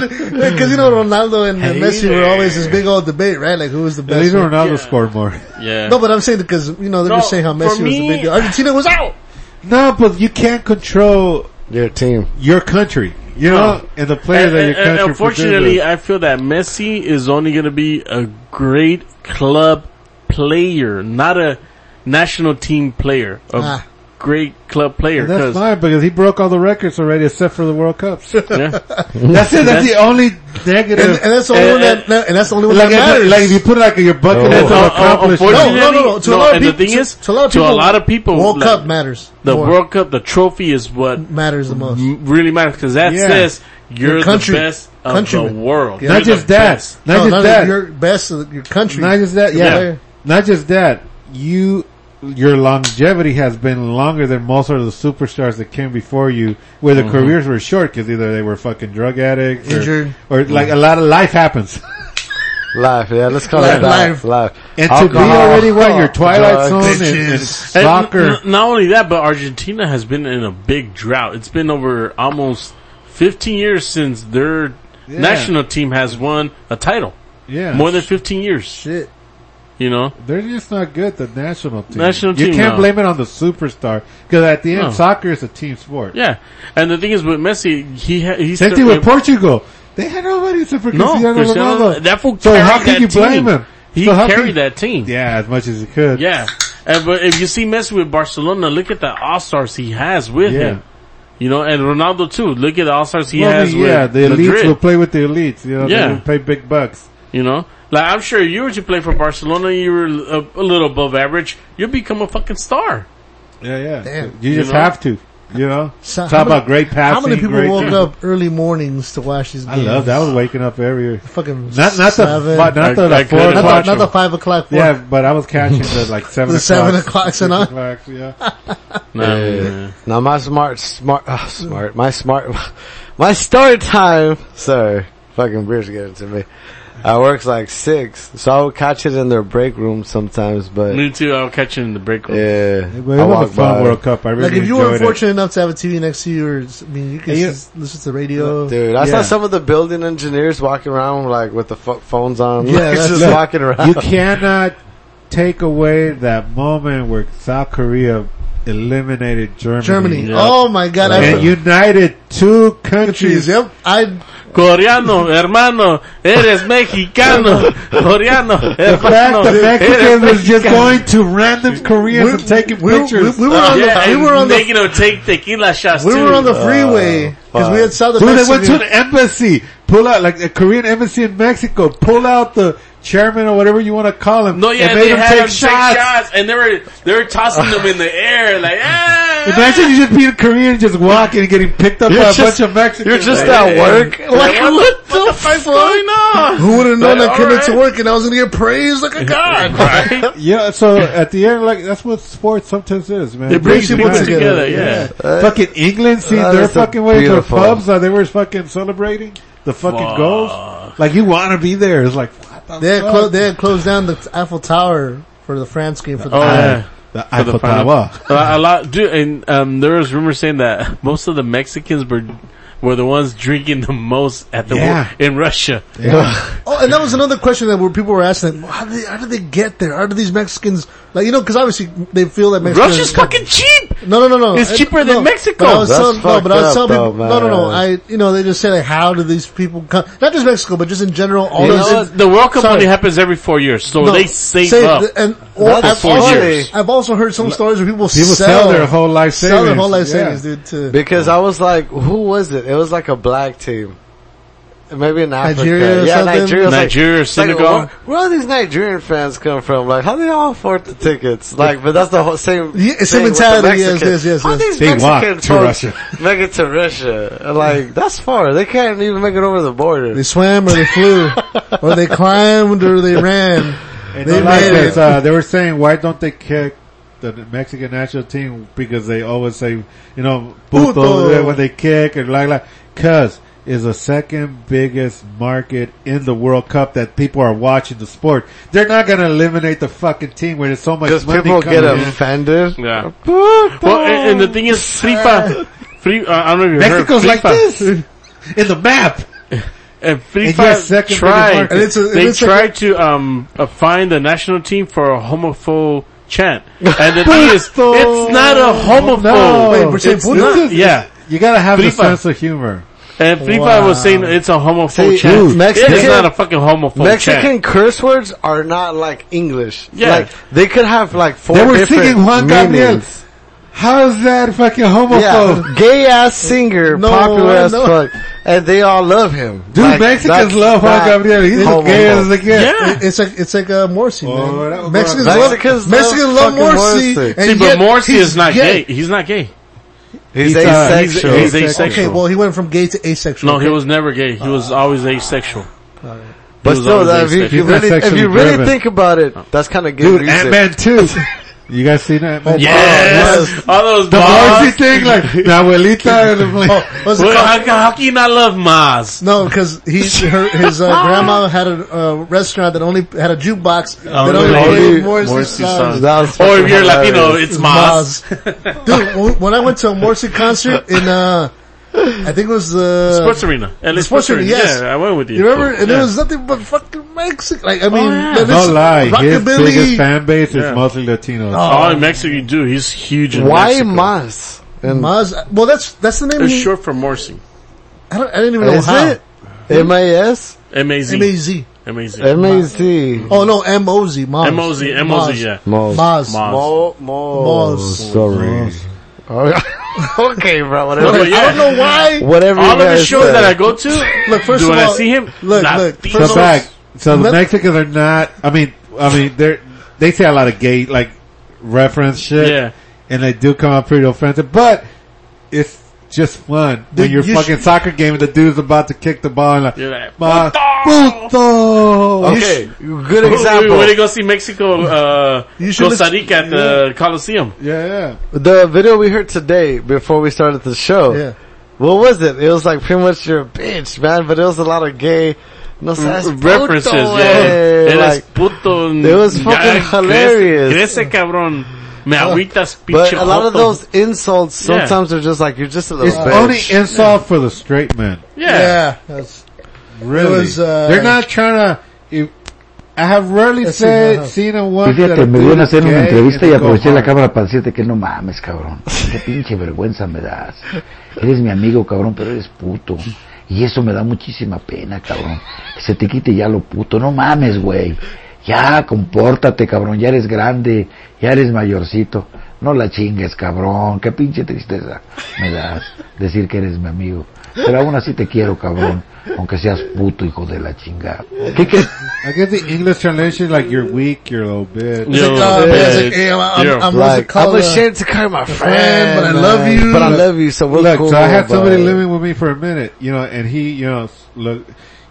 because you know Ronaldo and Messi were always this big old debate, right? Like who was the At best? least Ronaldo scored more. Yeah. No, but I'm saying because you know they're No, just saying how for Messi was the me- big deal. Argentina was out. no, but you can't control Your team. your country. You know, and the players that your And- and- and country unfortunately, uh, produces. I feel that Messi is only going to be a great club player, not a national team player. A Ah. great club player. And that's 'cause- fine because he broke all the records already except for the World Cups. that's it. yeah. That's, the only negative. And, and that's the only And- one that, that- and that's the only one like, that if, matters. like if you put like your bucket No. list Uh, uh, of accomplishments. no, unfortunately- no, no, no. To a lot of and the people, thing to- is, to a lot of to a people, lot of people, World like, Cup matters. The more. World Cup, the trophy is what matters the most. m- really matters because that Yeah. says you're Your country- the best of countrymen. the world. Yeah. You're Not the just that. best. Not no, just not that. your best, of your country. Not just that. Yeah. player. Not just that. You, your longevity has been longer than most of the superstars that came before you, where Mm-hmm. their careers were short because either they were fucking drug addicts, or- Injured. or, Mm-hmm. like a lot of life happens. Life, yeah, let's call Life, it that. life. Life. And to be Alcohol. already what your Drugs. twilight zone and, and And soccer. n- not only that, but Argentina has been in a big drought. It's been over almost 15 years since their Yeah. national team has won a title. Yeah, More than 15 years, shit. you know? They're just not good. The national team. National You team, can't no. blame it on the superstar because at the end, No. soccer is a team sport. Yeah. And the thing is with Messi, he ha- he's Same thing with Portugal. They had nobody except for No, Cristiano Cristiano- Ronaldo. that fool So carried how that can you team. blame him? He So how can carried you- that team. Yeah, as much as he could. Yeah. And, but if you see Messi with Barcelona, look at the all-stars he has with Yeah. him. You know, and Ronaldo too. Look at the all-stars he Well, has yeah, with the elites Madrid. will play with the elites. You know, Yeah. they will pay big bucks. You know, like I'm sure you were to play for Barcelona, you were a, a little above average. You'd become a fucking star. Yeah, yeah. Damn. You just know? have to. You know, So talk how many- about great passing. How many people great woke team. up early mornings to watch these I games? love that. I was waking up every. Fucking Not not the seven. fi- not the I- I like, four couldn't not, o'clock. the, not the five o'clock. one. yeah, but I was catching the like seven The o'clock, seven o'clocks and on. o'clocks, yeah. No, Now my smart, smart, ah, smart, my smart, my start time, sorry, fucking beer's getting to me. I works like six, so I would catch it in their break room sometimes, but me too. I'll catch you in the break room. yeah, But I it was a walk fun by. World Cup. I really Like if you enjoyed were it. fortunate enough to have a TV next to you, or s- I mean, you could Hey, you- s- listen to the radio. Dude, I Yeah. saw some of the building engineers walking around like with the fo- phones on, Yeah, yeah, like, that's- just Look, walking around. You cannot take away that moment where South Korea eliminated Germany. Germany. Yeah. Oh my God! I And forgot- united two countries. countries. Yep. I Coreano, hermano, eres mexicano. Coreano, The fact hermano, that Mexicans eres was just mexicano. going to random Koreans and taking we, we, pictures. Uh, we were on yeah, the and we were on the making them take tequila shots we too. were on the freeway because we had saw the Dude, they went to Mexican- the embassy, pull out like the Korean embassy in Mexico, pull out the chairman or whatever you want to call him. No, yeah, and they made him had take them take shots, and they were they were tossing them in the air like ah. Imagine you just being Korean and just walking and getting picked up You're by just- a bunch of Mexicans. You're just Like, at hey, work, like ah." what what the, what the fuck's going on? Who would have known Like, I came all into right. work and I was going to get praised like a god? Right? Yeah, so at the end, like that's what sports sometimes is, man. Uh, It brings Bring people people together, together, yeah. fucking England see that their is so fucking way to the beautiful. pubs that they were fucking celebrating the fucking Fuck. goals. Like you want to be there. It's like what the They had, fuck? clo- they had closed down the Eiffel Tower for the France game for the Oh, Uh, yeah. the Eiffel the final- Tower. a, a lot, dude, and um, there was rumors saying that most of the Mexicans were were the ones drinking the most at the Yeah. in Russia. Oh, and that was another question that where people were asking, like, how did they, how did they get there? How do these Mexicans like you know? Because obviously they feel that Mexicans Russia's fucking cheap. No, no, no, no. It's I- cheaper no. than Mexico. But I was That's telling, no, but I was fucked telling up, people, though, no, no, no. I, man. you know, they just say like, how do these people come? Not just Mexico, but just in general, all You know those. what? the World Cup Sorry. only happens every four years, so no, they save, save up. the- And or That's I've, four also, years. I've also heard some stories where people, People sell, sell their whole life sell their savings. whole life Yeah. savings, dude. To Because I was like, who was it? It was like a black team. Maybe in Africa. Nigeria or yeah, something? Nigeria. was like- Nigeria, it's like, Senegal. where, where all these Nigerian fans come from? Like, how they all afford the tickets? Like, but that's the whole same. Yeah, it's thing the with mentality, yes, Mexicans. yes, yes, How yes. these They walk Mexican to folks Russia. make it to Russia? And, Like, that's far. They can't even make it over the they border. swam or they flew, or they climbed or they ran. And They they, like made this, it. uh, they were saying, why don't they kick the Mexican national team? Because they always say, you know, puto, Puto. yeah, when they kick and like, like, cause is the second biggest market in the World Cup that people are watching the sport. They're not going to eliminate the fucking team where there's so much Because money people coming get in. offended. Yeah. Puto. Well, and, and the thing is, FIFA, free, uh, I don't know if you Mexico's heard, like FIFA, this in the map. And And you're FIFA second biggest tried, market. And it's a- and they it's a- tried to um, uh, find the national team for a homophobe chant. And the thing is, it's not a homophobe. Wait, we're saying It's- puto? this is- Yeah. You gotta have the FIFA. sense of humor. And FIFA was saying it's a homophobe See, uh, chant. dude, Mexican- it's not a fucking homophobe Mexican chant. curse words are not like English. Yeah. Like, they could have like four They were different singing Juan Gabriel. meanings. How's that fucking homophobe? Yeah, gay ass singer, No, popular I as know. fuck, and they all love him. Dude, Like, Mexicans that's love Juan not Gabriel. He's oh as homo. gay as they get. Yeah. It's like it's like uh, Morsi, Oh, man. that was Mexicans going on. love Mexicans Mexicans, love love fucking Morsi, Morsi. and See, but yet Morsi he's is not gay. He's not gay. He's, He's, uh, he's- asexual. He's Okay, asexual. Okay, well, he went from gay to asexual. No, he okay? Uh, was never gay. He was always asexual. but was still, always that, if you, if you asexual. He's not really, if sexually you really driven. think about it, that's kind of gay Dude, music. Ant Man 2. you guys seen Ant Man? Yes. All those The Marcy bars. thing, like, la abuelita. and I'm like, Was it Well, called- how, how can you not love Maz? No, because he, her, his uh, grandma had a uh, restaurant that only had a jukebox that only Oh, really? played Only Morrissey, Morrissey songs. songs. Uh, That was Or fucking if you're Latino, hilarious. it's Maz. Maz. Dude, w- when I went to a Morrissey concert in, uh, I think it was uh, Sports Arena. At least Sports Sports Arena, Arena, yes. yeah, I went with you. You remember? And Yeah. Oh, there was nothing but fucking Mexican. Like I mean, yeah. that no is- lie, his biggest rockabilly. fan base is mostly Latinos. Oh, um, in Mexico you do. He's huge in Why Mexico. Mas? And Maz. Well, that's that's the name. They're He, short for Morsi. I, don't, I didn't Oh, even know is how. it M-A-S? M E- A M-A-Z. Z. M-A-Z. M-A-Z. Oh no, M O Z. Maz. M-O-Z. M-O-Z, Maz. yeah. Mos. Maz. Maz. Mo, mo, Mos. sorry. Oh, okay, bro, Well, whatever. yeah. I don't know why. Whatever All you of the guys shows said. that I go to, Look, first do of when I all, see him, look, look, Latinos. first Come of back. So the But- Mexicans are not. I mean, I mean, they they say a lot of gay like reference shit, Yeah. and they do come out pretty offensive. But it's just fun Dude, when your you fucking soccer game and the dude's about to kick the ball and like, You're like, "Ma- puto." Okay, good We're example. to go see Mexico, uh, You should Costa listen- Rica at the Coliseum. Yeah, yeah. The video we heard today before we started the show. Yeah. What was it? It was like pretty much your bitch, man, but it was a lot of gay. No seas References, puto, yeah. eh, Eres like- puto. It was Ya fucking crece- hilarious. Crece, cabrón. Me agüitas, But pinche a lot of joto. those insults Yeah. sometimes are just like, you're just a little It's bitch. only insult for the straight man. Yeah. Yeah, that's, Really, was, uh, they're not trying to. If, I have rarely That's said, enough. seen a one. that Fíjate, a me dude dieron a is hacer una gay entrevista and y go aproveché la hard. cámara para decirte que no mames, cabrón. Qué pinche vergüenza me das. Eres mi amigo, cabrón, pero eres puto. Y eso me da muchísima pena, cabrón. Que se te quite ya lo puto. No mames, güey. Ya, compórtate, cabrón. Ya eres grande. Ya eres mayorcito. No la chingues, cabrón. Qué pinche tristeza me das decir que eres mi amigo. Pero aún así te quiero, cabrón. Aunque seas puto, hijo de la chingada. ¿Qué, qué? I guess the English translation is like you're weak, you're a little bitch. Yo, uh, bitch. it's like, hey, I'm, I'm, Yo. I'm, Like, I'm I'm ashamed to call my friend, friend, but I love you. But I love you, so we're Look, cool. so I had somebody but- living with me for a minute, you know, and he, you know, s- look,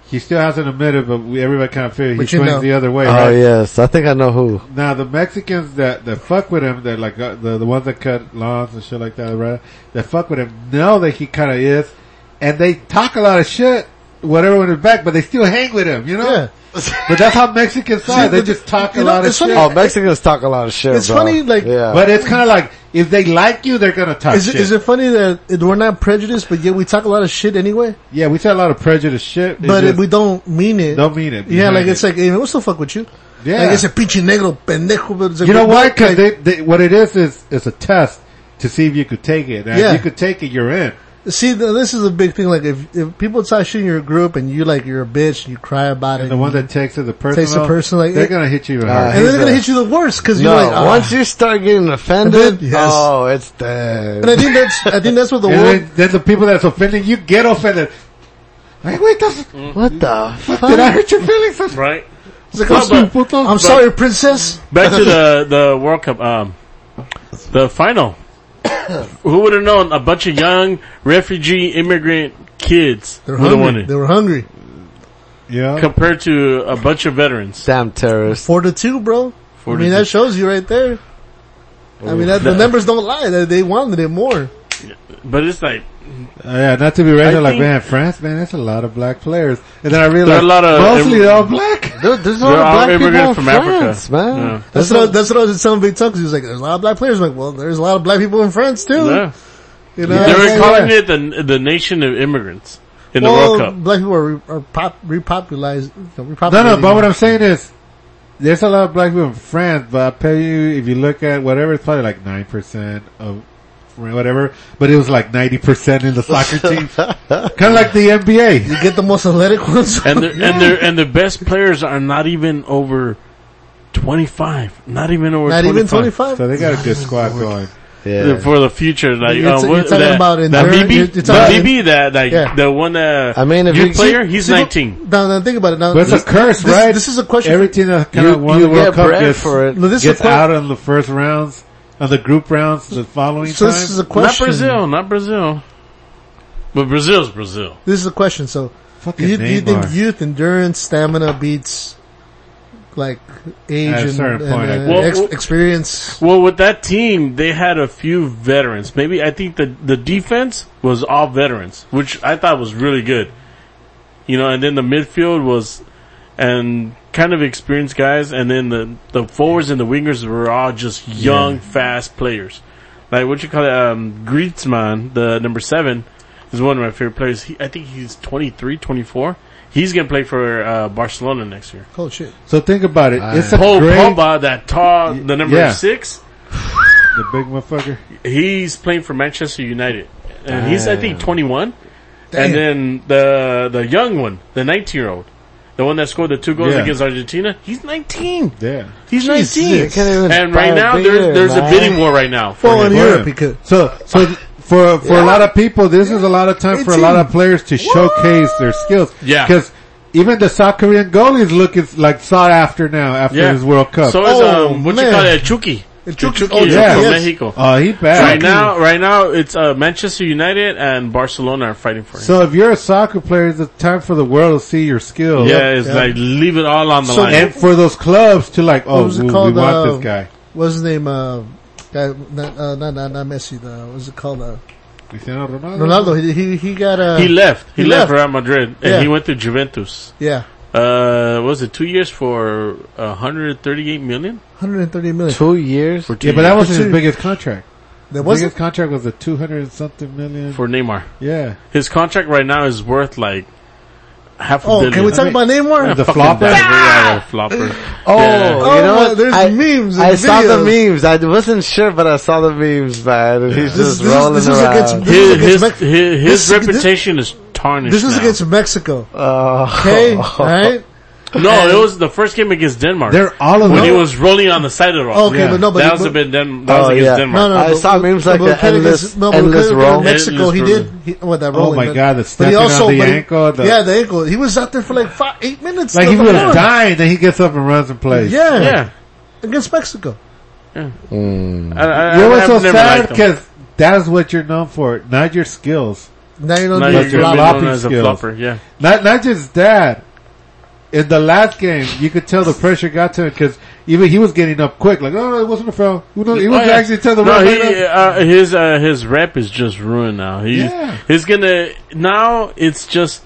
he still hasn't admitted, but we, everybody kind of figured he But you swings know. the other way, Oh right? yes, I think I know who. Now the Mexicans that that fuck with him, that like uh, the the ones that cut lawns and shit like that, right? That fuck with him know that he kind of is, and they talk a lot of shit. Whatever in his back, but they still hang with him, you know. Yeah. But that's how Mexicans are. They just talk a you know, lot of it's funny- shit. Oh, Mexicans talk a lot of shit. It's bro. funny, like- yeah. But it's kind of like if they like you, they're gonna talk Is it, shit. is it funny that it- we're not prejudiced, but yet we talk a lot of shit anyway? yeah, we say a lot of prejudice shit, But It's just- we don't mean it. don't mean it. yeah, behind like it. it's like, hey, what's the fuck with you? Yeah. Like, it's a pinche negro pendejo. But it's like, you know what? why? Because they, they, what it is is it's a test to see if you could take it. And Yeah. if you could take it, you're in. See, th- this is a big thing. Like, if, if people talk shit in your group and you like you're a bitch and you cry about And it, the one that takes it, the person, Takes the personal, like, they're it- gonna hit you even Uh, harder. and then he's they're gonna a- hit you the worst because no, you're like, ah. once you start getting offended, Then- yes. oh, it's dead. And I think that's I think that's what the And world. then, then the people that's offending you get offended. Like, wait, the f- What the did I fuck? hurt your feelings? Right? It's like, "Oh, No, I'm, but- sorry, I'm sorry, princess. Back to the, the World Cup, um, the final. Who would have known a bunch of young refugee immigrant kids They're would have won hungry. They it were hungry. Yeah. compared to a bunch of veterans? Damn terrorists. Four to two, bro. I mean, 42. that shows you right there. I mean, that, the numbers don't lie. They, they wanted it more. But it's like, Uh, yeah, not to be I racist, like, think- man, France, man, that's a lot of black players. And then I there realized, are a lot of, mostly they're all black. Dude, there's a they're lot of all black people in immigrants from France, Africa. man. Yeah. That's what, I, that's what I was telling Big Tuck. 'cause He was like, "There's a lot of black players." I'm like, well, there's a lot of black people in France too. Yeah. You know, They It's were like, calling it the, the nation of immigrants in the well, World Cup. Black people are, re, are pop, repopulized. You know, No, no, repopulating. but what I'm saying is, there's a lot of black people in France, but I pay you, if you look at whatever, it's probably like 9% of whatever, but it was like 90% in the soccer team. kind of like the NBA. you get the most athletic ones. and their and their and the best players are not even over twenty five. Not even over Not 25. even twenty five. So they got a good squad going. Yeah. for the future. Like You're uh, t- what- you're talking that, about in that their- BB, you're- you're talking- that BB, that like Yeah. the one. Uh, I mean, if youth you- player, he's See, look- nineteen. Now, now think about it. Now, But it's a this- curse, this- right? This is a question. Everything that kind You- of won you the World get Cup bread gets, for it. No, this is a gets que- out in the first rounds, of the group rounds the following so time. this is a Not question. Brazil, not Brazil. But Brazil's Brazil. This is a question. So, Fucking do you, do you think Neymar. youth, endurance, stamina beats like age At a and, certain and, point, I uh, think. Well, ex- well- experience? Well, with that team, they had a few veterans. Maybe I think the the defense was all veterans, which I thought was really good. You know, and then the midfield was and kind of experienced guys, and then the the forwards and the wingers were all just young, fast players. Like what you call it, um, Griezmann, the number seven, is one of my favorite players. He, I think he's 23, 24. He's gonna play for uh, Barcelona next year. Oh shit! so think about it. it's a Paul great, Pogba, that tall, the number Yeah. six. the big motherfucker. he's playing for Manchester United, and he's I think 21. Damn. And then the the young one, the 19 year old, the one that scored the two goals Yeah. against Argentina, he's 19. Yeah. He's You can't even 19. And buy right a now beer, there's there's a man. bidding war right now. For Well, him. in Yeah. Europe, he could. So, so for for a lot of people, this is a lot of time for a lot of players to showcase their skills. Yeah. because Even the South Korean goalies look is like sought after now after Yeah. his World Cup. So is um, what you call it, Chucky. El Chucky, Oh, Chucky. Chucky Oh, is yeah. from Yes. Mexico. Oh, he bad. Right Chucky. now, right now, it's uh, Manchester United and Barcelona are fighting for him. So if you're a soccer player, it's the time for the world to see your skill. yeah, it's like leave it all on the So- line. and for those clubs to like, oh, what was we, it we called? want uh, this guy. What's his name? Uh, guy, not, uh, not, not, not Messi. The, what was it called? Uh, Cristiano Ronaldo. Ronaldo. He, he, he got uh, he left. He, left, Real Madrid, and Yeah. he went to Juventus. Yeah. Uh, what was it two years for 138 million? 130 million. Two years? For two Yeah, but that years. was his biggest contract. That His was biggest contract was a two hundred something million. for Neymar. yeah, His contract right now is worth like half. a Oh, billion. can we talk about Neymar? Yeah, The fucking flopper? bastard. Yeah, the flopper. Oh, Yeah. you Oh, know, my- what? there's I, memes and I saw the videos. memes. I wasn't sure, but I saw the memes, man. And he's just This- this is- rolling this is around. against- this is his against his, Mex- his, his this is- reputation is tarnished. This was now. against Mexico. Oh. Okay, all right. no. It was the first game against Denmark. they're all of when he them. was rolling on the side of the rock. Okay, but no, but- that was but- a bit Den- that was Oh, against yeah. Denmark. I saw memes like but that, Kelly endless- does- no, but endless Kelly does roll. Mexico, he Endless did. He, what that Oh rolling, my but- God, the but stepping he on also, the but he- ankle, the- yeah, the ankle. He was out there for like five, eight minutes. like on he the was floor. dying, then he gets up and runs and plays. Yeah, yeah, against Mexico. I, I, you know I, what's so I've never sad liked him. because that is what you're known for, not your skills, Now you know Now the- you're Like your gonna be floppy known as a skills. flopper. Yeah, not not just that. In the last game, you could tell the pressure got to him because even he was getting up quick, like oh, it wasn't a foul. Who knows? He was Oh, yeah. actually telling the no, ref, he, "Hey, uh, his uh, his rep is just ruined now. He's Yeah. he's gonna now it's just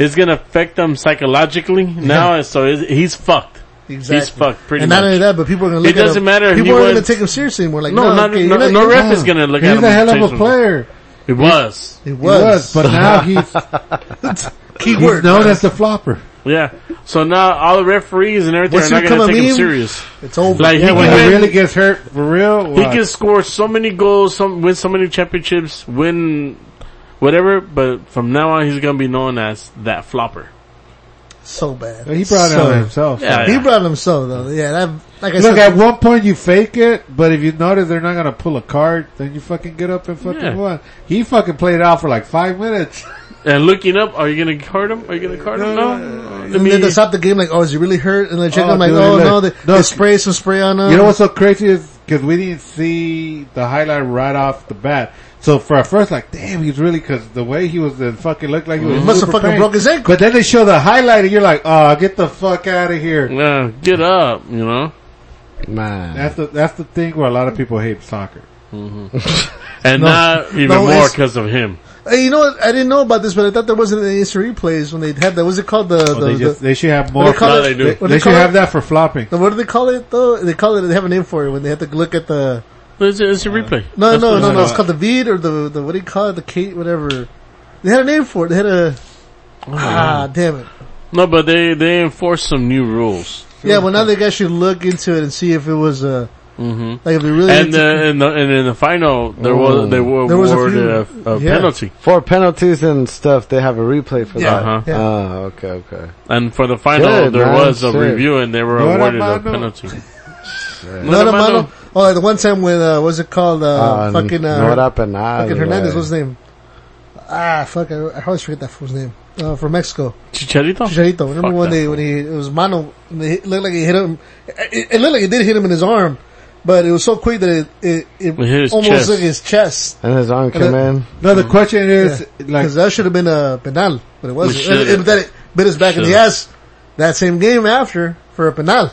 it's gonna affect them psychologically now. So he's, he's fucked. Exactly. He's fucked pretty and much. not only that, but people are going to It look at doesn't him. matter if he People aren't going was- to take him seriously anymore. Like, no, no, not, okay, no, you're not- no you're- ref is gonna look at he's him. a and hell change of a him. player." It was. It He was, was. but now he's Key he's word. known as the flopper. Yeah. So now all the referees and everything Once are you not going to become a take him meme, serious. It's over. Like he, When can, he really gets hurt for real, he wow. can score so many goals, some win so many championships, win whatever. But from now on, he's going to be known as that flopper. so bad. he brought it so, on himself. Yeah, He yeah. brought himself though. Yeah, that, like I Look, said, at one point you fake it, but if you notice they're not gonna pull a card, then you fucking get up and fucking Yeah. run. He fucking played out for like five minutes. And looking up, are you going to card him? Are you going to card him? No. Let and then me. they stop the game. Like, oh, is he really hurt? And they check Oh, him. Like, dude, oh look. no, they, No, they spray some spray on him. You know what's so crazy is because we didn't see the highlight right off the bat. So for our first, like, damn, he's really because the way he was, it fucking looked like he was. Must have super fucking pain. broke his ankle. But then they show the highlight, and you're like, oh, get the fuck out of here. Yeah, get up, you know. Man. That's the that's the thing where a lot of people hate soccer. And now even No, more it's- because of him. Hey, you know what? I didn't know about this, but I thought there wasn't any instant replays when they had that. Was it called the the, Oh, So they the- just they should have more. what do they call No, it? they do. They, What do they they should call have it? that for flopping. The- What do they call it though? They call it. They have a name for it when they have to look at the. It's, it's a replay. No, That's no, what no, no, it's It's called the Veed or the the what do you call it? The Kate, whatever. They had a name for it. They had a. Ah, damn it. No, but they they enforced some new rules. Yeah, well now they can actually look into it and see if it was a, Mm-hmm. like if it really. and uh, in the and in the final there was they were Oh. There was a awarded a, few. a Yeah. penalty, For penalties and stuff, they have a replay for Yeah, that. uh-huh. yeah. Oh, okay, okay. and for the final Good, there man, was a sick. review, and they were Good awarded a amount of- penalty. no, Not no, a mano. mano. Oh, like the one time when, uh, what was it called? Uh, Uh, fucking, uh, no era penal, fucking Hernandez, güey. what's his name? Ah, fuck, I, I always forget that fool's name. Uh, from Mexico. Chicharito. Chicharito. Remember Fuck when that they, when he, it was Mano, and they hit, looked like he hit him, it, it looked like it did hit him in his arm, but it was so quick that it, it, it It hit his almost chest. hit his chest. And his arm came then- in. No, the question is like Cause that should have been a penal, but it wasn't. should've. It, it, that it bit us back in the Should've. ass that same game after for a penal.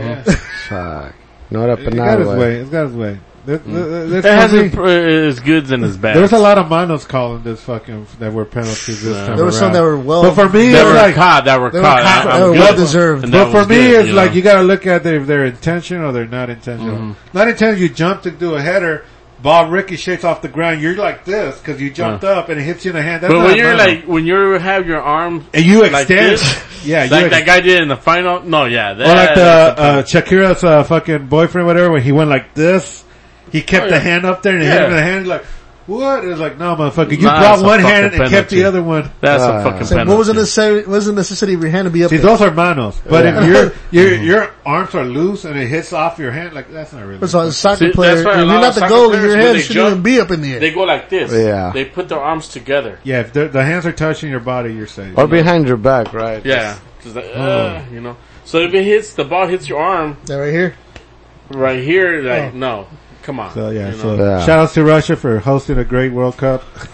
Fuck. No era It got penal, his güey. way. It's got his way. There- Mm. there- It There's, has something- its, uh, its goods and its bads. there was a lot of manos calling this fucking that were penalties this time. There were some around. that were well- But for me, that it's were like. caught. That were They were caught. caught. I- I'm They were good. well deserved. And that But for was me, good, it's you like know. you gotta look at if they're intentional or they're not intentional. Mm-hmm. Not intentional. You jumped to do a header, ball ricochets off the ground. You're like this because you jumped up and it hits you in the hand. That's But not when a you're mano. like when you have your arm and you like extend, this, yeah, you like ex- that guy did in the final. No, yeah, that, Or like the uh, Shakira's uh, fucking boyfriend, whatever, when he went like this, he kept Oh, the yeah. hand up there and he Yeah. hit him in the hand like. What? It's like, no, motherfucker. You Nah, brought it's a one fucking hand and kept the penalty. other one. That's a fucking So what was the necessity? What was the necessity of your hand to be up See, there? those are manos. But Yeah. if your your your arms are loose and it hits off your hand, like that's not really. That's why a soccer See, player, that's if why a you're lot not of the soccer goalie, players, your when hand they shouldn't jump, even be up in the air. They go like this. Yeah. They put their arms together. Yeah, if the, the hands are touching your body, you're safe. Or behind your back, right? Yeah. Just like, Hmm. uh, you know. So if it hits, the ball hits your arm That right here. right here, like, no. Come on. Hmm. So yeah, you so know. shout outs to Russia for hosting a great World Cup. Yeah.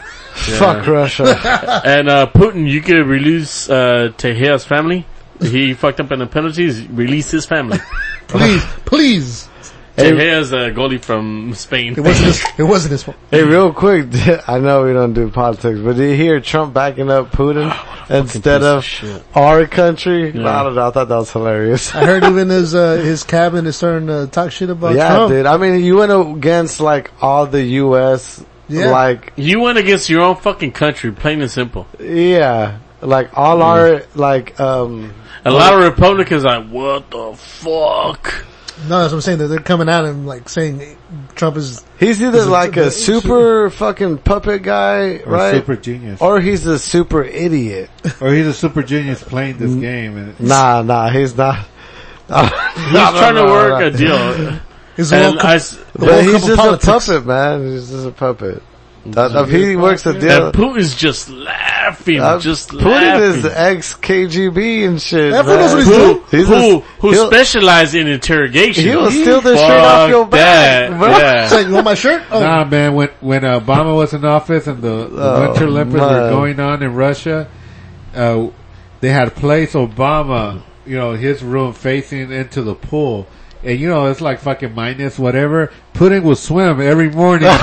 Fuck Russia. and uh, Putin, you could release uh, Tejia's family. He fucked up in the penalties. Release his family. please, please. Tejia's a goalie from Spain. It wasn't his. It wasn't his fault. Hey, real quick, I know we don't do politics, but did you hear Trump backing up Putin instead piece of of shit. our country? Yeah. I don't know. I thought that was hilarious. I heard even his uh, his cabin is starting to talk shit about yeah, Trump. dude. I mean, you went against like all the U.S. Yeah. like You went against your own fucking country, plain and simple. yeah, like all our like um A lot of Republicans are like, what the fuck? No, that's what I'm saying. That they're coming out and like saying Trump is. He's either Is it- like a is it- super fucking puppet guy, Or right? super genius. Or he's a super idiot. Or he's a super genius playing this game. And Nah, nah, he's not. he's He's trying to work a deal. He's a And little. I s- But he's just politics. a puppet, man. He's just a puppet. That, if he works a deal, and Putin's just laughing, uh, just Putin laughing. is ex KGB and shit. That fool man. knows what he's Who- doing. he's a- who who he'll- specialized in interrogation. He'll steal the shirt off your Fuck back, that, bro. yeah. It's like, you want my shirt? Oh, Nah, man. When when Obama was in office and the, the Oh, Winter Olympics man. were going on in Russia, uh, they had placed Obama, you know, his room facing into the pool, and you know it's like fucking minus whatever. Putin would swim every morning.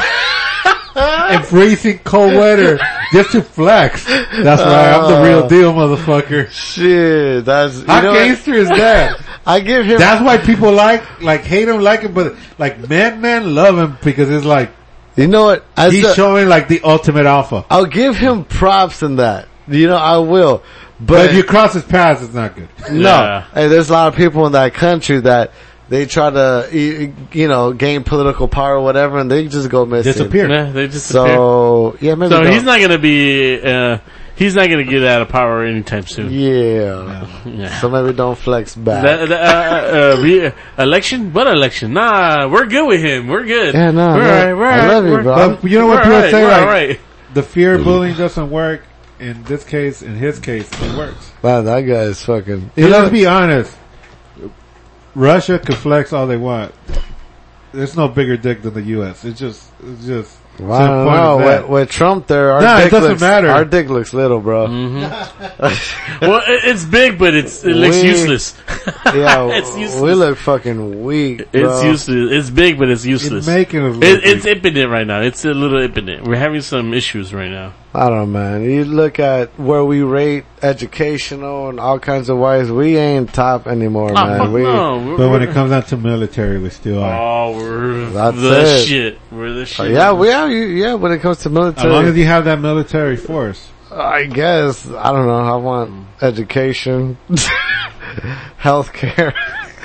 In freezing cold weather, just to flex. That's why I'm the real deal, motherfucker. Shit, that's you How Oh. know what? gangster is that? I give him. That's why people like, like hate him, like him, but like man, man, love him because it's like you know what? As he's a- showing like the ultimate alpha. I'll give him props in that. You know, I will. But But if you cross his path, it's not good. No, Yeah. hey, there's a lot of people in that country that they try to, you, you know, gain political power or whatever, and they just go missing. Disappear. Nah, they disappear. So, So yeah, maybe. don't. he's not gonna be, uh, he's not gonna get out of power anytime soon. Yeah. Yeah. So maybe don't flex back. That- that, uh, uh, uh, re- election? What election? Nah, we're good with him. We're good. yeah, no, we're no, alright, we're I alright, love you, we're- bro. But you know what we're people alright, say, we're like alright. the fear of bullying doesn't work. In this case, in his case, it works. Man, that guy is fucking. And let's be honest. Russia can flex all they want. There's no bigger dick than the U.S. It's just, it's just. Well, I don't to the point know. of that. With, with Trump there, our Nah, it dick doesn't looks, matter. Mm-hmm. Our dick looks little, bro. Well, it, it's big, but it's it looks We- useless. Yeah, it's useless. we look fucking weak. Bro. It's useless. It's big, but it's useless. It's making us look It, it's weak. impotent right now. It's a little impotent. We're having some issues right now. I don't know, man. You look at where we rate educational and all kinds of ways. We ain't top anymore, oh, Ah, man. fuck Uh, we, no. We're, but when we're- it comes down to military, we still are. oh, we're That's the it. Oh, shit. We're the shit. yeah, we are. you- Yeah, when it comes to As military, long as you have that military force. I guess I don't know. I want education, healthcare.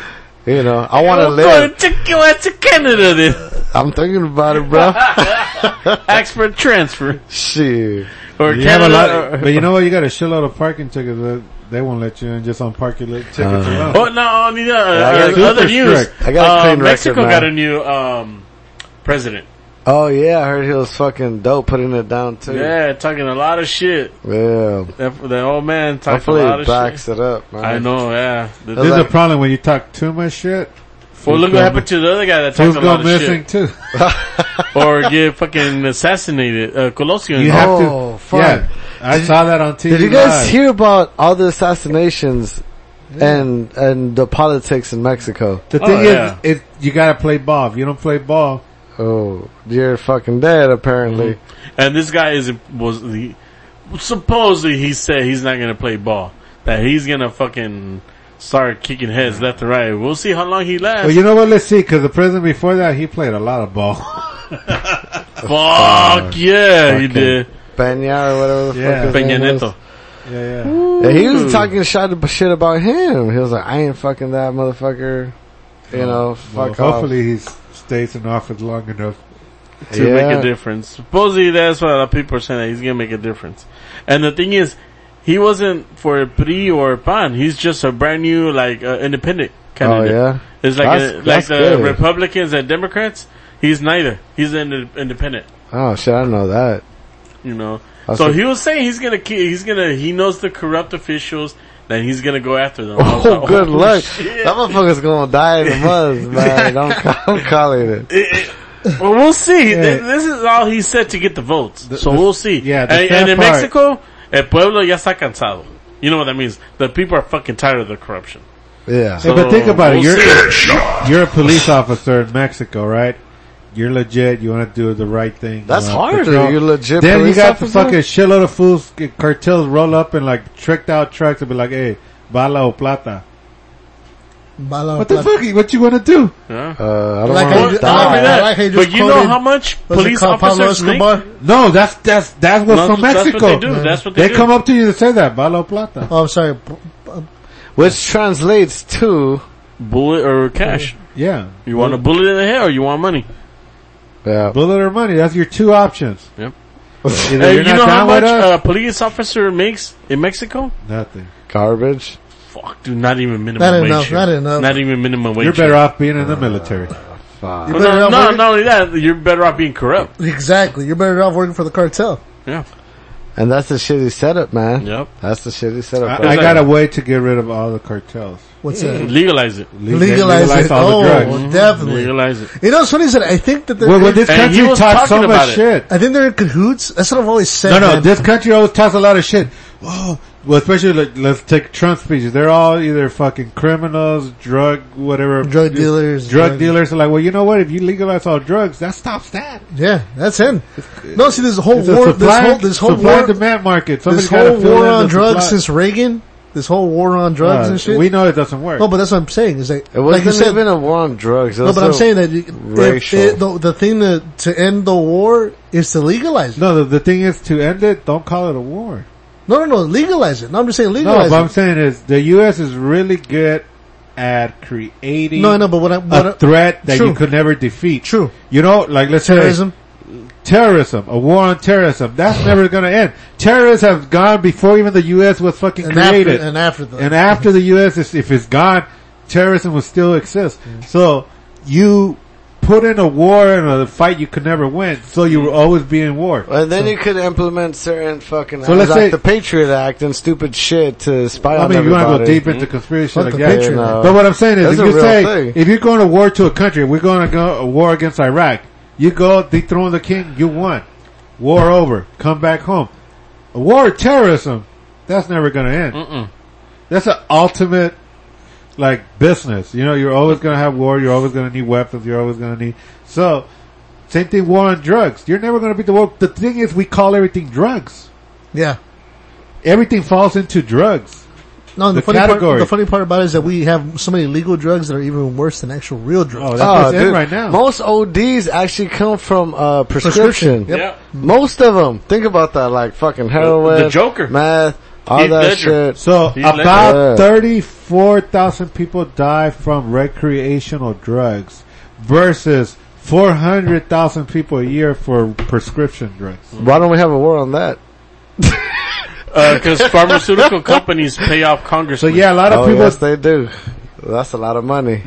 you know, I want to I'm live. going to go out to Canada then. I'm thinking about it, bro. Ask for a transfer Shit. or You have a Canada. lot, or- but you know what? You got a shitload of parking tickets. That they won't let you in just on parking li- tickets Uh-huh. alone. Oh no! I mean, uh, I uh, got other super news. strict. I got a Uh, clean record, Mexico man. got a new um, president. Oh yeah, I heard he was fucking dope putting it down too. Yeah, talking a lot of shit. Yeah. That, that old man talking a Hopefully lot he of backs shit. it up, man. I know. Yeah. The- That's This is like- the problem when you talk too much shit. Well, look what Who's happened to the other guy that Who's talks a lot going of missing shit, too? or get fucking assassinated. Uh, Colosio. You have Oh, to. fuck. Yeah, I saw that on TV. Did you guys Live. hear about all the assassinations and and the politics in Mexico? The Oh, thing yeah. is, it, you gotta play ball. If you don't play ball, Oh, you're fucking dead apparently. and this guy is was the supposedly he said he's not gonna play ball. That he's gonna fucking start kicking heads left and right. We'll see how long he lasts. well, you know what? Let's see. Because the president before that, he played a lot of ball. Fuck yeah, he did. Peña or whatever the Yeah. fuck his Peña name is. Nieto. yeah, yeah. Yeah, he was talking shit, shit about him. He was like, "I ain't fucking that motherfucker." You know, Well, fuck off. hopefully, he stays in office long enough. to Yeah. make a difference. Supposedly that's what a lot of people are saying that he's gonna make a difference. And the thing is, he wasn't for PRI or PAN. He's just a brand new like uh, independent candidate. Oh, yeah? it's like That's- a, like that's the good. Republicans and Democrats. He's neither. He's an inde- independent. Oh shit, I didn't know that. You know. That's so a- he was saying he's gonna ki- he's gonna he knows the corrupt officials. Then he's gonna go after them. I was Oh, like, good "Oh, luck. shit." That motherfucker's gonna die in a month, man. I'm, I'm calling it. Well, we'll see. Th- This is all he said to get the votes. so we'll see. yeah, the and, and sad in part- Mexico, el pueblo ya está cansado. You know what that means? The people are fucking tired of the corruption. Yeah. Hey, but think about it. Oh, we'll You're you're a police officer in Mexico, right? You're legit. You want to do the right thing. You That's wanna hard, patrol. you're a legit Then police you got officer? the fucking shitload of fools, get cartels roll up and like tricked out trucks and be like, "Hey, bala o plata." Bala What the fuck? What you want to do? Yeah. Uh, I don't Like wanna I- I- die. Remember that? like how you just but you know quoted- how much was it police called Pablo officers make? Escobar? No, that's that's that's That's what's from what- that's Mexico. what they do. That's what they do. come up to you and say that bala o plata. Oh, I'm sorry. P- Which translates to Bullet or cash? Yeah, You want a bullet in the head or you want money? yeah. bullet or money. That's your two options. Yep. Either And you're you not know how down much uh, with us- a police officer makes in Mexico? Nothing. garbage. Fuck, dude, not even minimum Not wage. enough, here. not enough. Not even minimum wage. You're better here. off being in the military. Fuck. you're better No, off no, working- not only that, you're better off being corrupt. Exactly. You're better off working for the cartel. Yeah. And that's the shitty setup, man. Yep. That's the shitty setup. I, I got a way to get rid of all the cartels. What's that? Legalize it. Mm-hmm. Le- Legalize, it. all Oh, the drugs. definitely. Legalize it. You know, it's funny is that I think that they're, Well, well, this And country he was talks so talking about much it. shit. I think they're in cahoots. That's what I've always said. No, no, man. this country always talks a lot of shit. Oh, well, especially like, let's take Trump speeches. They're all either fucking criminals, drug, whatever, Drug dealers, drug, drug- dealers. Are like, well, you know what? If you legalize all drugs, that stops that. yeah, that's him. No, see, this whole It's a war, this supply, whole, this whole supply war, and demand market. Somebody's this whole gotta fill war in on the drugs supply. since Reagan. This whole war on drugs Uh, and shit. We know it doesn't work. no, but that's what I'm saying. Is that it like wasn't you said? even a war on drugs. It no, was but I'm a- saying that you- if, racial. it, the, the thing to, to end the war is to legalize it. no, the, the thing is to end it. Don't call it a war. No, no, no, legalize it. No, I'm just saying No, legalize but I'm it. saying is the U.S. is really good at creating No, no, but what I, what a I, threat that True. you could never defeat. True. You know, like let's terrorism. say terrorism, a war on terrorism. That's never going to end. Terrorists have gone before even the U.S. was fucking And after, created. and after the, And after the U.S. Is, if it's gone, terrorism will still exist. Mm. So you put in a war and a fight you could never win. So you will always be in war. And then you could implement certain fucking So acts let's like say- the Patriot Act and stupid shit to spy I on mean, you want to everybody. go deep into conspiracy Fuck like the that. Patriot Yeah, Act. But what I'm saying is, That's if a you real say thing. if you're going to war to a country, we're going to go a war against Iraq. You go dethrone the king, you won. War over. Come back home. A war of terrorism. That's never going to end. That's an ultimate like business. You know, you're always going to have war. You're always going to need weapons. You're always going to need so. Same thing, war on drugs. You're never going to beat the war. The thing is, we call everything drugs. yeah. Everything falls into drugs. No, and the, The funny part, category. the funny part about it is that we have so many legal drugs that are even worse than actual real Oh, drugs. that's what's Ah, dude, in right now. Most ODs actually come from uh, prescription. Prescription, yep. Yeah. Most of them. Think about that, like fucking heroin, The Joker. meth, all Heath that Ledger. shit. So Heath Ledger. Yeah. about thirty-four thousand people die from recreational drugs versus four hundred thousand people a year for prescription drugs. Why don't we have a war on that? Because Uh, pharmaceutical companies pay off Congress. So yeah, a lot of Oh, people. yes, they do. That's a lot of money.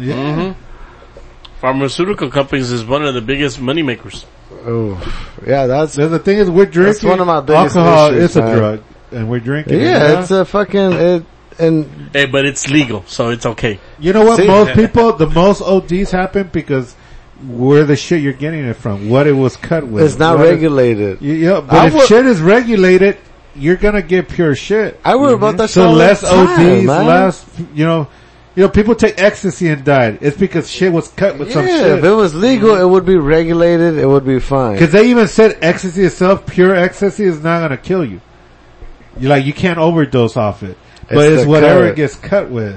pharmaceutical companies is one of the biggest moneymakers. Oh, yeah, that's the, the thing is, we're drinking one of my biggest alcohol. issues, it's a man. drug, and we're drinking. it, you know? yeah, it's a fucking it. And Hey, Eh, but it's legal, so it's okay. you know what? See? most people, the most ODs happen because where the shit you're getting it from, what it was cut with. it's not what it- regulated. you- you know, I but if would- shit is regulated, you're gonna get pure shit. I worry about that. shit So all the less time, ODs, man. less you know, you know, people take ecstasy and died. It's because shit was cut with some Yeah, if it shit. was legal, it would be regulated. It would be fine. Because they even said ecstasy itself, pure ecstasy, is not gonna kill you. You like you can't overdose off it, but It's it's, the whatever cut. it gets cut with.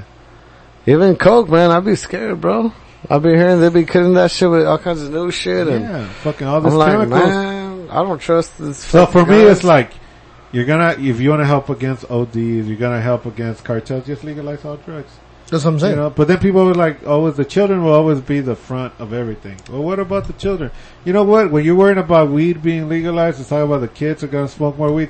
Even coke, man, I'd be scared, bro. I'd be hearing they be cutting that shit with all kinds of new shit, and Yeah, fucking all this I'm like, chemicals. man, I don't trust this. so fucking for me, guy." it's like you're gonna if you want to help against ODs, you're gonna help against cartels. Just legalize all drugs. That's what I'm saying. You know, but then people were like, always the children will always be the front of everything. Well, what about the children? You know what? When you're worrying about weed being legalized, it's talking about the kids are going to smoke more weed.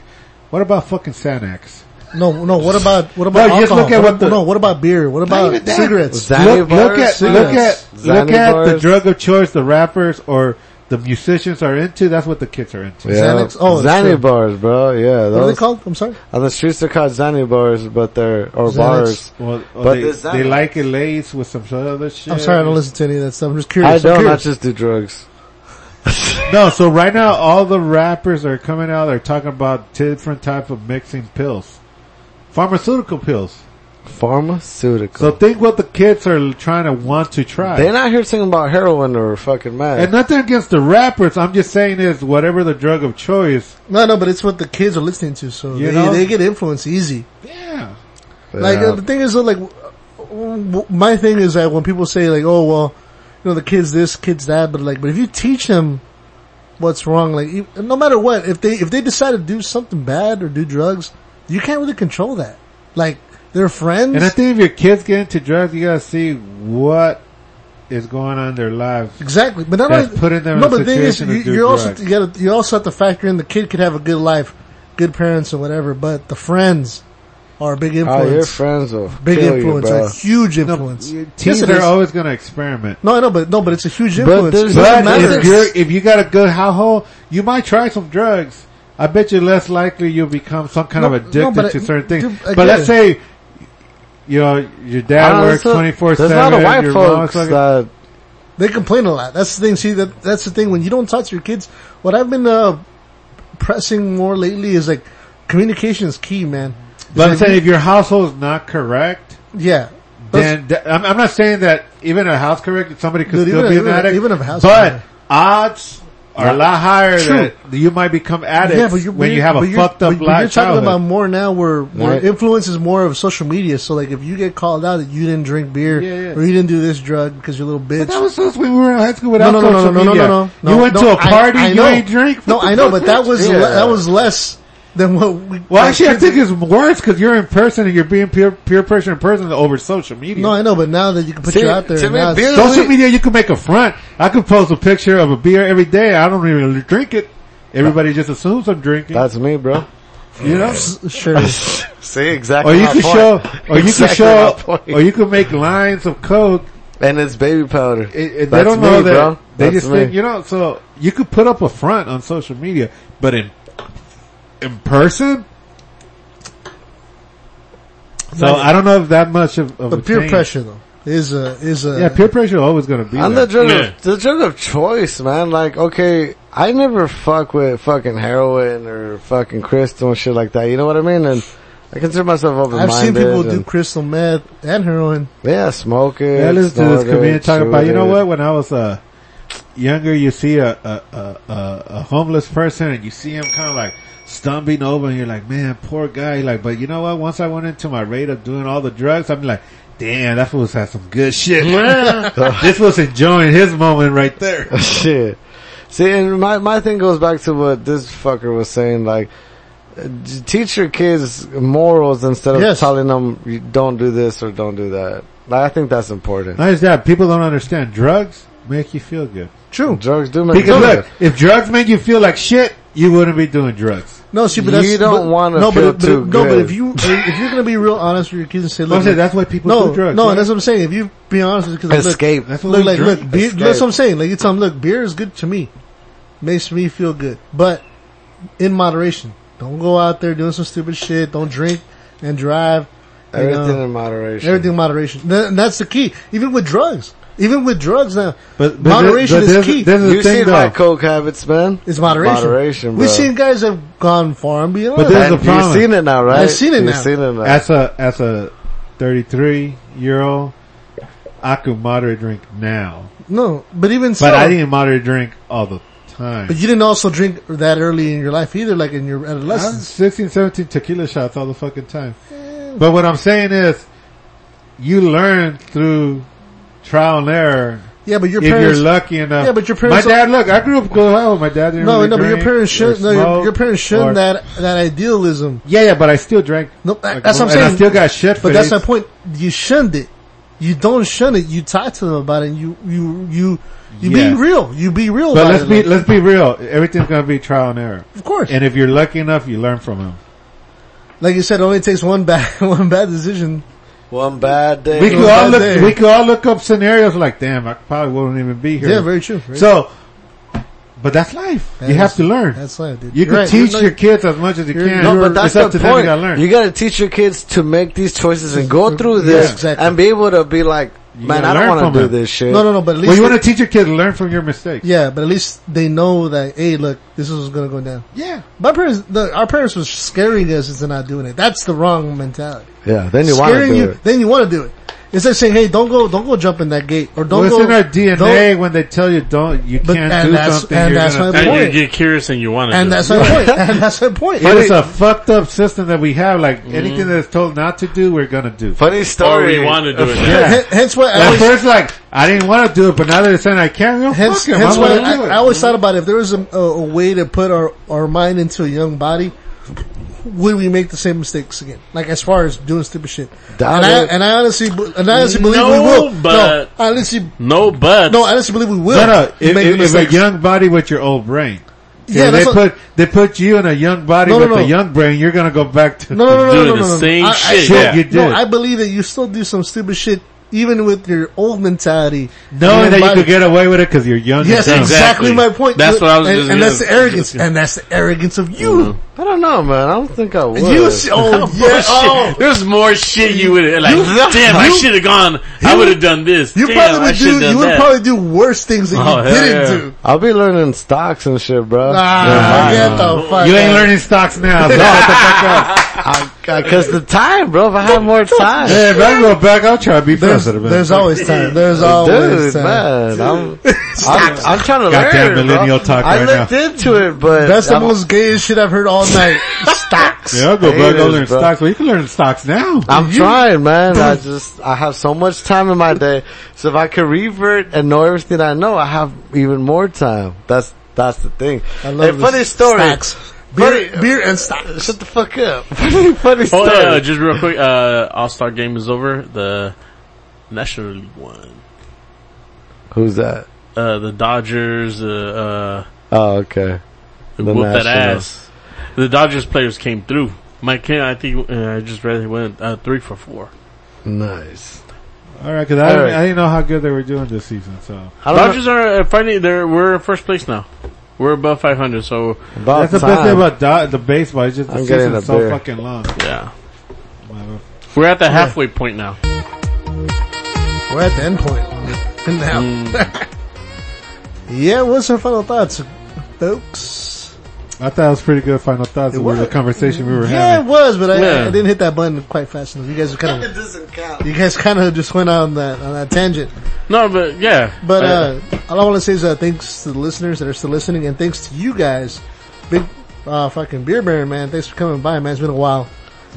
What about fucking Xanax? No, no. What about what about No, you just alcohol? look at what the- no. What about beer? What Not about even that. cigarettes? Look, look at look at look at the Xanibars. drug of choice the rappers or the musicians are into. That's what the kids are into. Yeah. Xanny bars, bro. Yeah. Oh, What are they those- called? I'm sorry. On the streets they're called Xanny bars, but they're, or Xanax. bars. Well, or but they, they like it laced with some sort of other shit. I'm sorry, I don't listen to any of that stuff. I'm just I curious. I'm don't, I curious. just do drugs. No, so right now all the rappers are coming out. They're talking about different type of mixing pills, pharmaceutical pills. Pharmaceutical. So think what the kids are trying to want to try. They're not here singing about heroin or fucking mad. and nothing against the rappers. I'm just saying is whatever the drug of choice. No, no, but it's what the kids are listening to, so You they, know? they get influenced easy. Yeah. Like uh, the thing is, though, like w- w- my thing is that when people say like, "Oh, well, you know, the kids this, kids that," but like, but if you teach them what's wrong, like, you- no matter what, if they if they decide to do something bad or do drugs, you can't really control that. Like, they're friends. And I think if your kids get into drugs, you gotta see what is going on in their lives. Exactly, but not That's only putting them no, in a but the thing is, situation you, to do you're also drugs. you got you also have to factor in the kid could have a good life, good parents or whatever, but the friends are a big Oh, influence. your friends will big kill influence, you, bro. a huge influence. Teens it are is. always gonna experiment. no, I know, but no, but it's a huge But influence. there's- It doesn't But matter. if you're, if you got a good household, you might try some drugs. I bet you're less likely you'll become some kind No, of no, addicted but I- to certain things. dude, I but get let's it. say, you know, your dad Oh, works there's a- twenty four There's seven. a lot of white your folks mom's fucking- that They complain a lot. That's the thing. See, that that's the thing. When you don't talk to your kids, what I've been uh, pressing more lately is like communication is key, man. But I'm Like, saying if your household is not correct, yeah, then th- I'm, I'm not saying that even a house correct somebody could Dude, even still be a- an even a- addict. even a house but correct. odds are a lot higher True. that you might become addicts you're- when you you're- have a but you're- fucked up but life. You're talking childhood. about more now where, where Right. influence is more of social media. So like if you get called out that you didn't drink beer Yeah, yeah. or you didn't do this drug because you're a little bitch. But that was us when we were in high school without no, no, no, social no, no, no, media. no, no. You went no, to a party, I, I you know. ain't drink. No, What the I know, fuck but that was Yeah. le- that was less than what we. Well, actually, I think it's worse because you're in person and you're being peer peer pressure in person over social media. No, I know, but now that you can put you out there, now it's- social media, you can make a front. I could post a picture of a beer every day. I don't even drink it. Everybody just assumes I'm drinking. That's me, bro. You know, sure. See exactly. or Oh, you my can point. show, or you can Exactly my show, point. or you can make lines of coke. and it's baby powder. And they That's don't me, know that. bro. They That's just me. think, you know, so you could put up a front on social media, but in, in person? So Not- I don't know if that much of, of a But peer change- pressure though is a is a Yeah, peer pressure always gonna be I'm there. the drug, of, the drug of choice, man. Like, okay, I never fuck with fucking heroin or fucking crystal and shit like that. You know what I mean? And I consider myself open minded. I've seen people do crystal meth and heroin. yeah, smoke it. Yeah, listen to this snort it, comedian talking about, shoot you know it. what, when I was, uh, younger, you see a, a, a, a, a homeless person and you see him kind of like stumbling over and you're like, man, poor guy. Like, but you know what? Once I went into my rate of doing all the drugs, I'm like, damn, that fool's had some good shit. this was enjoying his moment right there. shit. See, and my, my thing goes back to what this fucker was saying, like, uh, teach your kids morals instead of Yes. telling them you don't do this or don't do that. Like, I think that's important. Not just that, people don't understand drugs make you feel good. True. Drugs do make Because you look, if drugs made you feel like shit, you wouldn't be doing drugs. No, see, but You that's, don't but- wanna no, feel but, but, too No, but good. if you if you're gonna be real honest with your kids and say, Well, look, I said that's why people no, do drugs, No, right? that's what I'm saying. If you be honest, with your kids, like, Escape. Look, That's what look, we like, drink. look, beer, Escape. that's what I'm saying. Like you tell them, look, beer is good to me, makes me feel good, but in moderation. Don't go out there doing some stupid shit. Don't drink and drive. you Everything know. in moderation. Everything in moderation. Th- And that's the key. Even with drugs. Even with drugs now. But- but moderation this- but is this- key. this is the You've thing, seen though. my coke habits, man. It's moderation. Moderation, bro. We've seen guys that have gone far and beyond. But there's that. the problem. You've seen it now, right? I've seen it You've now. seen it now. As a as a 33 year old, I could moderate drink now, No, but even but so, I didn't moderate drink all the time. But you didn't also drink that early in your life either, like in your I was adolescence. 16, 17 tequila shots all the fucking time. But what I'm saying is, you learn through trial and error. Yeah, but your if parents- you're lucky enough. Yeah, but your parents- My dad, look, I grew up good out with my dad. Didn't No, really no, but your drink parents or should. No, your, smoke your parents or- shouldn't that that idealism. Yeah, yeah, but I still drank. No, Like, that's what I'm and I saying. still got shit for But that's this. my point. You shunned it. you don't shun it. You talk to them about it. And you you you you Yeah. be real. You be real. But about let's it. be Like, let's be real. Everything's gonna be trial and error. Of course. And if you're lucky enough, you learn from them. like you said, it only takes one bad one bad decision. One bad day. We could all look. We could all look up scenarios like, damn, I probably wouldn't even be here. Yeah, very true, very so, but that's life. That you is- have to learn. that's life, dude. You You're can right. teach You're not- your kids as much as you can. No, but that's it's up the to them. You point. gotta learn. You gotta teach your kids to make these choices and go through Yeah, this exactly. and be able to be like, man, gotta I don't learn want from to do it. this shit. No, no, no. But at least well, you they- want to teach your kids to learn from your mistakes. Yeah, but at least they know that, hey, look, this is what's gonna go down. Yeah. My parents, the, our parents was scaring us into not doing it. That's the wrong mentality. Yeah, then you want to Scaring do you, it. then you want to do it. Instead of saying, hey, don't go, don't go jump in that gate, or don't Well, it's go. in our DNA don't- when they tell you don't, you But- can't and do that's- something. and you're that's gonna my do And it. you get curious and you want to. and that's my point. And that's my point. But it's a fucked up system that we have. Like Mm-hmm. anything that's told not to do, we're gonna do. Funny or story. Oh, we want to do it. now. Yeah. H- hence why I At always, first, like I didn't want to do it, but now they're saying I can. Well, hence, fuck 'em, hence I'm why gonna do I, it. I always thought about it. if there was a, a, a way to put our, our mind into a young body, would we make the same mistakes again? Like as far as doing stupid shit. Doubt and, I, it. and I honestly, be- and I honestly believe No, we will. but- no, I honestly No, but No, I honestly believe we will. No, no. make If, the if, if a mistakes. young body with your old brain, Yeah, yeah, they that's what- put they put you in a young body No, no, with no. a young brain. You're gonna go back to no, no, no, no, Doing no, no, the no, no. same I, I, shit. no, Yeah, you did. No, I believe that you still do some stupid shit, even with your old mentality. knowing Your that you body- could get away with it because you're young. Yes, and dumb. exactly. Exactly. my point. That's what I was And, just and gonna- Mm-hmm. that's the arrogance, and that's the arrogance of you. I don't know, man. I don't think I would. You, s- oh yes, oh, There's more shit you would have like. damn, I you- should have gone. I would have done this. you damn, probably I would do. should've done You would that. probably do worse things that Oh, you hell didn't yeah. do. I'll be learning stocks and shit, bro. Ah, get the fuck. You ain't out. learning stocks now. so what the fuck up? Because the time, bro. If I had more time, Hey, if I go back, I'll try to be There's, president. there's always time. There's always dude, time. man. I'm, I'm, I'm trying to Goddamn learn. millennial bro. talk I right looked into it, but That's the I'm- most gayest shit I've heard all night. Stocks. Yeah, I'll go Hey, back. it I'll is, learn bro. stocks. Well, you can learn stocks now. I'm trying, man. I just I have so much time in my day, so if I could revert and know everything I know, I have even more time. That's that's the thing. I love and this. funny story. Stocks. Beer, beer and stocks. Shut the fuck up. funny, funny Oh story. yeah, just real quick. Uh, All Star Game is over. The National League one. Who's that? Uh, the Dodgers. Uh, Oh, okay. uh, The whooped that Nationals. ass. The Dodgers players came through. Mike King, I think uh, I just read he went uh, three for four. Nice. All right, because I, All didn't- right. I didn't know how good they were doing this season. So I don't Dodgers are uh, finally. They're we're in first place now. We're above 500. So know about that's the Oh, time. best thing about do- the baseball. It's just the I'm getting a season's so beer. fucking long. yeah, we're at the halfway point now. We're at the end point now. yeah, what's your final thoughts, folks? I thought it was pretty good. Final thoughts. It was was. the conversation we were Yeah, it having. was, but I, Yeah. I didn't hit that button quite fast enough. You guys kind of you guys kind of just went on that on that tangent. No, but yeah, But I- uh, all I want to say is uh, thanks to the listeners that are still listening, and thanks to you guys, big uh, fucking beer baron man. Thanks for coming by, man. It's been a while.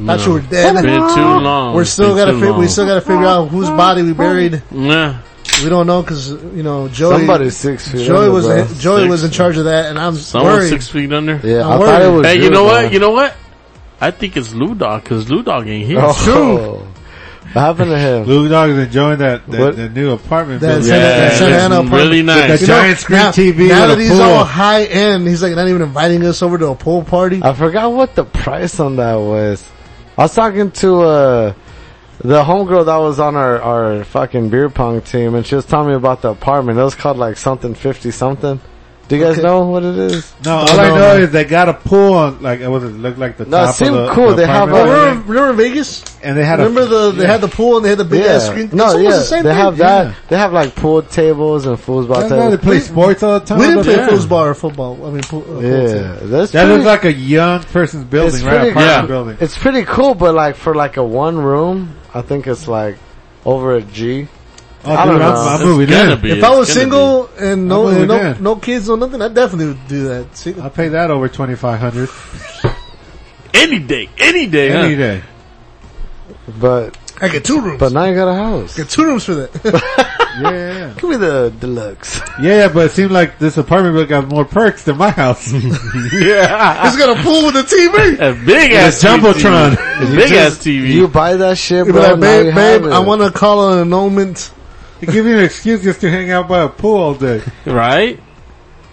Thought you were it's been dead. too long. We're It's still been gotta too fi- we long. still gotta figure out whose body we buried. yeah. We don't know because you know Joey. Somebody's six feet. Joey under, was bro. in, Joey Six. was in charge of that, and I'm Someone worried. six feet under. Yeah, I'm I thought it worried. was. Hey, you you, know man. what? You know what? I think it's Lou Dog because Lou Dog ain't here. Oh. What happened to him? Lou Dog is enjoying that that, What? that new apartment. That's building. it. Yeah, it's Santa Ana really apartment. nice. That's- giant screen now, TV Now with a that he's pool. all high end, he's like not even inviting us over to a pool party. I forgot what the price on that was. I was talking to uh the homegirl that was on our our fucking beer pong team, and she was telling me about the apartment. It was called like something fifty something. Do you guys Okay. know what it is? No, all Oh, I no, know no. is they got a pool on like it was it looked like the No, it top seemed of the, cool. the They have apartment a- building, remember, remember Vegas? and they had Remember a, the they had the pool and they had the big ass screen. It's No, almost yeah. the same they thing. have that. They have like pool tables and foosball That's why they tables. play sports all the time. We didn't up play there. foosball or football. I mean, pool, uh, pool table. Yeah, that's That pretty, looks like a young person's building, it's right? pretty Apartment cool. building. It's pretty cool, but like for like a one room, I think it's like over a G. Oh, I don't dude, I'm, know. I'm It's moving gonna in. be. If I was It's gonna single and no That's what we and no, did. no kids no nothing, I definitely would do that. See, I'll pay that over twenty five hundred Any day, any day, any huh? day. But I get two rooms. But now you got a house. Get two rooms for that. yeah. Give me the deluxe. Yeah, but it seemed like this apartment building got more perks than my house. yeah. It's got a pool with a TV. A big ass Jumbotron. TV. Big ass TV. You buy that shit, You'd be bro. like, now you babe, have babe, it. I want to call an annulment. It gives you an excuse just to hang out by a pool all day. right?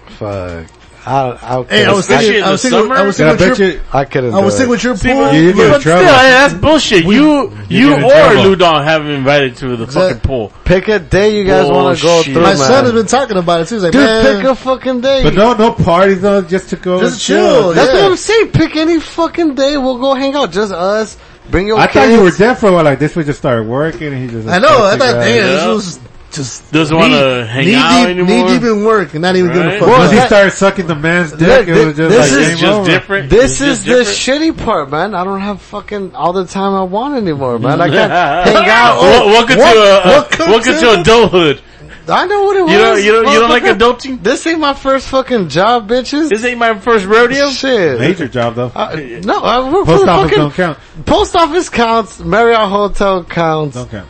Fuck. I, I, Hey, I was Especially thinking, in I was the thinking, I summer? was And thinking, I bet with your, you, I couldn't. I was do it. thinking with your but- pool. you get in But still, trouble. that's bullshit. you you get in or trouble. Ludon have invited to the fucking pool. Pick a day you guys want to go Bullshit. through, Oh, My man. son has been talking about it too. He's like, Dude, man, pick a fucking day. But no, no parties though, just to go. Just and chill. That's yeah. what I'm saying. Pick any fucking day. We'll go hang out. Just us. Bring your I kids. thought you were dead for a while. Like this, we just started working, and he just. I know. I thought, damn, Yeah. this was just Doesn't want to hang out deep, anymore. knee deep in work and not even giving a Right? fuck. Well, Once he that- started sucking the man's dick, Look, it was thi- just this like is game just over. different. This It's is just the shitty part, man. I don't have fucking all the time I want anymore, man. I can't hang out. Wel- welcome to a, welcome welcome, to to- adulthood. I know what it was. You don't you don't you don't like motherfucker. adulting. This ain't my first fucking job, bitches. This ain't my first rodeo. Shit. Major job though. Uh, I- no, I work for Post the office fucking don't count. post office counts, Marriott hotel counts, Don't count.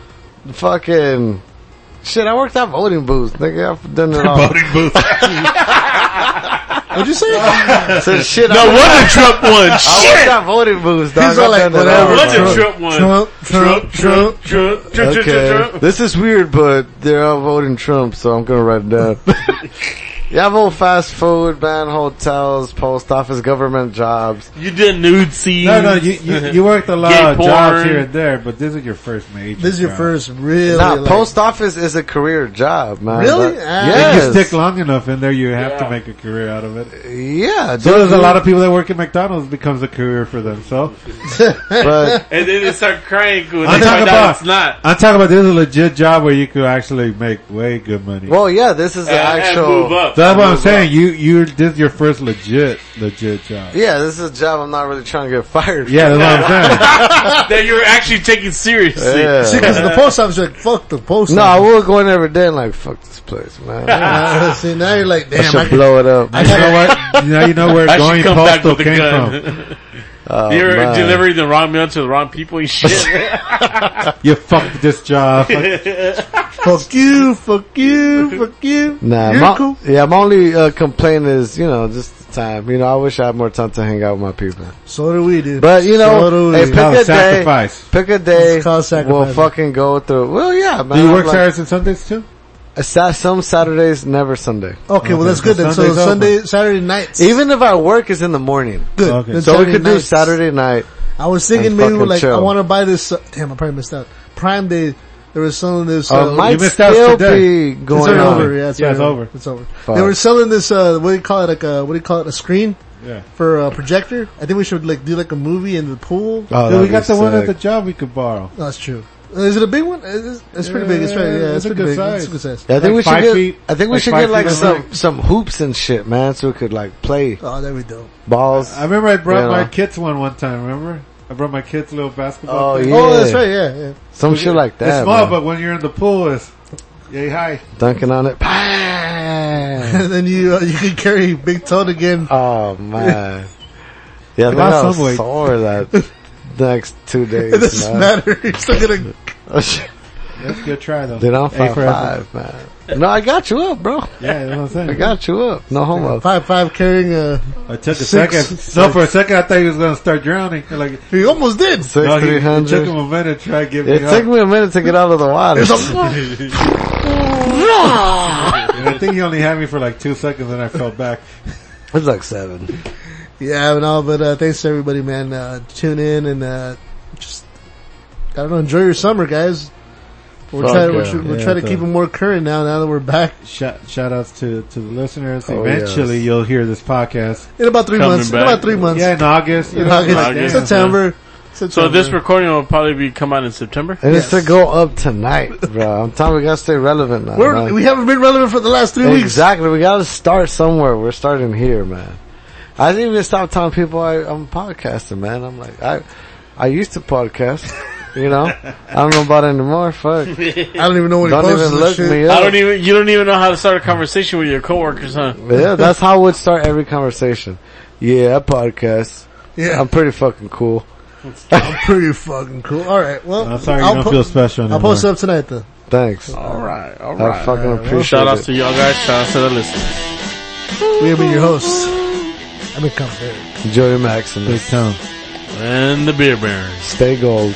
fucking shit. I worked at voting booths, nigga. I've done it all. booth. What'd you say? so shit. I No worked, wonder Trump won. I Shit. worked at voting booths, dog. He's all like, No whatever, wonder man. Trump won. Trump, Trump, Trump, Trump, Trump, Trump, Trump, Okay. Trump. This is weird, but they're all voting Trump, so I'm gonna write it down. yeah, I vote fast food, ban hotels, post office, government jobs. You did nude scene. No, no, you, you, you worked a lot Gay of jobs porn. here and there, but this is your first major. This is your job. first really. nah, like- post office is a career job, man. Really? But- Ah. If yes. you stick long enough in there, you have Yeah. to make a career out of it. yeah. So there's a dude, lot of people that work at McDonald's becomes a career for them. So But And then they start crying when I'm they talking find about out it's not. I'm talking about this is a legit job where you could actually make way good money. well, yeah, this is the And- and actual. move up. That's what I'm saying. You you this is your first legit legit job. Yeah, this is a job I'm not really trying to get fired. Yeah, that's what I'm saying. that you're actually taking seriously. Yeah. See, because the post office, you're like, fuck the post No, I office. will go in every day and like fuck this place, man. No, see, now you're like, I damn, I should can, blow it up. You know what? Now you know where I going should come back postal with a came from. gun. Oh, You're man. delivering the wrong mail to the wrong people and shit. You fucked this job. fuck you, fuck you, fuck you. Nah, You're my, cool. yeah, my only uh, complaint is, you know, just the time. You know, I wish I had more time to hang out with my people. So do we, dude. But you know, So do hey, we. pick Oh, a sacrifice. day. Pick a day. It's called sacrifice. We'll fucking go through. Well, yeah, man. Do you I'm work like- Saturdays and Sundays too? a Sa- some Saturdays, never Sunday. okay, well that's Okay, good then. So Sunday's open. Sunday, Saturday nights. Even if I work, it's in the morning. good. Okay. Then So we could do nights. Saturday night. I was thinking and maybe fucking like I chill. want to buy this. Uh, damn, I probably missed out. Prime Day. There was selling this. Uh, Uh, might you missed out still today. be it's going already on. over. Yeah, it's, Yeah, it's already over. It's over. Fuck. They were selling this. Uh, what do you call it? Like a what do you call it? A screen Yeah. for a projector. I think we should like do like a movie in the pool. Oh, Dude, we that'd got be the one at the sick. job we could borrow. No, that's true. Uh, Is it a big one? It's, it's pretty big. It's right. Yeah, Yeah, it's, it's a pretty good big. size. It's a good size. Yeah, I think Like we five should get. feet- I think we like should five get like feet of some room. some hoops and shit, man, so we could like play Oh, there we go. balls. I remember I brought Yeah. my kids one one time. Remember? I brought my kids little basketball. Oh thing. yeah, Oh, that's right. Yeah, yeah. Some shit like that. It's small, man. but when you're in the pool, it's yay high. Dunking on it. Bang! and then you uh, you can carry big toad again. Oh man. Yeah, I think lost I was some weight. sore that next two It days, doesn't man. matter. You're still gonna. That's a good try though. Dude, I'm A five, for effort. five, man. No, I got you up, bro. Yeah, that's what I'm saying. I got you up. No homo. Five five carrying uh, a. I took a Six. second. No, for a second I thought he was gonna start drowning. Like, He almost did. Six no, he, three it took hundred. him a minute to try to give It me took up. me a minute to get out of the water. And I think he only had me for like two seconds, and I fell back. It's like seven. Yeah, but no, but uh, thanks to everybody, man. Uh, tune in and uh, just I don't know, enjoy your summer, guys. We're Fuck trying, yeah. we're, we're Yeah, trying to the- keep it more current now. Now that we're back Shout, shout outs to to the listeners. Oh, Eventually, yes. you'll hear this podcast. in about three Coming months, back. in about three months, Yeah, in August. you in know, August, like, August. damn. September, September. so this recording will probably be come out in September. And it's to go up tonight, bro. I'm telling you, we gotta stay relevant now. We're, man. we haven't been relevant for the last three weeks. Exactly. We gotta start somewhere. We're starting here, man. I didn't even stop telling people I, I'm podcasting, man. I'm like, I, I used to podcast, you know? I don't know about it anymore. Fuck. Don't I don't even know what he posted. even this look shit. me I up. don't even. You don't even know how to start a conversation with your coworkers, huh? yeah, that's how I would start every conversation. Yeah, I podcast. Yeah, I'm pretty fucking cool. I'm pretty fucking cool. All right, well, I'm sorry you don't feel special I'll anymore. post it up tonight though. Thanks. All right, all I right. fucking appreciate Shout outs it. to y'all guys. Shout outs to the listeners. We'll be your hosts. I'm gonna come there. Joey Maximus. And the beer baron. Stay gold.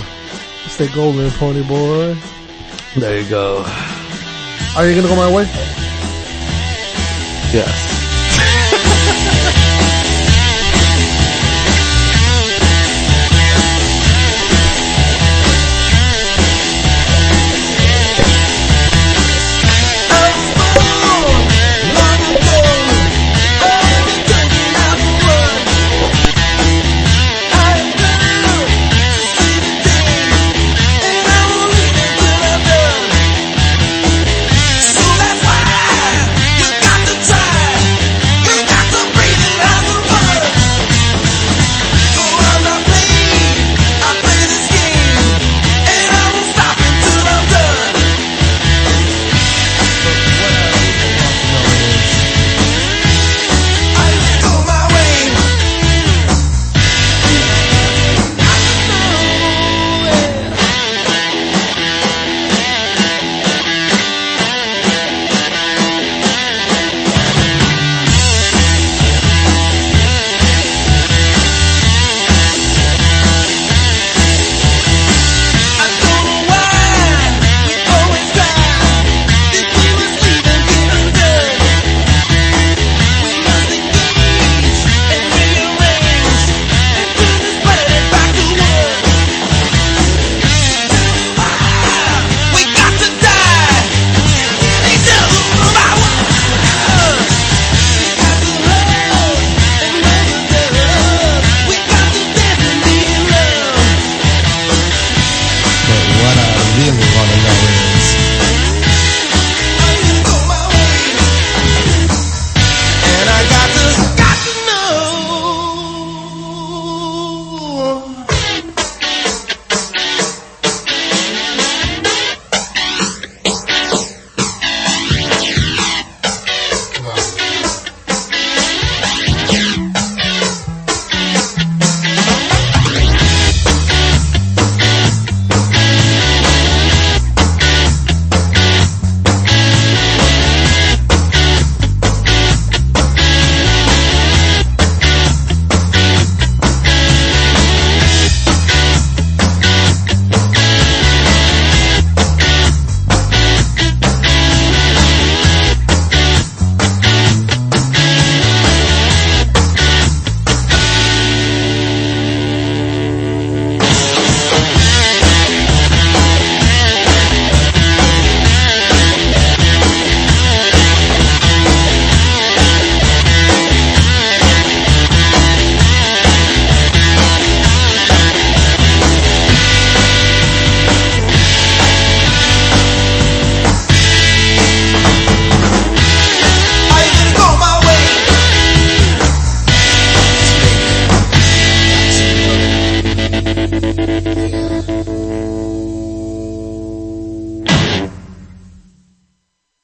Stay golden, pony boy. There you go. Are you gonna go my way? Yes.